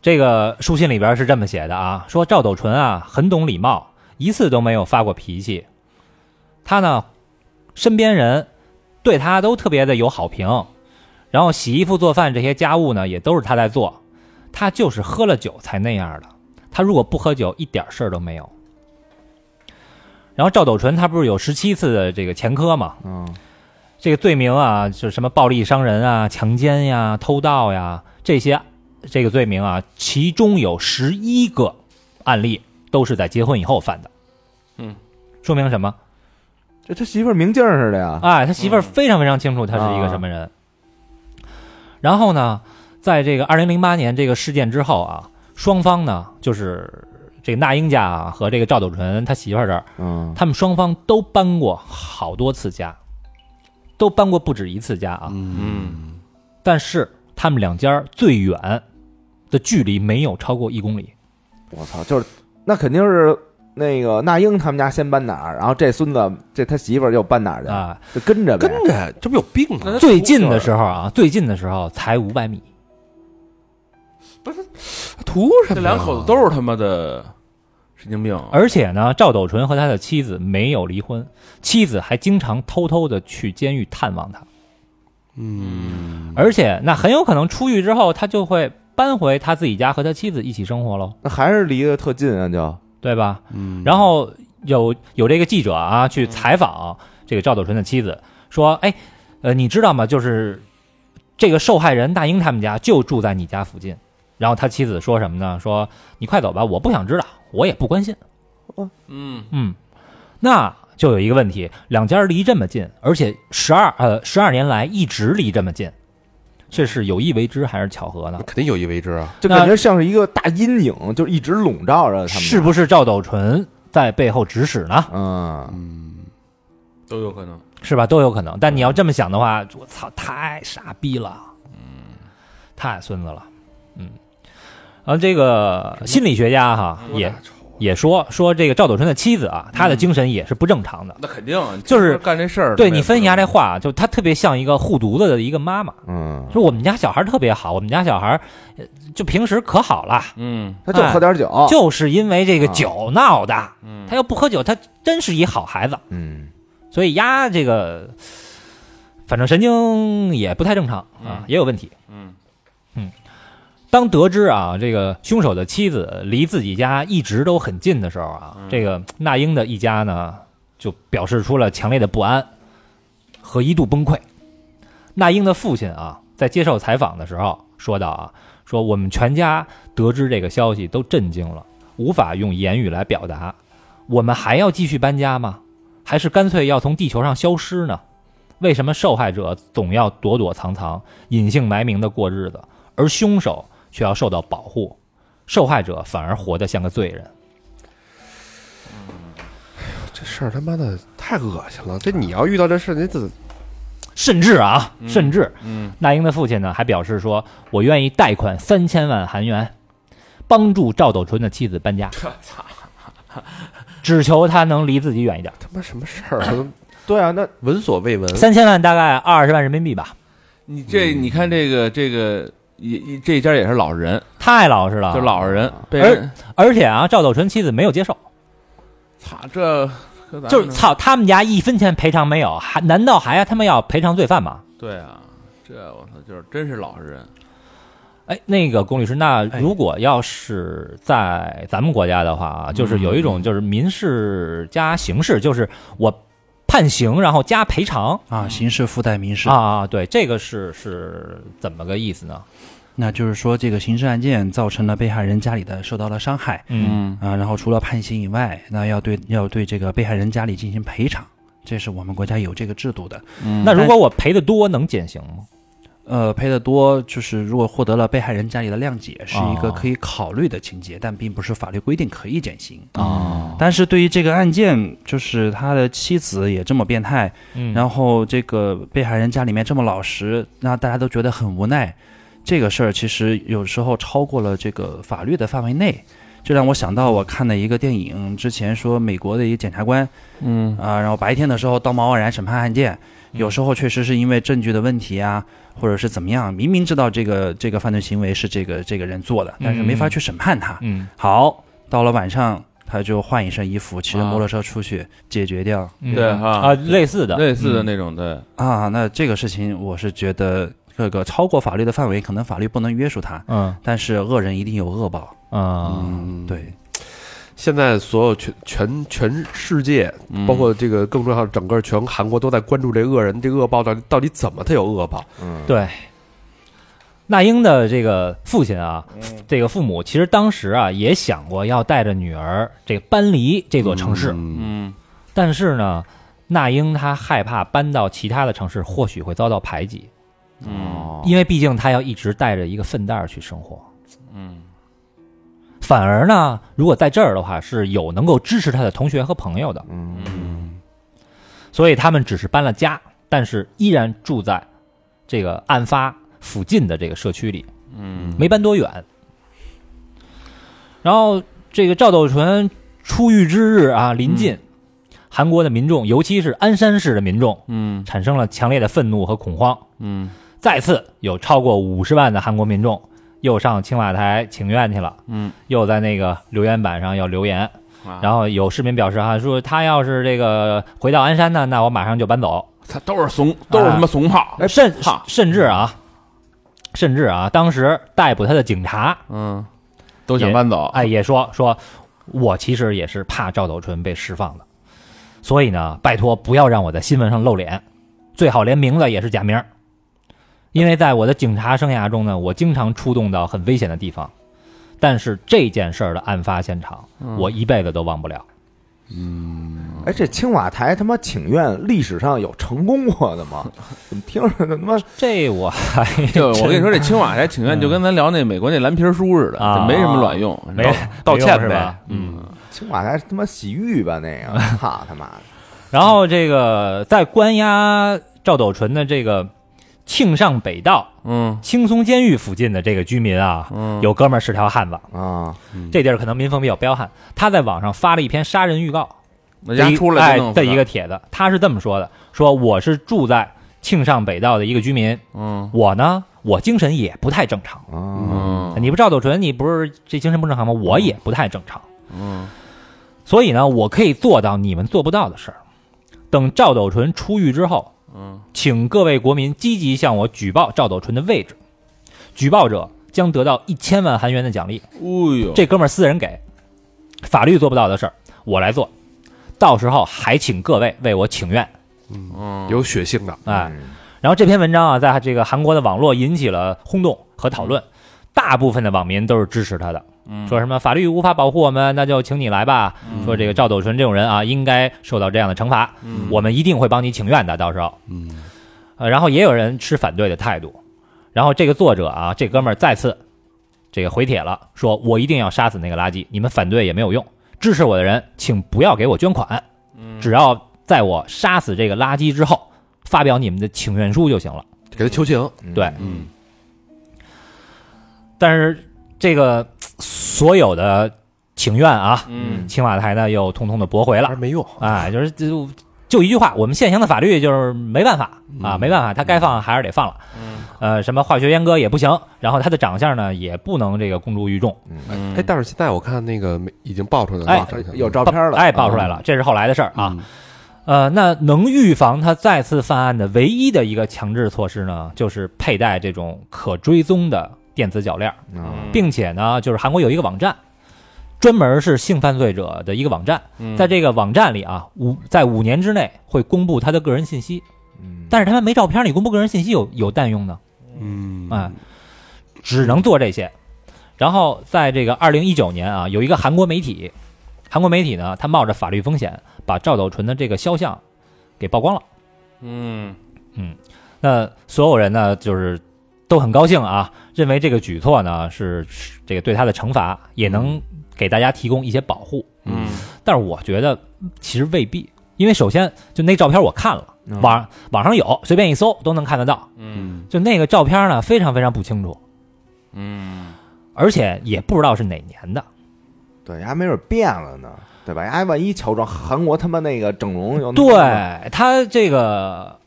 Speaker 2: 这个书信里边是这么写的啊，说赵斗淳啊很懂礼貌，一次都没有发过脾气。他呢，身边人对他都特别的有好评，然后洗衣服、做饭这些家务呢也都是他在做，他就是喝了酒才那样的。他如果不喝酒，一点事儿都没有。然后赵斗淳他不是有十七次的这个前科嘛？
Speaker 5: 嗯，
Speaker 2: 这个罪名啊，就是什么暴力伤人啊、强奸呀、偷盗呀这些这个罪名啊，其中有十一个案例都是在结婚以后犯的。
Speaker 6: 嗯，
Speaker 2: 说明什么？
Speaker 5: 这他媳妇儿明镜儿似的呀。
Speaker 2: 哎，他媳妇儿非常非常清楚他是一个什么人。然后呢，在这个二零零八年这个事件之后啊，双方呢就是这个那英家啊和这个赵斗淳他媳妇儿这儿
Speaker 5: 嗯，
Speaker 2: 他们双方都搬过好多次家，都搬过不止一次家啊。
Speaker 6: 嗯
Speaker 2: 但是他们两家最远的距离没有超过一公里。
Speaker 5: 我操，就是那肯定是那个那英他们家先搬哪儿，然后这孙子这他媳妇儿又搬哪儿去，
Speaker 2: 啊，
Speaker 5: 就跟着呗
Speaker 3: 跟。着这不有病吗？
Speaker 2: 最近的时候啊，最近的时候才五百米。
Speaker 6: 图
Speaker 2: 哎
Speaker 6: 什么？这两口子都是他妈的神经病，
Speaker 2: 啊而且呢，赵斗淳和他的妻子没有离婚，妻子还经常偷偷的去监狱探望他。嗯，而且那很有可能出狱之后，他就会搬回他自己家和他妻子一起生活喽。
Speaker 5: 那还是离得特近啊，就
Speaker 2: 对吧？嗯。然后有有这个记者啊去采访这个赵斗淳的妻子，说：“哎，呃，你知道吗？就是这个受害人大英他们家就住在你家附近。”然后他妻子说什么呢？说：“你快走吧，我不想知道，我也不关心。
Speaker 6: 嗯，
Speaker 2: 嗯，那就有一个问题，两家离这么近，而且十二呃十二年来一直离这么近，这是有意为之还是巧合呢？
Speaker 3: 肯定有意为之啊！
Speaker 5: 就感觉像是一个大阴影，就一直笼罩着他们。
Speaker 2: 是不是赵斗淳在背后指使呢？
Speaker 5: 嗯，
Speaker 6: 都有可能。
Speaker 2: 是吧？都有可能。但你要这么想的话，我操，太傻逼了，嗯，太孙子了，嗯。然后这个心理学家哈也也说说这个赵斗淳的妻子啊，她的精神也是不正常的。
Speaker 6: 那肯定啊
Speaker 2: 就是
Speaker 6: 干这事儿，
Speaker 2: 对你分析一下这话，就她特别像一个护犊子的一个妈妈，
Speaker 5: 嗯，
Speaker 2: 说我们家小孩特别好，我们家小孩呃就平时可好了，
Speaker 6: 嗯，
Speaker 5: 他就喝点酒，
Speaker 2: 哎就是因为这个酒闹的，他要不喝酒，他真是一好孩子。
Speaker 5: 嗯，
Speaker 2: 所以鸭这个，反正神经也不太正常啊，也有问题。嗯嗯，当得知啊，这个凶手的妻子离自己家一直都很近的时候啊，这个那英的一家呢就表示出了强烈的不安和一度崩溃。那英的父亲啊，在接受采访的时候说到啊，说我们全家得知这个消息都震惊了，无法用言语来表达。我们还要继续搬家吗？还是干脆要从地球上消失呢？为什么受害者总要躲躲藏藏、隐姓埋名的过日子，而凶手却要受到保护？受害者反而活得像个罪人。
Speaker 3: 这事儿他妈的太恶心了！这你要遇到这事儿，你怎
Speaker 2: 甚至啊，甚至，嗯，那英的父亲呢还表示说：“我愿意贷款三千万韩元，帮助赵斗淳的妻子搬家。”只求他能离自己远一点。
Speaker 3: 他妈什么事儿 都
Speaker 5: 对啊，那
Speaker 3: 闻所未
Speaker 6: 嗯
Speaker 3: 闻？
Speaker 2: 三千万大概二十万人民币吧，
Speaker 6: 你这
Speaker 2: 嗯
Speaker 6: 你看这个这个也也这家也是老实人，
Speaker 2: 太老实了。
Speaker 6: 就老实人被
Speaker 2: 啊而
Speaker 6: 人
Speaker 2: 而且啊，赵斗淳妻子没有接受。
Speaker 6: 操这和咱们
Speaker 2: 就是操他们家一分钱赔偿没有，还难道还他们要赔偿罪犯吗？
Speaker 6: 对啊，这我操就是真是老实人，
Speaker 2: 哎，那个龚律师，那如果要是在咱们国家的话啊，就是有一种就是民事加刑事，就是我判刑然后加赔偿
Speaker 4: 啊，刑事附带民事，
Speaker 2: 啊，对，这个是是怎么个意思呢？
Speaker 4: 那就是说这个刑事案件造成了被害人家里的受到了伤害，
Speaker 2: 嗯，
Speaker 4: 啊，然后除了判刑以外，那要对要对这个被害人家里进行
Speaker 2: 嗯
Speaker 6: 嗯
Speaker 4: 赔偿，这是我们国家有这个制度的。
Speaker 2: 那如果我赔的多能减刑吗？
Speaker 4: 呃，赔的多，就是如果获得了被害人家里的谅解，是一个
Speaker 2: 哦
Speaker 4: 可以考虑的情节，但并不是法律规定可以减刑。
Speaker 2: 啊，
Speaker 4: 但是对于这个案件，就是他的妻子也这么变态，
Speaker 2: 嗯
Speaker 4: 然后这个被害人家里面这么老实，那大家都觉得很无奈。这个事儿其实有时候超过了这个法律的范围内，这让我想到我看的一个电影，之前说美国的一个检察官
Speaker 6: 嗯
Speaker 4: 啊、然后白天的时候道貌岸然审判案
Speaker 2: 嗯
Speaker 4: 件，有时候确实是因为证据的问题啊，或者是怎么样，明明知道这个这个犯罪行为是这个这个人做的，但是没法去审判他。
Speaker 2: 嗯
Speaker 4: 好，到了晚上他就换一身衣服，骑着
Speaker 6: 啊
Speaker 4: 摩托车出去解决掉
Speaker 2: 嗯
Speaker 6: 对哈
Speaker 2: 啊，类似的，嗯
Speaker 6: 类似的那种对，
Speaker 4: 啊。那这个事情，我是觉得这个超过法律的范围，可能法律不能约束他，
Speaker 2: 嗯
Speaker 4: 但是恶人一定有恶报。
Speaker 2: 啊，
Speaker 3: 嗯，
Speaker 4: 对，
Speaker 3: 现在所有全全全世界，
Speaker 6: 嗯
Speaker 3: 包括这个更重要的，整个全韩国都在关注这恶人，这恶报到底到底怎么他有恶报？
Speaker 5: 嗯，
Speaker 2: 对。那英的这个父亲啊，这个父母其实当时啊也想过要带着女儿这个搬离这座城市，
Speaker 3: 嗯
Speaker 6: 嗯
Speaker 2: 但是呢，那英她害怕搬到其他的城市或许会遭到排挤，
Speaker 6: 嗯
Speaker 5: 哦
Speaker 2: 因为毕竟她要一直带着一个粪袋儿去生活。
Speaker 6: 嗯
Speaker 2: 反而呢，如果在这儿的话，是有能够支持她的同学和朋友的，
Speaker 6: 嗯
Speaker 2: 所以他们只是搬了家，但是依然住在这个案发附近的这个社区里，
Speaker 6: 嗯
Speaker 2: 没搬多远。然后这个赵斗淳出狱之日啊，临
Speaker 6: 嗯
Speaker 2: 近，韩国的民众，尤其是鞍山市的民众，
Speaker 6: 嗯
Speaker 2: 产生了强烈的愤怒和恐慌。
Speaker 6: 嗯
Speaker 2: 再次有超过五十万的韩国民众又上青瓦台请愿去了，
Speaker 6: 嗯，
Speaker 2: 又在那个留言板上要留言，
Speaker 6: 啊
Speaker 2: 然后有市民表示哈，说他要是这个回到鞍山呢，那我马上就搬走，
Speaker 6: 他都是怂，都是他妈怂炮，
Speaker 3: 哎
Speaker 2: 甚
Speaker 6: 操
Speaker 2: 甚至啊，甚至啊，当时逮捕他的警察，
Speaker 6: 嗯，都想搬走，
Speaker 2: 哎，也说说，我其实也是怕赵斗淳被释放的，所以呢，拜托不要让我在新闻上露脸，最好连名字也是假名儿，因为在我的警察生涯中呢，我经常出动到很危险的地方，但是这件事儿的案发现场，
Speaker 3: 嗯
Speaker 2: 我一辈子都忘不了。
Speaker 5: 哎，这青瓦台他妈请愿历史上有成功过的 吗？怎么听着他妈
Speaker 2: 这我还
Speaker 6: 就我跟你说，
Speaker 2: 这
Speaker 6: 这青瓦台请愿就跟咱聊那美国那蓝皮书似的，
Speaker 2: 哎嗯啊
Speaker 6: 这没什么卵用，
Speaker 2: 没
Speaker 6: 然后
Speaker 3: 道歉
Speaker 2: 是
Speaker 3: 呗
Speaker 2: 吧？
Speaker 5: 青瓦台他妈洗浴吧那 个，操他妈的！
Speaker 2: 然后这个在关押赵斗淳的这个庆尚北道
Speaker 6: 嗯
Speaker 2: 青松监狱附近的这个居民啊，
Speaker 6: 嗯
Speaker 2: 有哥们儿是条汉子，
Speaker 5: 啊，
Speaker 2: 这地儿可能民风比较彪悍。他在网上发了一篇杀人预告，
Speaker 6: 那家出来
Speaker 2: 哎
Speaker 6: 就弄死
Speaker 2: 的一个
Speaker 6: 他，
Speaker 2: 帖子，他是这么说的：说我是住在庆尚北道的一个居民，
Speaker 6: 嗯
Speaker 2: 我呢，我精神也不太正常。
Speaker 5: 啊
Speaker 2: 啊
Speaker 6: 嗯
Speaker 2: 你不赵斗淳，你不是这精神不正常吗？我也不太正常，
Speaker 6: 嗯
Speaker 2: 所以呢，我可以做到你们做不到的事儿。等赵斗淳出狱之后，
Speaker 6: 嗯，
Speaker 2: 请各位国民积极向我举报赵斗淳的位置，举报者将得到一千万韩元的奖励。
Speaker 6: 哦呦，
Speaker 2: 这哥们儿私人给，法律做不到的事儿我来做，到时候还请各位为我请愿，
Speaker 6: 嗯
Speaker 3: 有血性的，
Speaker 2: 哎。
Speaker 5: 嗯
Speaker 2: 然后这篇文章啊，在这个韩国的网络引起了轰动和讨论，大部分的网民都是支持他的，说什么法律无法保护我们，那就请你来吧。说这个赵斗淳这种人啊，应该受到这样的惩罚，我们一定会帮你请愿的，到时候。
Speaker 3: 嗯，
Speaker 2: 呃，然后也有人持反对的态度。然后这个作者啊，这哥们儿再次这个回帖了，说我一定要杀死那个垃圾，你们反对也没有用，支持我的人请不要给我捐款，只要在我杀死这个垃圾之后发表你们的请愿书就行了。
Speaker 3: 给他求情，
Speaker 2: 对，
Speaker 3: 嗯
Speaker 2: 但是这个所有的请愿啊，
Speaker 6: 嗯
Speaker 2: 青瓦台呢又通通的驳回了
Speaker 3: 但
Speaker 5: 嗯
Speaker 3: 是。没用，
Speaker 2: 啊，就是就就一句话，我们现行的法律就是没办法
Speaker 5: 嗯
Speaker 2: 啊，没办法，他该放还是得放了。呃，什么化学阉割也不行，然后他的长相呢也不能这个公诸于众。
Speaker 6: 嗯
Speaker 3: 哎，但是现在我看那个没已经爆出来了，
Speaker 2: 哎
Speaker 3: 网上已经
Speaker 5: 有照片了，嗯
Speaker 2: 哎，爆出来了，这是后来的事儿啊。呃，那能预防他再次犯案的唯一的一个强制措施呢，就是佩戴这种可追踪的电子脚链儿，
Speaker 5: 啊，
Speaker 2: 并且呢，就是韩国有一个网站，专门是性犯罪者的一个网站，
Speaker 6: 嗯
Speaker 2: 在这个网站里啊，五在五年之内会公布他的个人信息。
Speaker 5: 嗯
Speaker 2: 但是他们没照片，你公布个人信息有有蛋用呢？
Speaker 3: 嗯
Speaker 2: 哎，只能做这些。然后在这个二零一九年啊，有一个韩国媒体，韩国媒体呢，他冒着法律风险把赵斗淳的这个肖像给曝光了。
Speaker 6: 嗯
Speaker 2: 那所有人呢，就是都很高兴啊，认为这个举措呢是是这个对他的惩罚，也能给大家提供一些保护。
Speaker 6: 嗯，
Speaker 2: 但是我觉得嗯其实未必，因为首先就那照片我看了，
Speaker 5: 嗯
Speaker 2: 网网上有，随便一搜都能看得到。
Speaker 6: 嗯
Speaker 2: 就那个照片呢，非常非常不清楚，
Speaker 6: 嗯
Speaker 2: 而且也不知道是哪年的。
Speaker 5: 对，还没准变了呢，对吧？哎，万一乔装韩国他妈那个整容有那个
Speaker 2: 对他这个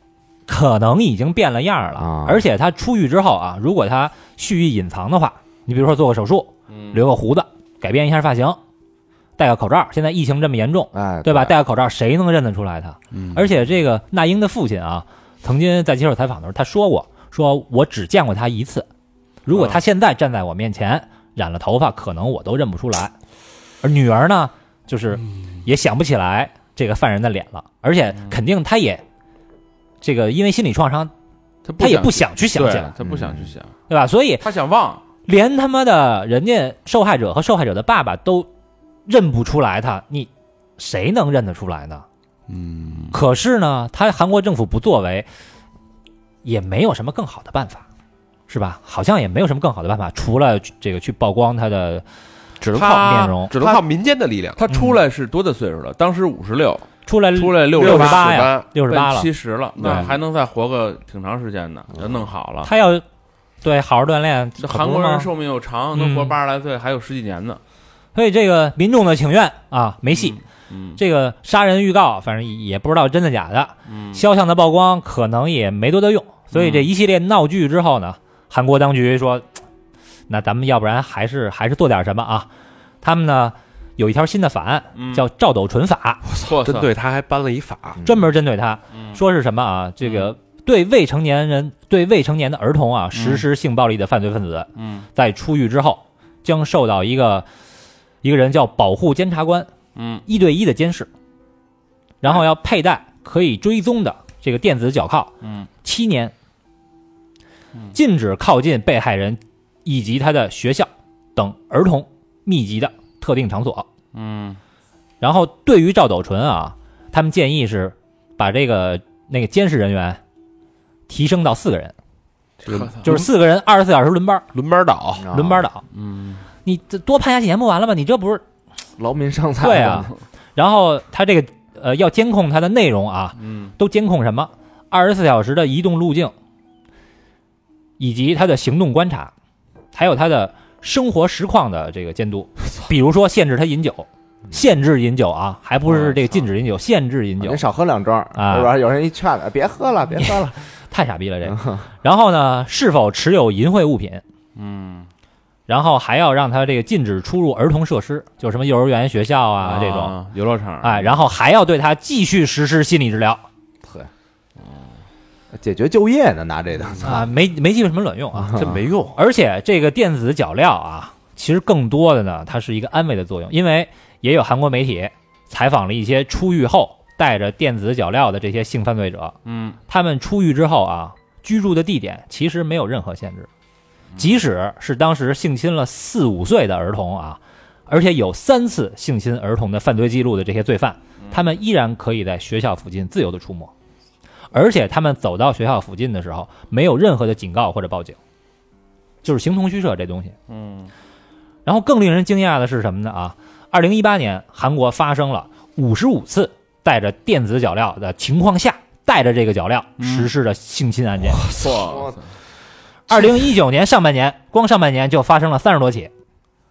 Speaker 2: 可能已经变了样儿了，
Speaker 5: 啊
Speaker 2: 而且他出狱之后啊，如果他蓄意隐藏的话，你比如说做个手术，
Speaker 5: 嗯
Speaker 2: 留个胡子，改变一下发型，戴个口罩。现在疫情这么严重，
Speaker 5: 哎，
Speaker 2: 啊对吧？戴个口罩，谁能认得出来他？
Speaker 6: 嗯
Speaker 2: 而且这个那英的父亲啊，曾经在接受采访的时候，他说过：“说我只见过他一次，如果他现在站在我面前，染了头发，可能我都认不出来。”而女儿呢，就是也想不起来这个犯人的脸了，而且肯定他也这个因为心理创伤，
Speaker 6: 他
Speaker 2: 他也不
Speaker 6: 去
Speaker 2: 想去想
Speaker 6: 对
Speaker 2: 起来，
Speaker 6: 他不想去想，
Speaker 2: 对吧？所以
Speaker 6: 他想忘，
Speaker 2: 连他妈的人家受害者和受害者的爸爸都认不出来他，你谁能认得出来呢？
Speaker 6: 嗯
Speaker 2: 可是呢，他韩国政府不作为，也没有什么更好的办法，是吧？好像也没有什么更好的办法，除了这个去曝光他的
Speaker 6: 只能
Speaker 2: 靠
Speaker 6: 靠
Speaker 2: 面容
Speaker 6: 只能靠民间的力量。
Speaker 3: 他
Speaker 6: 他出来是多大岁数了？当时五十六，
Speaker 2: 出来
Speaker 6: 出来六
Speaker 2: 十
Speaker 6: 八
Speaker 2: 呀，嗯六十八了，
Speaker 6: 七十了，那
Speaker 2: 对嗯
Speaker 6: 还能再活个挺长时间呢，要弄好了。
Speaker 2: 他要对好好锻炼，
Speaker 6: 这
Speaker 2: 可
Speaker 6: 韩
Speaker 2: 不
Speaker 6: 国人
Speaker 2: 吗
Speaker 6: 寿命又长，能活
Speaker 2: 嗯
Speaker 6: 八十来岁，还有十几年呢。
Speaker 2: 所以这个民众的请愿啊，没戏。
Speaker 6: 嗯
Speaker 2: 这个杀人预告，反正也不知道真的假的，
Speaker 6: 嗯
Speaker 2: 肖像的曝光可能也没多大用。所以这一系列闹剧之后呢，韩国当局说，嘖那咱们要不然还是还是做点什么啊？他们呢有一条新的法案
Speaker 6: 嗯
Speaker 2: 叫赵斗淳法，
Speaker 6: 错
Speaker 3: 针对他还颁了一法，
Speaker 2: 专门针对他，
Speaker 6: 嗯
Speaker 2: 说是什么啊？这个对未成年人、对未成年的儿童啊实施性暴力的犯罪分子，
Speaker 6: 嗯
Speaker 2: 在出狱之后将受到一个一个人叫保护监察官
Speaker 6: 嗯
Speaker 2: 一对一的监视，然后要佩戴可以追踪的这个电子脚铐
Speaker 6: 嗯
Speaker 2: 七年，禁止靠近被害人以及他的学校等儿童密集的特定场所。
Speaker 6: 嗯
Speaker 2: 然后对于赵斗淳啊，他们建议是把这个那个监视人员提升到四个人，
Speaker 6: 嗯，
Speaker 2: 就是四个人二十四小时轮班，
Speaker 3: 轮班倒，
Speaker 5: 啊
Speaker 2: 轮班倒。
Speaker 6: 嗯
Speaker 2: 你这多判下几年不完了吗？你这不是
Speaker 5: 劳民伤财，
Speaker 2: 对啊，然后他这个呃要监控它的内容啊，
Speaker 6: 嗯
Speaker 2: 都监控什么？二十四小时的移动路径，以及他的行动观察，还有他的生活实况的这个监 督，比如说限制他饮酒，
Speaker 6: 嗯
Speaker 2: 限制饮酒啊，还不是这个禁止饮酒，限制饮酒
Speaker 5: 您，少喝两盅，
Speaker 2: 啊
Speaker 5: 是吧？有人一劝他，别喝了，别喝了，
Speaker 2: 太傻逼了这个。 然后呢，是否持有淫秽物品？
Speaker 6: 嗯
Speaker 2: 然后还要让他这个禁止出入儿童设施，就是什么幼儿园、学校啊这种，
Speaker 6: 游乐场
Speaker 2: 哎，然后还要对他继续实施心理治疗，
Speaker 5: 嗯解决就业呢，拿这个，
Speaker 2: 啊，没没技术有什么卵用啊。
Speaker 3: 这没用。
Speaker 2: 而且这个电子脚镣啊，其实更多的呢，它是一个安慰的作用，因为也有韩国媒体采访了一些出狱后带着电子脚镣的这些性犯罪者，
Speaker 6: 嗯
Speaker 2: 他们出狱之后啊，居住的地点其实没有任何限制，即使是当时性侵了四五岁的儿童啊，而且有三次性侵儿童的犯罪记录的这些罪犯，他们依然可以在学校附近自由的出没，而且他们走到学校附近的时候，没有任何的警告或者报警，就是形同虚设这东西。
Speaker 6: 嗯
Speaker 2: 然后更令人惊讶的是什么呢？啊，二零一八年韩国发生了五十五次带着电子脚镣的情况下，带着这个脚镣实施的性侵案件。
Speaker 6: 错
Speaker 2: 二零一九年上半年，光上半年就发生了三十多起，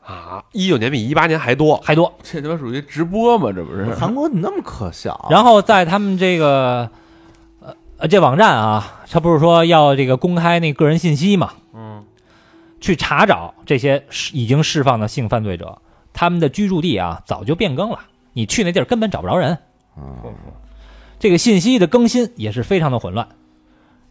Speaker 3: 啊，一九年比一八年还多，
Speaker 2: 还多。
Speaker 6: 这他妈属于直播吗？这不 是
Speaker 5: 韩国怎么那么可笑？
Speaker 2: 然后在他们这个呃呃这网站啊，他不是说要这个公开那个人信息嘛？
Speaker 6: 嗯
Speaker 2: 去查找这些释已经释放的性犯罪者，他们的居住地啊早就变更了，你去那地儿根本找不着人。这个信息的更新也是非常的混乱。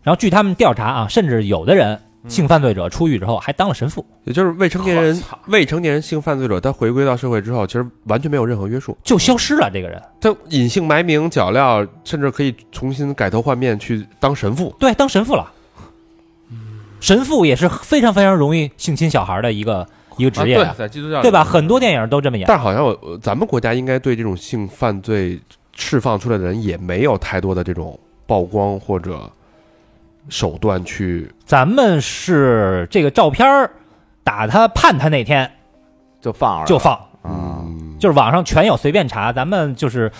Speaker 2: 然后据他们调查啊，甚至有的人性犯罪者出狱之后还当了神父，
Speaker 3: 也就是未成年人未成年人性犯罪者，他回归到社会之后，其实完全没有任何约束，
Speaker 2: 就消失了这个人。
Speaker 3: 他隐姓埋名、脚镣，甚至可以重新改头换面去当神父。
Speaker 2: 对，当神父了。神父也是非常非常容易性侵小孩的一个一个职业
Speaker 6: 对，
Speaker 2: 啊，
Speaker 6: 在基督教
Speaker 2: 对吧？很多电影都这么演。
Speaker 3: 但是好像我呃咱们国家应该对这种性犯罪释放出来的人也没有太多的这种曝光或者手段去
Speaker 2: 咱们是这个照片儿打他判他那天
Speaker 5: 就放
Speaker 2: 就放，
Speaker 5: 啊，
Speaker 3: 嗯
Speaker 2: 就是网上全有，随便查。咱们就是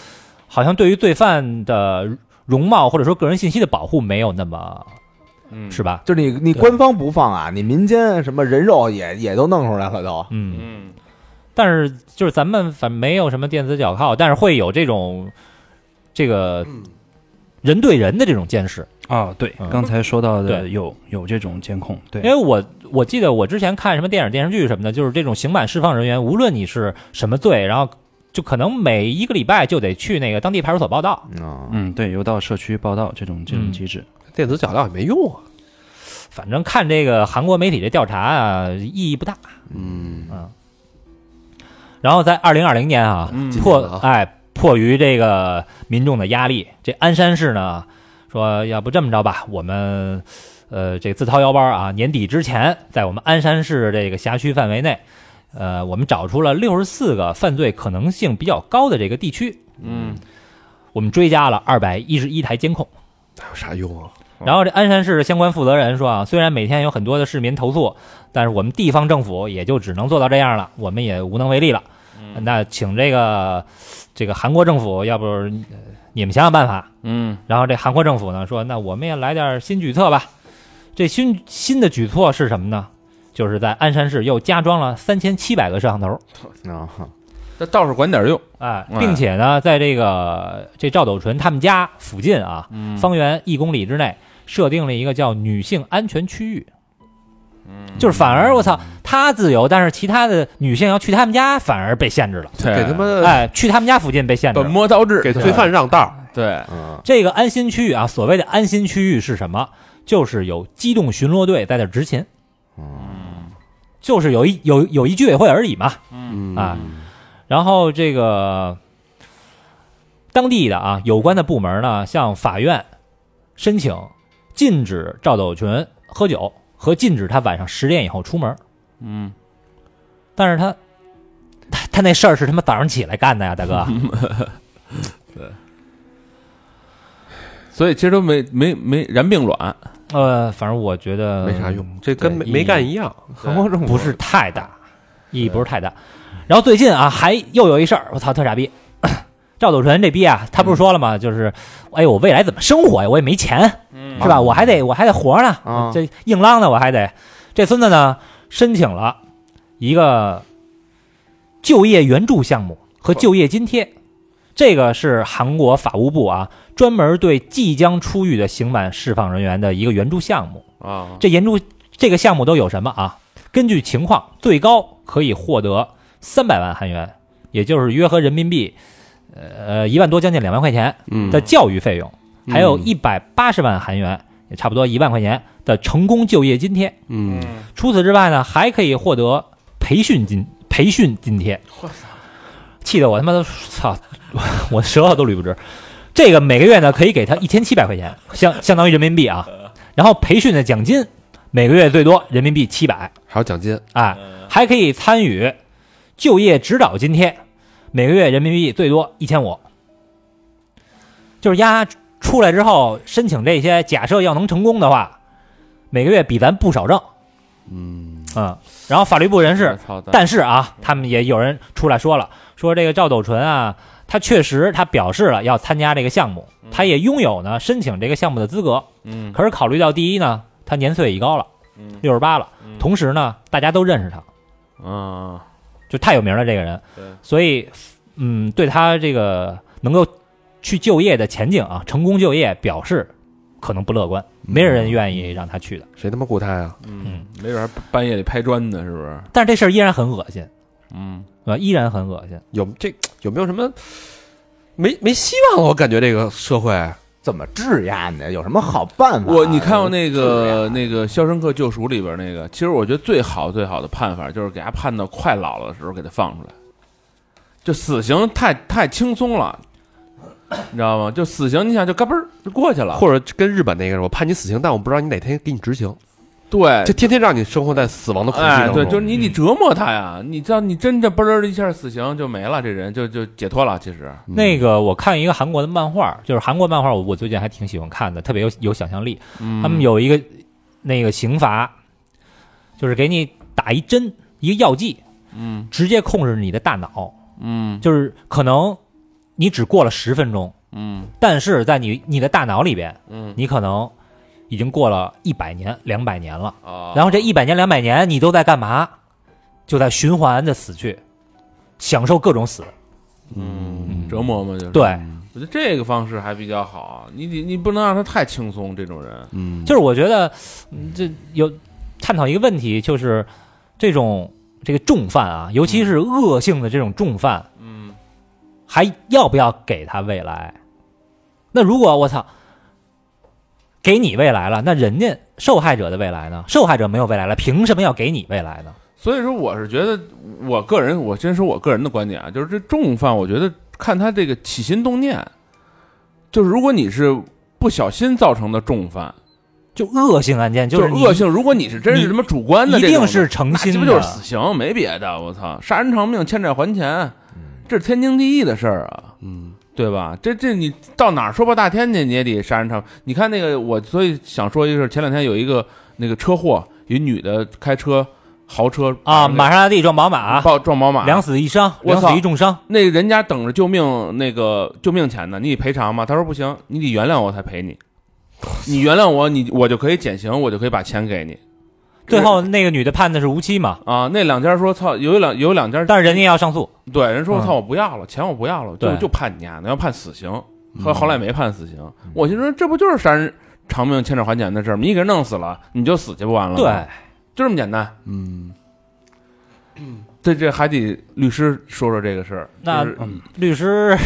Speaker 2: 好像对于罪犯的容貌或者说个人信息的保护没有那么，
Speaker 6: 嗯
Speaker 2: 是吧？
Speaker 5: 就是你你
Speaker 2: 对
Speaker 5: 官方不放啊，你民间什么人肉也也都弄出来了都，
Speaker 2: 嗯，
Speaker 6: 嗯，
Speaker 2: 但是就是咱们反正没有什么电子脚铐，但是会有这种这个人对人的这种监视。
Speaker 4: 啊，对
Speaker 2: 嗯，
Speaker 4: 刚才说到的
Speaker 2: 对哎
Speaker 4: 有有这种监控，对
Speaker 2: 因，为我我记得我之前看什么电影、电视剧什么的，就是这种刑满释放人员，无论你是什么罪，然后就可能每一个礼拜就得去那个当地派出所报道。
Speaker 5: 啊，
Speaker 4: 嗯，对，有到社区报道这种这
Speaker 2: 嗯
Speaker 4: 种机制，
Speaker 3: 电子脚镣也没用啊。
Speaker 2: 反正看这个韩国媒体这调查啊，意义不大。
Speaker 3: 嗯
Speaker 2: 然后在二零二零年啊，
Speaker 6: 嗯
Speaker 3: 今
Speaker 2: 迫
Speaker 3: 年啊
Speaker 2: 哎迫于这个民众的压力，这鞍山市呢说，要不这么着吧，我们呃这自掏腰包啊，年底之前，在我们鞍山市这个辖区范围内，呃，我们找出了六十四个犯罪可能性比较高的这个地区，
Speaker 6: 嗯，
Speaker 2: 我们追加了二百一十一台监控。
Speaker 3: 哪有啥用啊？
Speaker 2: 然后这鞍山市相关负责人说啊，虽然每天有很多的市民投诉，但是我们地方政府也就只能做到这样了，我们也无能为力了。那请这个这个韩国政府，要不呃你们想想办法。
Speaker 6: 嗯，
Speaker 2: 然后这韩国政府呢说，那我们也来点新举措吧。这新新的举措是什么呢？就是在鞍山市又加装了三千七百个摄像头，
Speaker 5: 啊，
Speaker 6: 这倒是管点用，
Speaker 2: 哎，
Speaker 6: 哎
Speaker 2: 并且呢，在这个这赵斗淳他们家附近啊，
Speaker 6: 嗯
Speaker 2: 方圆一公里之内设定了一个叫女性安全区域。
Speaker 6: 嗯
Speaker 2: 就是反而我操，他自由，但是其他的女性要去他们家反而被限制了。
Speaker 6: 对
Speaker 3: 给他们
Speaker 2: 哎，去他们家附近被限制
Speaker 6: 呃
Speaker 2: 了。
Speaker 6: 本末倒置，
Speaker 3: 给罪犯让道。
Speaker 6: 对，
Speaker 5: 嗯
Speaker 2: 这个安心区域啊，所谓的安心区域是什么？就是有机动巡逻队在那儿执勤，就是有一有有一居委会而已嘛。
Speaker 3: 嗯
Speaker 2: 啊，然后这个当地的啊有关的部门呢，向法院申请禁止赵斗群喝酒和禁止他晚上十点以后出门。
Speaker 6: 嗯，
Speaker 2: 但是他他他那事儿是他妈早上起来干的呀，大哥。
Speaker 3: 嗯
Speaker 6: 所以其实都没没没燃并卵，
Speaker 2: 呃，反正我觉得
Speaker 3: 没啥用，这跟没
Speaker 2: 对
Speaker 3: 没干
Speaker 2: 意义
Speaker 3: 一样。
Speaker 5: 韩国政府
Speaker 2: 不是太大，意义不是太大。然后最近啊，还又有一事儿，我操，特傻逼！ 赵斗淳这逼啊，他不
Speaker 3: 嗯
Speaker 2: 是说了吗？就是，哎呦，我未来怎么生活呀？我也没钱，是
Speaker 3: 嗯
Speaker 2: 吧？我还得我还得活呢，
Speaker 5: 啊
Speaker 2: 我这硬浪呢，我还得。这孙子呢，申请了一个就业援助项目和就业津贴，这个是韩国法务部啊专门对即将出狱的刑满释放人员的一个援助项目。
Speaker 6: 啊，
Speaker 2: 这援助这个项目都有什么啊？根据情况，最高可以获得三百万韩元，也就是约合人民币，呃，一万多，将近两万块钱
Speaker 3: 嗯
Speaker 2: 的教育费用，
Speaker 3: 嗯
Speaker 2: 还有一百八十万韩元，也差不多一万块钱的成功就业津贴。
Speaker 3: 嗯，
Speaker 2: 除此之外呢，还可以获得培训津培训津贴。气得我他妈都操，我舌头都捋不直。这个每个月呢，可以给他一千七百块钱，相相当于人民币啊。然后培训的奖金每个月最多人民币七百，
Speaker 3: 还有奖金，
Speaker 2: 哎，还可以参与就业指导津贴，每个月人民币最多一千五。就是丫出来之后申请这些，假设要能成功的话，每个月比咱不少挣。
Speaker 3: 嗯，
Speaker 2: 嗯，然后法律部人士
Speaker 6: 我操蛋，
Speaker 2: 但是啊，他们也有人出来说了，说这个赵斗淳啊，他确实他表示了要参加这个项目，他也拥有呢申请这个项目的资格。
Speaker 6: 嗯
Speaker 2: 可是考虑到第一呢，他年岁已高了，
Speaker 6: 嗯
Speaker 2: 六十八了，同时呢，大家都认识他，
Speaker 6: 嗯，
Speaker 2: 就太有名了这个人
Speaker 6: 对，
Speaker 2: 所以嗯，对他这个能够去就业的前景啊，成功就业表示可能不乐观，没有人愿意让他去的。
Speaker 3: 谁他妈雇他呀？
Speaker 6: 嗯，没准还半夜里拍砖呢，是不是？
Speaker 2: 但是这事儿依然很恶心，
Speaker 6: 嗯，
Speaker 2: 呃，依然很恶心。
Speaker 3: 有这有没有什么？没没希望了，我感觉这个社会，
Speaker 5: 怎么质押你？有什么好办法？啊
Speaker 6: 我你看过那个
Speaker 5: 质押
Speaker 6: 那个《肖申克救赎》里边那个，其实我觉得最好最好的判法就是给他判到快老了的时候给他放出来，就死刑太太轻松了，你知道吗？就死刑，你想就嘎嘣儿就过去了，
Speaker 3: 或者跟日本那个，我判你死刑，但我不知道你哪天给你执行。
Speaker 6: 对
Speaker 3: 就，天天让你生活在死亡的恐惧当
Speaker 6: 哎，
Speaker 3: 中。
Speaker 6: 对，就是你
Speaker 2: 嗯
Speaker 6: 你折磨他呀，你知道你真这嘣儿一下死刑就没了，这人就就解脱了。其实，
Speaker 3: 嗯
Speaker 2: 那个我看一个韩国的漫画，就是韩国漫画我，我最近还挺喜欢看的，特别有有想象力。
Speaker 6: 嗯
Speaker 2: 他们有一个那个刑罚，就是给你打一针一个药剂，
Speaker 6: 嗯
Speaker 2: 直接控制你的大脑，
Speaker 6: 嗯
Speaker 2: 就是可能你只过了十分钟，
Speaker 6: 嗯
Speaker 2: 但是在你你的大脑里边，
Speaker 6: 嗯
Speaker 2: 你可能已经过了一百年、两百年了。
Speaker 6: 啊，
Speaker 2: 然后这一百年、两百年，你都在干嘛？就在循环的死去，享受各种死。
Speaker 6: 嗯折磨嘛，就是
Speaker 2: 对，，
Speaker 6: 我觉得这个方式还比较好，啊你你你不能让他太轻松，这种人，
Speaker 3: 嗯，
Speaker 2: 就是我觉得嗯这有探讨一个问题，就是这种这个重犯啊，尤其是恶性的这种重犯，
Speaker 6: 嗯
Speaker 2: 还要不要给他未来？那如果我操，给你未来了，那人家受害者的未来呢？受害者没有未来了，凭什么要给你未来呢？
Speaker 6: 所以说我是觉得，我个人我先说我个人的观点啊，就是这重犯，我觉得看他这个起心动念，就是如果你是不小心造成的重犯，
Speaker 2: 就恶性案件，
Speaker 6: 就是是
Speaker 2: 你
Speaker 6: 恶，性，如果你是真是
Speaker 2: 你
Speaker 6: 什么主观的
Speaker 2: 一
Speaker 6: 这种
Speaker 2: 定
Speaker 6: 的，
Speaker 2: 是诚
Speaker 6: 那
Speaker 2: 心
Speaker 6: 这
Speaker 2: 的，
Speaker 6: 不就是死刑，没别的。我操，杀人偿命，欠债还钱，
Speaker 2: 嗯
Speaker 6: 这是天经地义的事儿啊，
Speaker 3: 嗯
Speaker 6: 对吧？这这你到哪儿说破大天去，你也得杀人偿。你看那个，我所以想说一个事儿，前两天有一个那个车祸，一女的开车豪车
Speaker 2: 啊！玛莎拉蒂撞宝马，
Speaker 6: 爆嗯撞宝马，
Speaker 2: 两死一伤，
Speaker 6: 我
Speaker 2: 两
Speaker 6: 操
Speaker 2: 死一重伤，
Speaker 6: 那人家等着救命那个救命钱呢，你得赔偿吗？他说不行，你得原谅我才 赔你。你原谅我，你我就可以减刑，我就可以把钱给你
Speaker 2: 最后那个女的判的是无期嘛，
Speaker 6: 啊。那两家说操，有两有两家，
Speaker 2: 但是人家要上诉，
Speaker 6: 对人说
Speaker 2: 嗯
Speaker 6: 操，我不要了，钱我不要了，就
Speaker 2: 对
Speaker 6: 就判你丫的，要判死刑。
Speaker 4: 嗯
Speaker 6: 后后来没判死刑，我心说这不就是杀人偿命、欠债还钱的事儿吗？你给人弄死了，你就死去不完了吗？
Speaker 2: 对，
Speaker 6: 就这么简单。
Speaker 3: 嗯，
Speaker 6: 这这还得律师说说这个事儿。
Speaker 2: 那
Speaker 6: 就是
Speaker 4: 嗯
Speaker 2: 律师，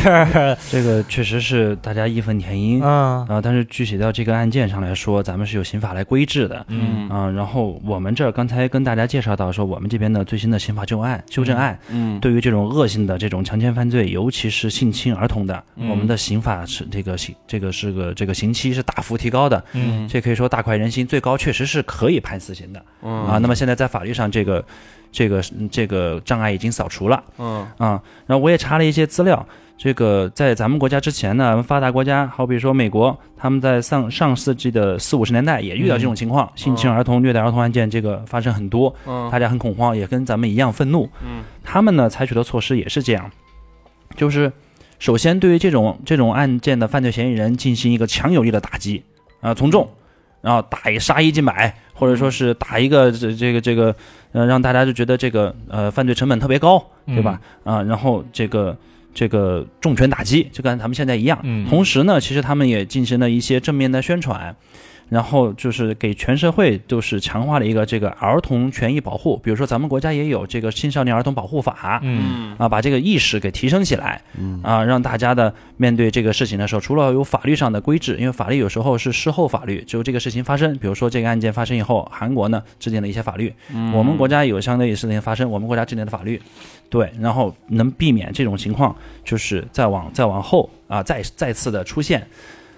Speaker 4: 这个确实是大家义愤填膺。
Speaker 2: 嗯
Speaker 4: 然后，但是具体到这个案件上来说，咱们是有刑法来规制的。
Speaker 2: 嗯
Speaker 4: 啊、然后我们这儿刚才跟大家介绍到说，我们这边的最新的刑法修案修正案，
Speaker 6: 嗯，
Speaker 4: 对于这种恶性的这种强奸犯罪，尤其是性侵儿童的，
Speaker 6: 嗯
Speaker 4: 我们的刑法是这个刑这个是个这个刑期是大幅提高的，
Speaker 2: 嗯
Speaker 4: 这可以说大快人心，最高确实是可以判死刑的、
Speaker 6: 嗯
Speaker 4: 啊。那么现在在法律上这个这个这个障碍已经扫除了。
Speaker 6: 嗯
Speaker 4: 啊、然后我也查了一些资料，这个在咱们国家之前呢，发达国家，好比说美国，他们在上上世纪的四五十年代也遇到这种情况，性侵儿童、虐待儿童案件这个发生很多，
Speaker 6: 嗯
Speaker 4: 大家很恐慌，也跟咱们一样愤怒。
Speaker 6: 嗯，
Speaker 4: 他们呢采取的措施也是这样，就是首先对于这种这种案件的犯罪嫌疑人进行一个强有力的打击啊、从重，然后打一杀一儆百，或者说是打一个这这个这个，呃，让大家就觉得这个呃犯罪成本特别高，对吧？啊、然后这个这个重拳打击，就跟咱们现在一样。
Speaker 2: 嗯
Speaker 4: 同时呢，其实他们也进行了一些正面的宣传，然后就是给全社会都是强化了一个这个儿童权益保护，比如说咱们国家也有这个青少年儿童保护法。
Speaker 2: 嗯
Speaker 4: 啊，把这个意识给提升起来，
Speaker 3: 嗯
Speaker 4: 啊，让大家的面对这个事情的时候，除了有法律上的规制，因为法律有时候是事后法律，只有这个事情发生，比如说这个案件发生以后，韩国呢制定了一些法律，我们国家有相对的事情发生，我们国家制定的法律，对，然后能避免这种情况，就是再往再往后啊，再再次的出现，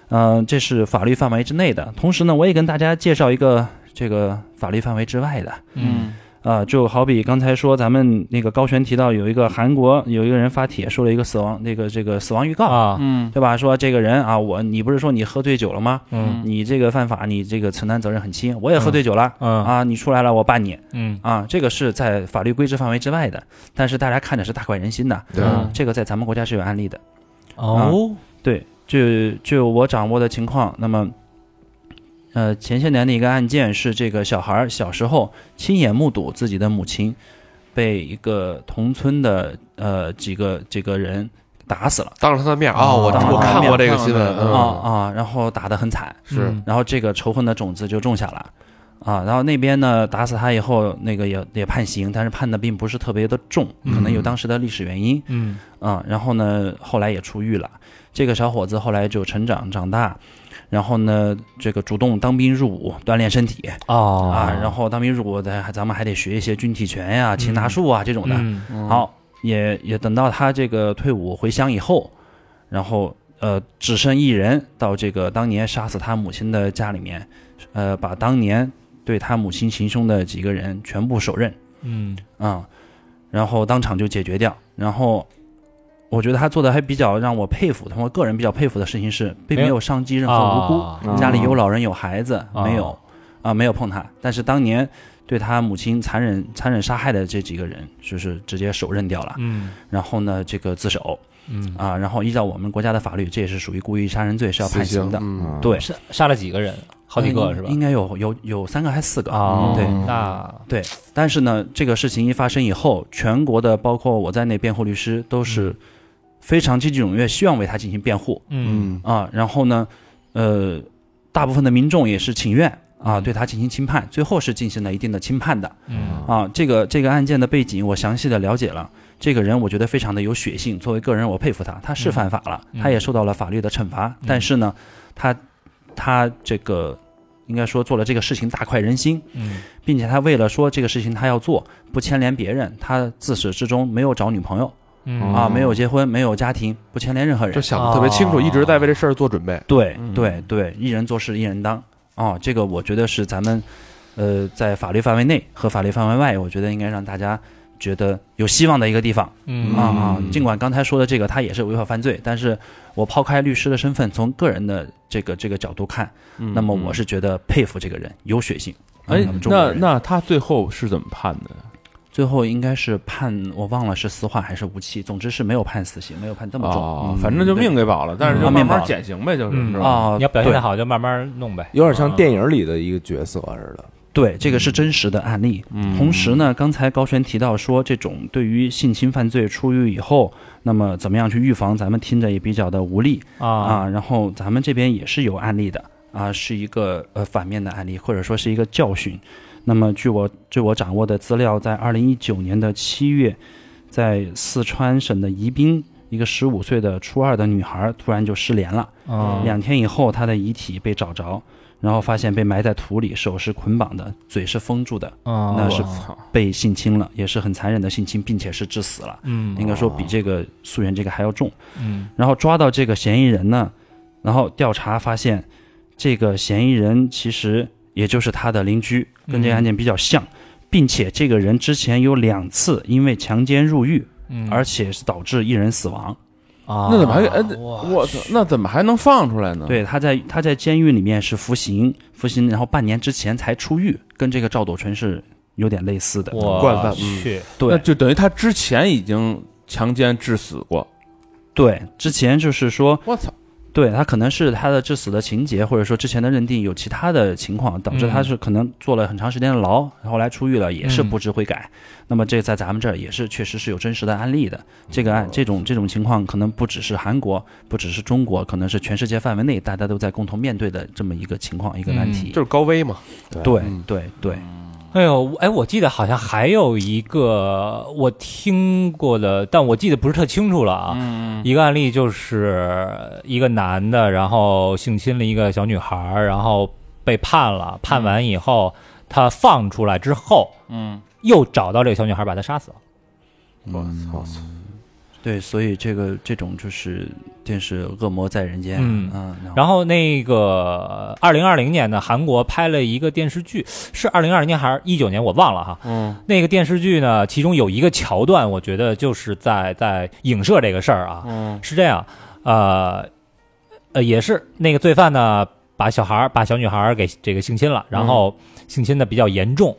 Speaker 4: 嗯、这是法律范围之内的。同时呢，我也跟大家介绍一个这个法律范围之外的，
Speaker 2: 嗯
Speaker 4: 啊，就好比刚才说咱们那个高璇提到有一个韩国有一个人发帖说了一个死亡那个这个死亡预告，
Speaker 2: 啊
Speaker 6: 嗯
Speaker 4: 对吧？说这个人啊，我你不是说你喝醉酒了吗？
Speaker 2: 嗯
Speaker 4: 你这个犯法，你这个承担责任很轻。我也喝醉酒了、
Speaker 2: 嗯
Speaker 4: 啊，你出来了，我办你
Speaker 2: 嗯
Speaker 4: 啊，这个是在法律规制范围之外的，但是大家看的是大快人心的，
Speaker 3: 对
Speaker 4: 啊这个在咱们国家是有案例的。
Speaker 2: 哦
Speaker 4: 对，就就我掌握的情况，那么，呃，前些年的一个案件是这个小孩儿小时候亲眼目睹自己的母亲被一个同村的呃几个几个人打死了
Speaker 3: 当着他的面啊，我
Speaker 4: 当着
Speaker 3: 我
Speaker 4: 他的
Speaker 3: 看
Speaker 4: 面
Speaker 3: 过这个新闻，
Speaker 4: 啊
Speaker 6: 嗯
Speaker 3: 嗯，
Speaker 4: 啊，然后打得很惨，
Speaker 3: 是
Speaker 2: 嗯
Speaker 4: 然后这个仇恨的种子就种下了。啊，然后那边呢，打死他以后，那个也也判刑，但是判的并不是特别的重，可能有当时的历史原因。
Speaker 2: 嗯
Speaker 4: 啊，然后呢，后来也出狱了。这个小伙子后来就成长长大，然后呢，这个主动当兵入伍，锻炼身体
Speaker 2: 哦
Speaker 4: 啊，然后当兵入伍的，咱们还得学一些军体拳呀、擒拿术啊这种的。
Speaker 2: 嗯
Speaker 4: 好，也也等到他这个退伍回乡以后，然后呃，只身一人到这个当年杀死他母亲的家里面，呃，把当年对他母亲行凶的几个人全部手刃
Speaker 2: 嗯
Speaker 4: 啊、然后当场就解决掉。然后我觉得他做的还比较让我佩服，我个人比较佩服的事情是，并没有伤及任何无辜，
Speaker 2: 啊
Speaker 5: 嗯
Speaker 4: 家里有老人有孩子，
Speaker 2: 啊
Speaker 4: 没有啊，没有碰他。但是当年对他母亲残忍残忍杀害的这几个人，就是直接手刃掉了。
Speaker 2: 嗯
Speaker 4: 然后呢，这个自首
Speaker 2: 嗯，
Speaker 4: 啊，然后依照我们国家的法律，这也是属于故意杀人罪，是要判刑的。
Speaker 3: 嗯，
Speaker 4: 对，
Speaker 2: 杀杀了几个人，好几个
Speaker 4: 嗯
Speaker 2: 是吧
Speaker 4: 应？该有有有三个还是四个
Speaker 2: 啊，
Speaker 4: 嗯对。
Speaker 2: 那
Speaker 4: 但是呢，这个事情一发生以后，全国的包括我在内辩护律师都是非常积极踊跃，希望为他进行辩护。
Speaker 2: 嗯
Speaker 4: 啊，然后呢，呃，大部分的民众也是请愿啊，
Speaker 2: 嗯
Speaker 4: 对他进行轻判，最后是进行了一定的轻判的
Speaker 2: 嗯
Speaker 4: 啊。这个这个案件的背景我详细的了解了，这个人我觉得非常的有血性，作为个人我佩服他，他是
Speaker 2: 嗯
Speaker 4: 犯法了，
Speaker 2: 嗯
Speaker 4: 他也受到了法律的惩罚，
Speaker 2: 嗯
Speaker 4: 但是呢，他他这个应该说做了这个事情大快人心，
Speaker 2: 嗯
Speaker 4: 并且他为了说这个事情他要做，不牵连别人，他自始至终没有找女朋友
Speaker 2: 嗯
Speaker 4: 啊，没有结婚，没有家庭，不牵连任何人
Speaker 3: 就。想的特别清楚，一直在为这事儿做准备。
Speaker 4: 对
Speaker 6: 嗯
Speaker 4: 对对，一人做事一人当哦，这个我觉得是咱们呃在法律范围内和法律范围外，我觉得应该让大家觉得有希望的一个地方
Speaker 2: 嗯
Speaker 4: 啊啊、
Speaker 3: 嗯
Speaker 4: 尽管刚才说的这个它也是违法犯罪，但是我抛开律师的身份，从个人的这个这个角度看，那么我是觉得佩服这个人有血性。嗯
Speaker 6: 哎
Speaker 4: 咱们，中国
Speaker 6: 那
Speaker 4: 人
Speaker 6: 那他最后是怎么判的？
Speaker 4: 最后应该是判我忘了是死缓还是无期，总之是没有判死刑，没有判这么重
Speaker 6: 哦
Speaker 4: 嗯，
Speaker 6: 反正就命给保了，但是就
Speaker 4: 啊
Speaker 6: 慢
Speaker 4: 命保
Speaker 6: 慢
Speaker 4: 了
Speaker 6: 减刑呗，就是
Speaker 2: 嗯
Speaker 6: 是吧？
Speaker 4: 啊、
Speaker 2: 你要表现
Speaker 4: 对
Speaker 2: 的好就慢慢弄呗，啊
Speaker 5: 有点像电影里的一个角色似的。
Speaker 4: 对，这个是真实的案例。同时呢，刚才高璇提到说，这种对于性侵犯罪出狱以后，那么怎么样去预防，咱们听着也比较的无力
Speaker 2: 啊
Speaker 4: 啊。然后咱们这边也是有案例的啊，是一个呃反面的案例，或者说是一个教训。那么据我据我掌握的资料，在二零一九年的七月，在四川省的宜宾，一个十五岁的初二的女孩突然就失联了。
Speaker 2: 啊
Speaker 4: 两天以后，他的遗体被找着，然后发现被埋在土里，手是捆绑的，嘴是封住的，
Speaker 2: 啊
Speaker 4: 那是
Speaker 6: 操，
Speaker 4: 被性侵了，也是很残忍的性侵，并且是致死了。
Speaker 2: 嗯
Speaker 4: 应该说比这个溯源这个还要重。
Speaker 2: 嗯
Speaker 4: 然后抓到这个嫌疑人呢，然后调查发现，这个嫌疑人其实也就是他的邻居，跟
Speaker 2: 嗯
Speaker 4: 这个案件比较像，并且这个人之前有两次因为强奸入狱，
Speaker 2: 嗯
Speaker 4: 而且是导致一人死亡。
Speaker 2: 啊
Speaker 6: 那怎么还哎
Speaker 2: 哇
Speaker 6: 我操，那怎么还能放出来呢？，
Speaker 4: 对，他在他在监狱里面是服刑，服刑，然后半年之前才出狱，跟这个赵斗淳是有点类似的。
Speaker 2: 我
Speaker 3: 惯犯嗯
Speaker 2: 去
Speaker 6: 那
Speaker 4: 对
Speaker 6: 就等于他之前已经强奸致死过。
Speaker 4: 对，之前就是说，
Speaker 6: 我操，
Speaker 4: 对他可能是他的致死的情节，或者说之前的认定有其他的情况，导致他
Speaker 2: 嗯
Speaker 4: 是可能坐了很长时间的牢，后来出狱了，也是
Speaker 2: 嗯
Speaker 4: 不知悔改。那么这在咱们这儿也是确实是有真实的案例的。这个案这种这种情况可能不只是韩国，不只是中国，可能是全世界范围内大家都在共同面对的这么一个情况一个难
Speaker 2: 嗯
Speaker 4: 题。
Speaker 3: 就是高危嘛，
Speaker 4: 对
Speaker 3: 嗯
Speaker 4: 对对，
Speaker 2: 哎呦，哎，我记得好像还有一个我听过的，但我记得不是特清楚了啊。
Speaker 6: 嗯，
Speaker 2: 一个案例就是一个男的，然后性侵了一个小女孩儿，然后被判了，判完以后、他放出来之后，
Speaker 6: 嗯，
Speaker 2: 又找到这个小女孩，把她杀死了。
Speaker 3: 我操，
Speaker 4: 对，所以这个这种就是电视恶魔在人间，
Speaker 2: 嗯
Speaker 4: 然后
Speaker 2: 然后那个二零二零年呢，韩国拍了一个电视剧，是二零二零年还是一九年，我忘了哈。
Speaker 6: 嗯，
Speaker 2: 那个电视剧呢，其中有一个桥段，我觉得就是在在影射这个事儿啊。
Speaker 6: 嗯，
Speaker 2: 是这样，呃，呃，也是那个罪犯呢，把小孩儿把小女孩儿给这个性侵了，然
Speaker 6: 嗯
Speaker 2: 后性侵的比较严重，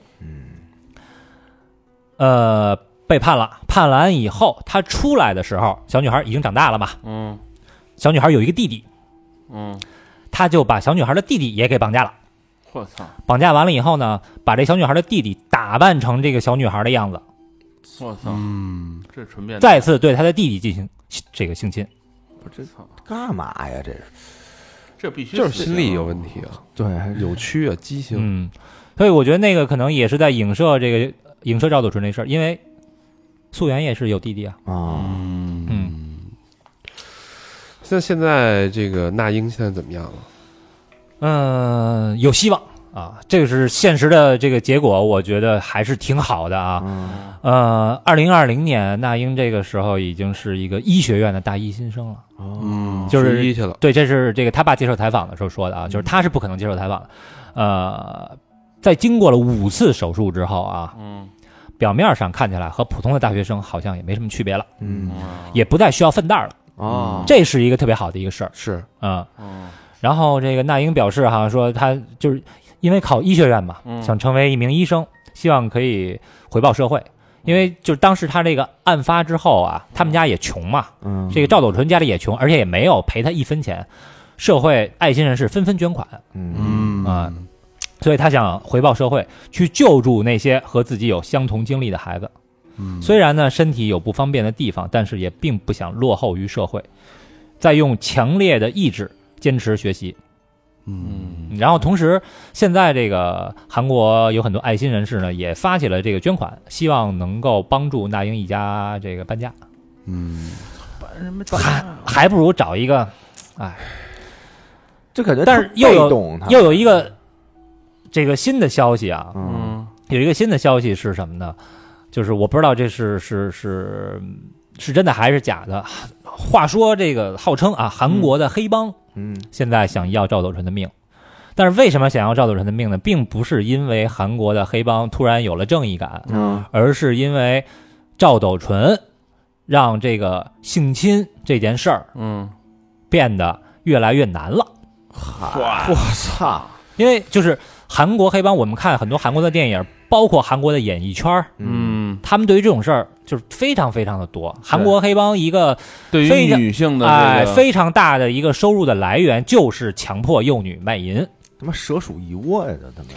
Speaker 2: 嗯，呃，被判了，判完以后，他出来的时候，小女孩已经长大了嘛，
Speaker 6: 嗯，
Speaker 2: 小女孩有一个弟弟，
Speaker 6: 嗯，
Speaker 2: 他就把小女孩的弟弟也给绑架了。
Speaker 6: 我操，
Speaker 2: 绑架完了以后呢，把这小女孩的弟弟打扮成这个小女孩的样子，
Speaker 6: 我操，
Speaker 3: 嗯，
Speaker 6: 这纯变态
Speaker 2: 再次对他的弟弟进行这个性侵。
Speaker 6: 我这操，
Speaker 5: 干嘛呀？这是
Speaker 6: 这必须
Speaker 3: 就是
Speaker 6: 死
Speaker 3: 心
Speaker 6: 刑
Speaker 3: 理
Speaker 6: 啊
Speaker 3: 有问题啊，
Speaker 5: 对，
Speaker 3: 扭曲啊，畸形，
Speaker 2: 嗯，所以我觉得那个可能也是在影射这个影射赵斗淳这事儿，因为素媛也是有弟弟啊。
Speaker 5: 啊，
Speaker 2: 嗯，
Speaker 3: 那现在这个那英现在怎么样了？
Speaker 2: 嗯、有希望啊，这个是现实的这个结果，我觉得还是挺好的啊。
Speaker 5: 嗯
Speaker 2: 呃，二零二零年那英这个时候已经是一个医学院的大一新生了。
Speaker 5: 哦
Speaker 3: 嗯
Speaker 2: 哦就是
Speaker 3: 十一去了，
Speaker 6: 嗯
Speaker 2: 对，这是这个他爸接受采访的时候说的啊，就是他是不可能接受采访的，呃，在经过了五次手术之后啊，
Speaker 6: 嗯
Speaker 2: 表面上看起来和普通的大学生好像也没什么区别了，
Speaker 5: 嗯
Speaker 6: 啊
Speaker 5: 哦
Speaker 2: 也不再需要粪袋了，
Speaker 3: 啊，
Speaker 2: 这是一个特别好的一个事儿
Speaker 3: 是
Speaker 2: 啊、
Speaker 6: 嗯
Speaker 2: 然后这个那英表示哈，说他就是因为考医学院嘛，
Speaker 6: 嗯
Speaker 2: 想成为一名医生，希望可以回报社会。因
Speaker 6: 嗯
Speaker 2: 为就是当时他这个案发之后啊，他们家也穷嘛，
Speaker 5: 嗯，
Speaker 2: 这个赵斗淳家里也穷，而且也没有赔他一分钱，社会爱心人士纷纷捐款，
Speaker 5: 嗯
Speaker 3: 嗯
Speaker 2: 啊，所以他想回报社会，去救助那些和自己有相同经历的孩子。
Speaker 3: 嗯
Speaker 2: 虽然呢身体有不方便的地方，但是也并不想落后于社会，再用强烈的意志坚持学习。
Speaker 6: 嗯
Speaker 2: 然后同时，现在这个韩国有很多爱心人士呢，也发起了这个捐款，希望能够帮助那英一家这个搬家。
Speaker 3: 嗯，
Speaker 2: 还还不如找一个，哎，
Speaker 5: 就感觉
Speaker 2: 但是
Speaker 5: 特
Speaker 2: 又有
Speaker 5: 被动他
Speaker 2: 又有一个这个新的消息啊，
Speaker 5: 嗯
Speaker 6: 嗯
Speaker 2: 有一个新的消息是什么呢？就是我不知道这是是是是真的还是假的。话说这个号称啊，韩国的黑帮
Speaker 5: 嗯
Speaker 2: 现在想要赵斗淳的命，但是为什么想要赵斗淳的命呢？并不是因为韩国的黑帮突然有了正义感，
Speaker 6: 啊
Speaker 5: 嗯
Speaker 2: 而是因为赵斗淳让这个性侵这件事儿
Speaker 6: 嗯，
Speaker 2: 变得越来越难了。
Speaker 6: 哇
Speaker 5: 我操，
Speaker 2: 因为就是韩国黑帮，我们看很多韩国的电影，包括韩国的演艺圈儿，
Speaker 6: 嗯，
Speaker 2: 他们对于这种事儿就是非常非常的多。韩国黑帮一个
Speaker 6: 嗯对
Speaker 2: 非
Speaker 6: 于
Speaker 2: 常
Speaker 6: 女性的
Speaker 2: 哎
Speaker 6: 这个
Speaker 2: 非常大的一个收入的来源就是强迫幼女卖淫，
Speaker 5: 他妈蛇鼠一窝呀，这他妈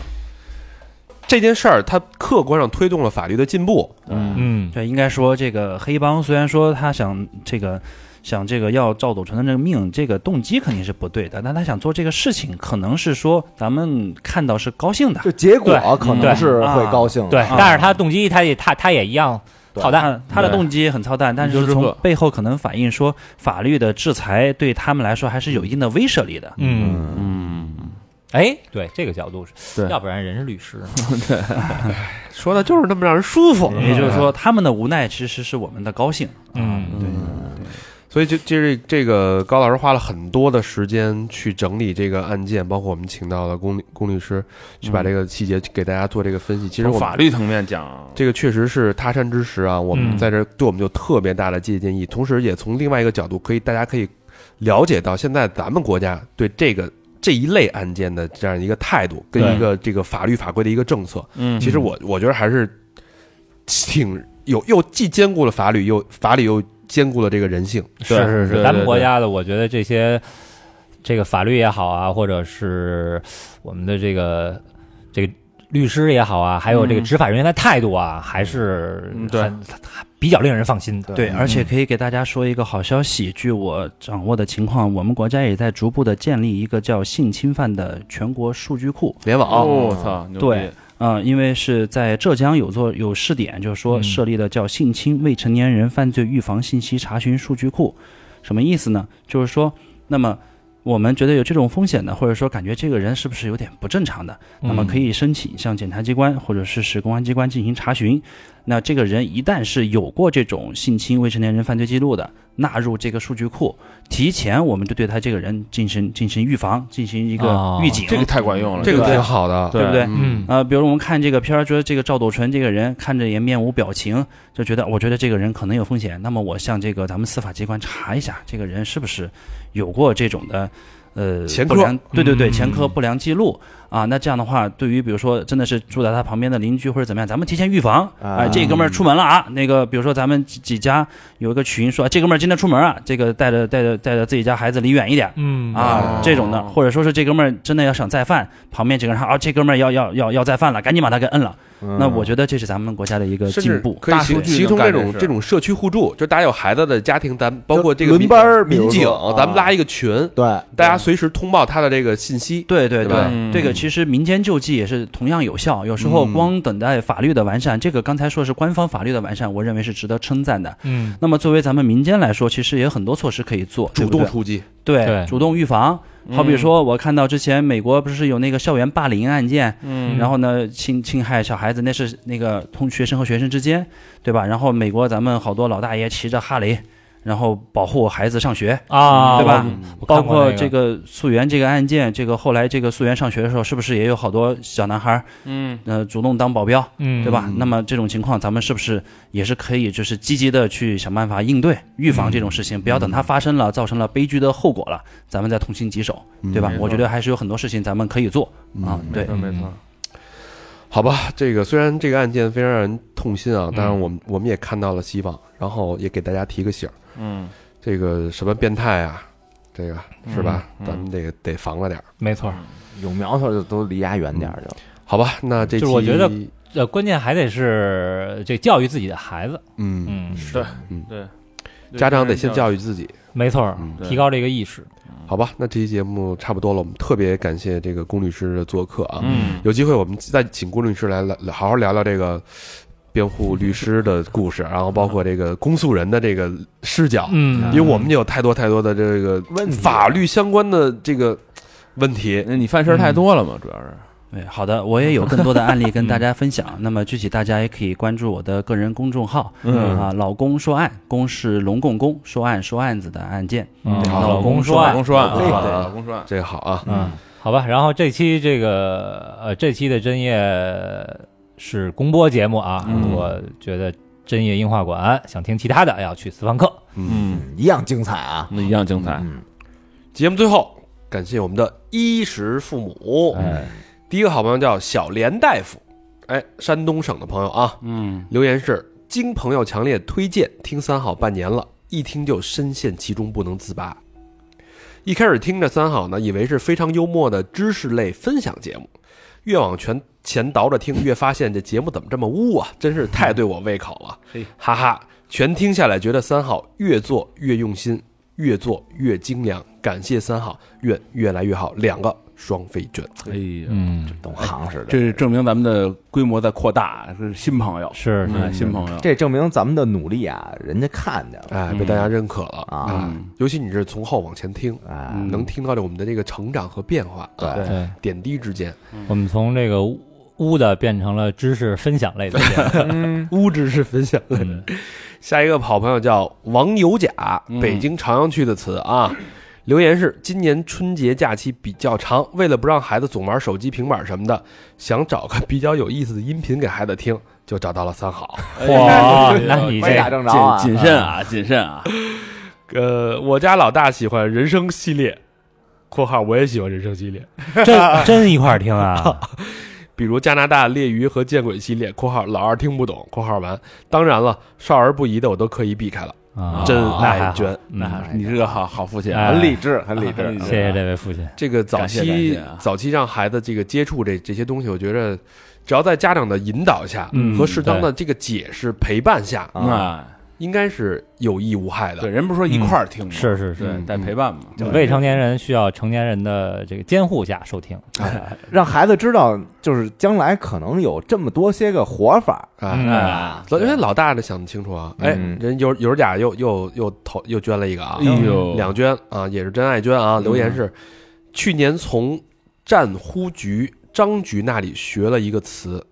Speaker 3: 这件事儿它客观上推动了法律的进步，
Speaker 6: 嗯
Speaker 2: 嗯，
Speaker 4: 对，应该说这个黑帮虽然说他想这个想这个要赵斗淳的这个命，这个动机肯定是不对的，但他想做这个事情，可能是说咱们看到是高兴的，
Speaker 5: 就结果
Speaker 2: 对
Speaker 5: 可
Speaker 2: 对
Speaker 5: 能是会
Speaker 4: 啊
Speaker 5: 高兴的，
Speaker 2: 对
Speaker 4: 啊。
Speaker 2: 但是他动机，他也他他也一样
Speaker 5: 对
Speaker 2: 操蛋，
Speaker 4: 他他的动机很操蛋，但
Speaker 6: 你就是知
Speaker 4: 从
Speaker 6: 道
Speaker 4: 背后可能反映说法律的制裁对他们来说还是有一定的威慑力的。
Speaker 2: 嗯，
Speaker 6: 嗯，
Speaker 2: 哎，对这个角度是，
Speaker 6: 对啊
Speaker 2: 要不然人是律 师呢，
Speaker 3: 说的就是那么让人舒服。
Speaker 4: 也就是说，他们的无奈其实是我们的高兴。
Speaker 2: 嗯，
Speaker 3: 所以就就是这个高老师花了很多的时间去整理这个案件，包括我们请到了龚律龚律师去把这个细节给大家做这个分析。其实我们
Speaker 6: 从法律层面讲，
Speaker 3: 这个确实是他山之石啊，我
Speaker 2: 嗯
Speaker 3: 们在这儿对我们就特别大的借鉴意义，同时也从另外一个角度可以大家可以了解到现在咱们国家对这个这一类案件的这样一个态度跟一个这个法律法规的一个政策。
Speaker 6: 嗯
Speaker 3: 其实我我觉得还是挺有又既兼顾了法律，又法律又兼顾了这个人性。
Speaker 2: 是
Speaker 6: 对
Speaker 2: 是是，
Speaker 6: 对
Speaker 2: 咱们
Speaker 6: 对
Speaker 2: 国
Speaker 6: 对
Speaker 2: 家的，我觉得这些这个法律也好啊，或者是我们的这个这个律师也好啊，还有这个
Speaker 6: 嗯
Speaker 2: 执法人员的态度啊，还是
Speaker 6: 嗯对
Speaker 2: 很比较令人放心的。
Speaker 4: 对，而且可以给大家说一个好消息，据我掌握的情况，我们国家也在逐步的建立一个叫性侵犯的全国数据库。
Speaker 3: 联网、
Speaker 6: 哦，我操，牛逼
Speaker 4: 对，嗯，因为是在浙江有做有试点，就是说
Speaker 2: 嗯
Speaker 4: 设立的叫性侵未成年人犯罪预防信息查询数据库，什么意思呢？就是说，那么我们觉得有这种风险的，或者说感觉这个人是不是有点不正常的，那么
Speaker 2: 嗯
Speaker 4: 可以申请向检察机关或者是市公安机关进行查询。那这个人一旦是有过这种性侵未成年人犯罪记录的，纳入这个数据库，提前我们就对他这个人进行进行预防，进行一
Speaker 2: 哦
Speaker 4: 个预警。
Speaker 6: 这个太管用了，
Speaker 3: 这个
Speaker 4: 对
Speaker 3: 挺好的，
Speaker 4: 对不对
Speaker 2: 嗯
Speaker 4: 呃，比如我们看这个片儿，觉得这个赵斗淳这个人看着也面无表情，就觉得我觉得这个人可能有风险。那么我向这个咱们司法机关查一下，这个人是不是有过这种的呃
Speaker 3: 前
Speaker 4: 不
Speaker 3: 科
Speaker 4: 良对对对，
Speaker 2: 嗯
Speaker 4: 前科不良记录啊。那这样的话，对于比如说真的是住在他旁边的邻居或者怎么样，咱们提前预防。
Speaker 5: 啊
Speaker 4: 哎、这哥们儿出门了啊，那个比如说咱们几几家有一个群说，啊这哥们儿今天出门啊，这个带着带着带着自己家孩子离远一点。
Speaker 2: 嗯
Speaker 4: 啊
Speaker 6: 哦，
Speaker 4: 这种的，或者说是这哥们儿真的要想再犯，旁边几个人喊啊，这哥们儿要要要要再犯了，赶紧把他给摁了。
Speaker 5: 嗯
Speaker 4: 那我觉得这是咱们国家的一个
Speaker 3: 甚至
Speaker 4: 进步。
Speaker 3: 嗯可以
Speaker 6: 大数
Speaker 3: 形
Speaker 6: 据
Speaker 3: 形成这
Speaker 6: 能干这
Speaker 3: 种
Speaker 6: 事
Speaker 3: 这种社区互助，就大家有孩子的家庭，咱们包括这个
Speaker 5: 轮
Speaker 3: 民
Speaker 5: 班儿比如
Speaker 3: 民警
Speaker 5: 说，
Speaker 3: 咱们
Speaker 5: 啊
Speaker 3: 拉一个群，
Speaker 5: 对
Speaker 3: 大家随时通报他的这个信息。
Speaker 4: 对对
Speaker 3: 对吧
Speaker 6: 嗯
Speaker 4: 这个其实民间救济也是同样有效。有时候
Speaker 3: 嗯
Speaker 4: 光等待法律的完善，这个刚才说是官方法律的完善，我认为是值得称赞的。
Speaker 2: 嗯
Speaker 4: 那么作为咱们民间来说，其实也有很多措施可以做，对
Speaker 3: 主
Speaker 4: 不对
Speaker 3: 动出击，
Speaker 4: 对
Speaker 2: 对嗯
Speaker 4: 主动预防。好比说，我看到之前美国不是有那个校园霸凌案件，
Speaker 6: 嗯
Speaker 4: 然后呢，侵侵害小孩子，那是那个同学生和学生之间，对吧？然后美国咱们好多老大爷骑着哈雷，然后保护我孩子上学，
Speaker 2: 啊，
Speaker 4: 嗯对吧
Speaker 2: 我？
Speaker 4: 包
Speaker 2: 看过
Speaker 4: 括
Speaker 2: 那个
Speaker 4: 这个溯源这个案件，这个后来这个溯源上学的时候，是不是也有好多小男孩儿，
Speaker 6: 嗯，
Speaker 4: 呃，主动当保镖，
Speaker 2: 嗯，
Speaker 4: 对吧？那么这种情况，咱们是不是也是可以就是积极的去想办法应对、预防这种事
Speaker 2: 嗯
Speaker 4: 情，不要等它发生了，造成了悲剧的后果了，咱们再痛心疾首，对吧
Speaker 2: 嗯
Speaker 6: 没？错
Speaker 4: 我觉得还是有很多事情咱们可以做啊，对
Speaker 6: 没错，没错，
Speaker 3: 好吧，这个虽然这个案件非常让人痛心啊，当然
Speaker 2: 嗯
Speaker 3: 我们我们也看到了希望，然后也给大家提个醒儿，
Speaker 6: 嗯，
Speaker 3: 这个什么变态啊，这个是吧？
Speaker 6: 嗯嗯
Speaker 3: 咱们得得防着点儿，
Speaker 2: 没错，
Speaker 5: 有苗头就都离家远点儿就。
Speaker 3: 好吧？那这期
Speaker 2: 就是我觉得呃，关键还得是这教育自己的孩子，
Speaker 3: 嗯，
Speaker 2: 嗯，
Speaker 6: 对，
Speaker 3: 嗯
Speaker 6: 对，
Speaker 3: 家长得先
Speaker 6: 育，
Speaker 3: 教育自己，
Speaker 2: 没错儿，
Speaker 3: 嗯
Speaker 6: 对
Speaker 2: 提高这个意识，
Speaker 3: 好吧？那这期节目差不多了，我们特别感谢这个龚律师的做客啊，
Speaker 6: 嗯，
Speaker 3: 有机会我们再请龚律师来来来好好聊聊这个辩护律师的故事，然后包括这个公诉人的这个视角，
Speaker 2: 嗯，
Speaker 3: 因为我们有太多太多的这个
Speaker 5: 问题
Speaker 3: 法律相关的这个问题。
Speaker 6: 那你犯事儿太多了嘛，主要是，
Speaker 4: 对，好的，我也有更多的案例跟大家分 享。嗯那么具体大家也可以关注我的个人公众号，
Speaker 6: 嗯
Speaker 4: 啊，老公说案，公是龙共公，说案说案子的案件。
Speaker 2: 嗯
Speaker 4: 对
Speaker 2: 好
Speaker 4: 老公
Speaker 2: 说
Speaker 6: 老
Speaker 2: 案
Speaker 6: 公说案，
Speaker 3: 对
Speaker 6: 啊
Speaker 3: 对
Speaker 6: 老公说案，
Speaker 3: 这个好啊，
Speaker 2: 嗯，好吧。然后这期这个呃，这期的真夜是公播节目啊，
Speaker 6: 嗯
Speaker 2: 我觉得真夜映画馆想听其他的，要去私房课。
Speaker 6: 嗯，
Speaker 5: 嗯一样精彩啊！
Speaker 6: 那一样精彩，
Speaker 5: 嗯，
Speaker 3: 节目最后感谢我们的衣食父母，第一个好朋友叫小连大夫，哎，山东省的朋友啊，
Speaker 6: 嗯，
Speaker 3: 留言是经朋友强烈推荐听三好半年了，一听就深陷其中不能自拔。一开始听着三好呢，以为是非常幽默的知识类分享节目，越往前前倒着听，越发现这节目怎么这么污啊！真是太对我胃口了，哈哈！全听下来，觉得三好越做越用心，越做越精良。感谢三好，愿越来越好，两个双飞卷。
Speaker 6: 哎呀，
Speaker 2: 嗯，
Speaker 5: 懂行似的。
Speaker 6: 这是证明咱们的规模在扩大，是新朋友，
Speaker 2: 是
Speaker 6: 嗯，新朋友，
Speaker 5: 这证明咱们的努力啊，人家看见了
Speaker 3: 哎，被大家认可了、
Speaker 5: 嗯
Speaker 3: 啊！尤其你是从后往前听，
Speaker 5: 哎，
Speaker 4: 嗯
Speaker 3: 能听到这我们的这个成长和变化，
Speaker 5: 对
Speaker 3: 啊，
Speaker 2: 对，
Speaker 3: 点滴之间，
Speaker 2: 我们从这个污污的变成了知识分享类的节目。
Speaker 3: 物质是分享的。
Speaker 2: 嗯
Speaker 3: 下一个好朋友叫王有甲，
Speaker 6: 嗯
Speaker 3: 北京朝阳区的词啊。留言是：今年春节假期比较长，为了不让孩子总玩手机、平板什么的，想找个比较有意思的音频给孩子听，就找到了三好。
Speaker 6: 哎
Speaker 2: 哇，那你
Speaker 5: 歪打
Speaker 2: 这
Speaker 5: 正着啊！
Speaker 6: 谨谨慎啊，谨慎啊，
Speaker 3: 呃，我家老大喜欢人生系列（括号我也喜欢人生系列
Speaker 6: 哎
Speaker 2: 真真一块儿听 啊？），
Speaker 3: 比如加拿大猎鱼和见鬼系列（括号老二听不懂，括号完）。当然了，少儿不宜的我都刻意避开了。
Speaker 2: 啊，
Speaker 3: 真
Speaker 2: 那还
Speaker 3: 爱
Speaker 2: 好
Speaker 3: 娟，
Speaker 2: 嗯哎
Speaker 6: 那你是个好好父亲啊，
Speaker 5: 很理智，很啊理
Speaker 6: 很理
Speaker 5: 智
Speaker 6: 智。
Speaker 2: 谢谢这位父亲。
Speaker 3: 这个早
Speaker 6: 感谢感
Speaker 3: 期
Speaker 6: 谢啊
Speaker 3: 早期让孩子这个接触这这些东西，我觉着只要在家长的引导下、
Speaker 6: 嗯
Speaker 3: 和适当的这个解释陪伴下，
Speaker 2: 嗯
Speaker 5: 啊，
Speaker 6: 啊，
Speaker 3: 应该是有益无害
Speaker 6: 对，
Speaker 3: 的。
Speaker 6: 人不是说一块儿听吗？
Speaker 2: 是嗯是是，
Speaker 6: 嗯对，带陪伴嘛，
Speaker 2: 未成年人需要成年人的这个监护下收听。
Speaker 5: 让孩子知道，就是将来可能有这么多些个活法。
Speaker 3: 哎，
Speaker 2: 嗯
Speaker 6: 啊，
Speaker 3: 老因为老大的想得清楚啊，哎，
Speaker 5: 嗯
Speaker 3: 人有有甲又又又投又捐了一个啊
Speaker 6: 哎，呦，
Speaker 3: 两捐啊，也是真爱捐啊。留言是，去年从战呼局张局那里学了一个词，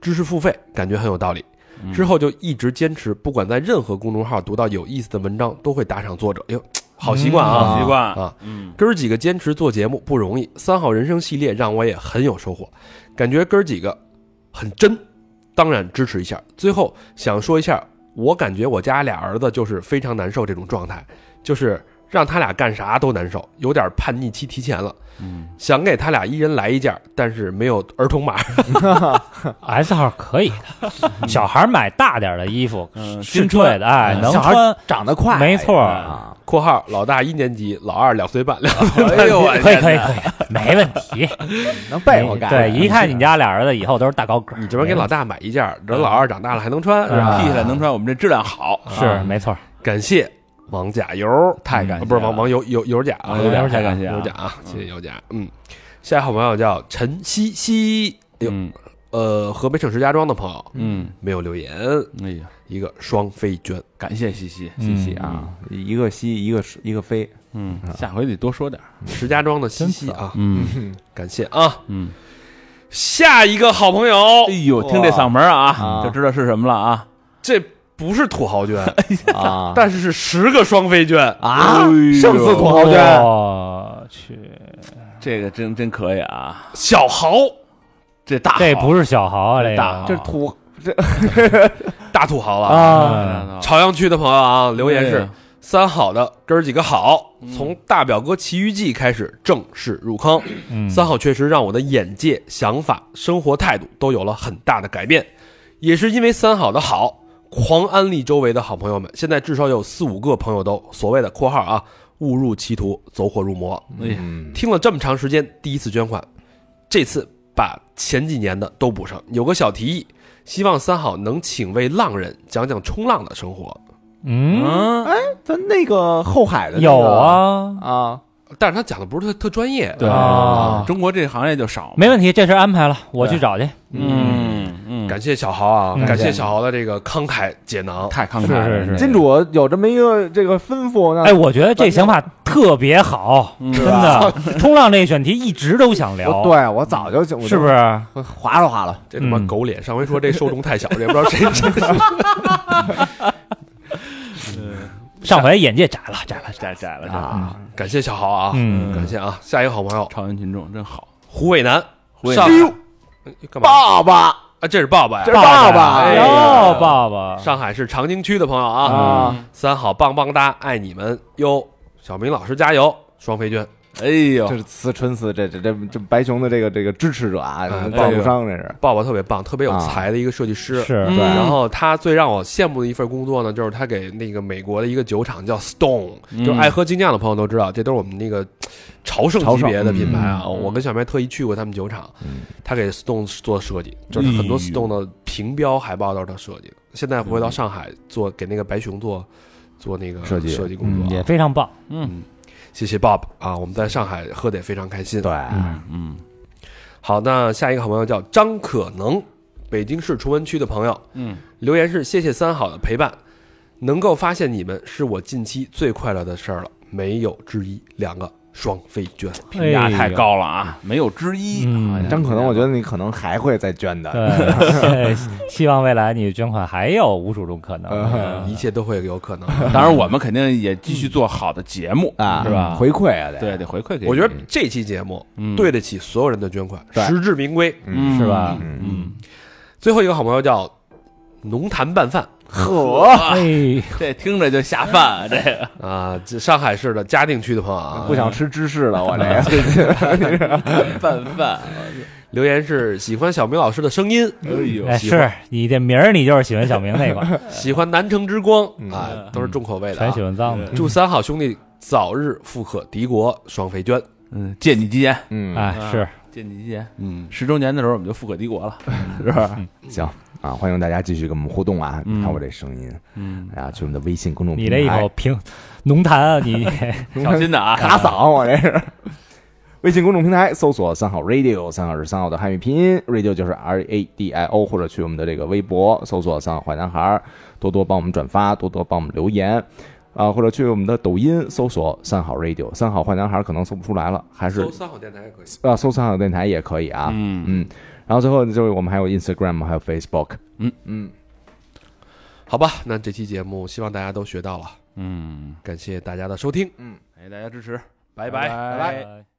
Speaker 3: 知识付费，感觉很有道理。
Speaker 6: 嗯
Speaker 3: 之后就一直坚持，不管在任何公众号读到有意思的文章，都会打赏作者。哎呦，好习惯啊！
Speaker 6: 好习惯
Speaker 3: 啊，
Speaker 6: 嗯，
Speaker 3: 哥儿几个坚持做节目不容易，三好人生系列让我也很有收获，感觉哥儿几个很真，当然支持一下。最后想说一下，我感觉我家俩儿子就是非常难受这种状态，就是让他俩干啥都难受，有点叛逆期提前了。
Speaker 6: 嗯，
Speaker 3: 想给他俩一人来一件，但是没有儿童码，
Speaker 2: S 号可以的，小孩买大点儿的衣服，
Speaker 6: 嗯
Speaker 2: 是
Speaker 6: 新
Speaker 2: 对的，哎，能
Speaker 5: 小孩
Speaker 2: 穿
Speaker 5: 长得快，
Speaker 2: 没错
Speaker 5: 啊，
Speaker 3: 括号老大一年级，老二两岁半，两
Speaker 6: 哎呦，我
Speaker 2: 可以可以可以，没问题。
Speaker 5: 能被我干。
Speaker 2: 哎对，一看你家俩儿子以后都是大高个儿，
Speaker 3: 你这边给老大买一件，等老二长大了还能穿，是吧？
Speaker 2: 啊
Speaker 6: 剃起来能穿，我们这质量好，
Speaker 2: 是没错儿，
Speaker 3: 感谢王甲油，
Speaker 6: 太感
Speaker 3: 啊
Speaker 6: 谢了
Speaker 3: 不是王王油油油甲啊，
Speaker 6: 啊有
Speaker 2: 油
Speaker 6: 点
Speaker 2: 甲
Speaker 6: 太感谢啊
Speaker 3: 油甲，啊，谢谢油甲。嗯，下一个好朋友叫陈西西，哎呦，
Speaker 6: 嗯
Speaker 3: 呃，河北省石家庄的朋友
Speaker 6: 嗯，
Speaker 3: 没有留言，
Speaker 6: 哎呀，
Speaker 3: 一个双飞娟，
Speaker 6: 感谢西西，
Speaker 2: 嗯
Speaker 5: 西啊，一个西，一个一个 飞，
Speaker 6: 嗯，下回得多说点儿，
Speaker 5: 哦
Speaker 3: 石家庄的西西啊，
Speaker 6: 嗯
Speaker 3: 感谢啊。
Speaker 6: 嗯，
Speaker 3: 下一个好朋友
Speaker 6: 哎，呦，听这嗓门儿啊，
Speaker 5: 啊
Speaker 6: 就知道是什么了啊，
Speaker 3: 这不是土豪 券，
Speaker 5: 啊，
Speaker 3: 但是是十个双飞券
Speaker 5: 啊，胜似土豪圈，
Speaker 2: 哦我去，
Speaker 3: 这个真真可以啊！小豪，这大
Speaker 2: 这
Speaker 3: 豪
Speaker 2: 不是小豪啊，这
Speaker 3: 大
Speaker 2: 个
Speaker 5: 这是土
Speaker 6: 啊
Speaker 3: 大土豪了
Speaker 2: 嗯
Speaker 5: 啊！
Speaker 4: 嗯
Speaker 3: 朝阳区的朋友啊，留言是
Speaker 6: 对
Speaker 3: 三好的哥儿几个好，从《大表哥奇遇记》开始正式入坑。
Speaker 2: 嗯
Speaker 3: 三好确实让我的眼界、想法、生活态度都有了很大的改变，也是因为三好的好，狂安利周围的好朋友们。现在至少有四五个朋友都所谓的（括号啊）误入歧途，走火入魔。
Speaker 5: 嗯，
Speaker 3: 听了这么长时间，第一次捐款，这次把前几年的都补上。有个小提议，希望三好能请位浪人讲讲冲浪的生活。
Speaker 2: 嗯，
Speaker 3: 嗯，
Speaker 5: 咱那个后海的那个
Speaker 2: 有啊，
Speaker 5: 啊，
Speaker 3: 但是他讲的不是特特专业，
Speaker 2: 对
Speaker 3: 啊
Speaker 2: 啊
Speaker 3: 中国这行业就少。
Speaker 2: 没问题，这事儿安排了，我去找去。
Speaker 3: 嗯嗯，感谢小豪啊，
Speaker 2: 嗯
Speaker 3: 感谢小豪的这个慷慨解囊。
Speaker 6: 太慷
Speaker 2: 是
Speaker 6: 慨了，
Speaker 2: 是是
Speaker 5: 金主有这么一个这个吩咐，那
Speaker 2: 哎，我觉得这想法特别好，真的。冲浪这个选题一直都想
Speaker 5: 我，
Speaker 2: 聊，
Speaker 5: 对我早就
Speaker 2: 是不
Speaker 5: 是
Speaker 2: 是？
Speaker 5: 划了划了？
Speaker 3: 这他妈
Speaker 2: 嗯
Speaker 3: 狗脸！上回说这受众太小，也不知道谁真是。
Speaker 2: 上回眼界窄了，窄了，窄了。
Speaker 7: 窄了
Speaker 5: 啊，
Speaker 3: 感谢小豪啊，
Speaker 2: 嗯
Speaker 3: 感谢啊。下一个好朋友
Speaker 6: 朝阳群众真好，
Speaker 3: 胡伟南，
Speaker 6: 胡伟
Speaker 3: 上
Speaker 6: 南
Speaker 3: 海干嘛
Speaker 5: 爸爸，
Speaker 3: 啊？这是爸爸
Speaker 5: 这
Speaker 3: 呀
Speaker 5: 是！爸
Speaker 2: 哎
Speaker 5: 爸
Speaker 2: 呦
Speaker 3: 呀，
Speaker 2: 爸爸，
Speaker 3: 上海市长宁区的朋友啊，
Speaker 5: 啊，
Speaker 3: 三好棒棒哒，爱你们哟！小明老师加油，双飞娟。
Speaker 6: 哎呦
Speaker 5: 这，是词春词，这这这这白熊的这个这个支持者啊，
Speaker 3: 哎
Speaker 5: 赞助商这是
Speaker 3: 爸爸特别棒，特别有才的一个设计师。
Speaker 2: 是
Speaker 5: 对
Speaker 3: 然
Speaker 6: 嗯
Speaker 3: 后他最让我羡慕的一份工作呢，就是他给那个美国的一个酒厂叫 Stone，、
Speaker 6: 嗯
Speaker 3: 就是爱喝精酿的朋友都知道，这都是我们那个朝圣
Speaker 5: 朝
Speaker 3: 级
Speaker 5: 圣
Speaker 3: 别的品牌啊。
Speaker 6: 嗯嗯
Speaker 3: 我跟小白特意去过他们酒厂，
Speaker 5: 嗯哎
Speaker 3: 他给 Stone 做设计，就是很多 Stone 的屏标、海报都是他设计的。现在回到上海做给那个白熊做做那个
Speaker 5: 嗯设计
Speaker 3: 设计工
Speaker 2: 嗯，
Speaker 3: 作
Speaker 2: 也
Speaker 3: 啊，
Speaker 2: 非常棒。
Speaker 6: 嗯
Speaker 3: 谢谢 Bob 啊，我们在上海喝得也非常开心。
Speaker 5: 对，
Speaker 6: 嗯，
Speaker 3: 好，那下一个好朋友叫张可能，北京市崇文区的朋友，
Speaker 6: 嗯，
Speaker 3: 留言是谢谢三好的陪伴，能够发现你们是我近期最快乐的事儿了，没有之一，两个双飞卷，
Speaker 6: 评价
Speaker 2: 哎
Speaker 6: 太
Speaker 2: 呦。
Speaker 6: 高了啊，没有之一。
Speaker 2: 嗯
Speaker 6: 哎呀
Speaker 5: 张可能我觉得你可能还会再捐 的，啊
Speaker 2: 对， 希希望未来你捐款还有无数种可能。
Speaker 5: 嗯哎
Speaker 3: 一切都会有可能。
Speaker 6: 当然，我们肯定也继续做好的节目
Speaker 5: 啊，
Speaker 6: 是吧？
Speaker 5: 回馈啊，得
Speaker 6: 对，得回馈给你。
Speaker 3: 我觉得这期节目
Speaker 6: 嗯
Speaker 3: 对，得起所有人的捐款，
Speaker 5: 对
Speaker 3: 实至名归。
Speaker 6: 嗯
Speaker 2: 是吧
Speaker 6: 嗯，
Speaker 3: 最后一个好朋友叫浓痰拌饭
Speaker 5: 呵，
Speaker 2: 哎，
Speaker 6: 这听着就下饭啊，这个
Speaker 3: 啊，这上海市的嘉定区的朋友啊，
Speaker 5: 不想吃芝士了，我这个最近
Speaker 6: 拌饭。
Speaker 3: 留言是喜欢小明老师的声音，
Speaker 6: 哎呦，
Speaker 2: 哎，
Speaker 3: 喜
Speaker 2: 是
Speaker 3: 欢
Speaker 2: 你这名儿，你就是喜欢小明那个，
Speaker 3: 喜欢南城之光
Speaker 5: 嗯
Speaker 3: 啊，都是重口味的、
Speaker 2: 全
Speaker 3: 啊
Speaker 2: 喜。欢脏的。
Speaker 3: 祝三好兄弟早日富可敌国，双飞娟。
Speaker 6: 嗯，借你吉言，
Speaker 5: 嗯
Speaker 2: 哎，是
Speaker 6: 借你吉言。
Speaker 3: 嗯，
Speaker 6: 十周年的时候我们就富可敌国了，是吧？
Speaker 5: 行啊，欢迎大家继续跟我们互动啊！
Speaker 6: 嗯
Speaker 5: 你看我这声音，
Speaker 6: 嗯，
Speaker 5: 大家去我们的微信公众
Speaker 2: 你
Speaker 5: 平
Speaker 2: 这一口
Speaker 5: 台，
Speaker 2: 平浓痰啊，你
Speaker 6: 小心的啊，
Speaker 5: 卡嗓，我这是。微信公众平台搜索“三好 radio”，三好是三好的汉语拼音，radio 就是 R A D I O，或者去我们的这个微博搜索“三好坏男孩儿”，多多帮我们转发，多多帮我们留言，啊、或者去我们的抖音搜索“三好 radio”，三好坏男孩儿可能搜不出来了，还是
Speaker 3: 搜三好电台也可以。
Speaker 5: 啊，搜三好电台也可以啊。嗯然后最后就是我们还有 Instagram，还有 Facebook。
Speaker 3: 好吧，那这期节目希望大家都学到了，
Speaker 6: 嗯，
Speaker 3: 感谢大家的收听，
Speaker 6: 哎，大家支持，
Speaker 3: 拜拜
Speaker 6: 拜
Speaker 2: 拜。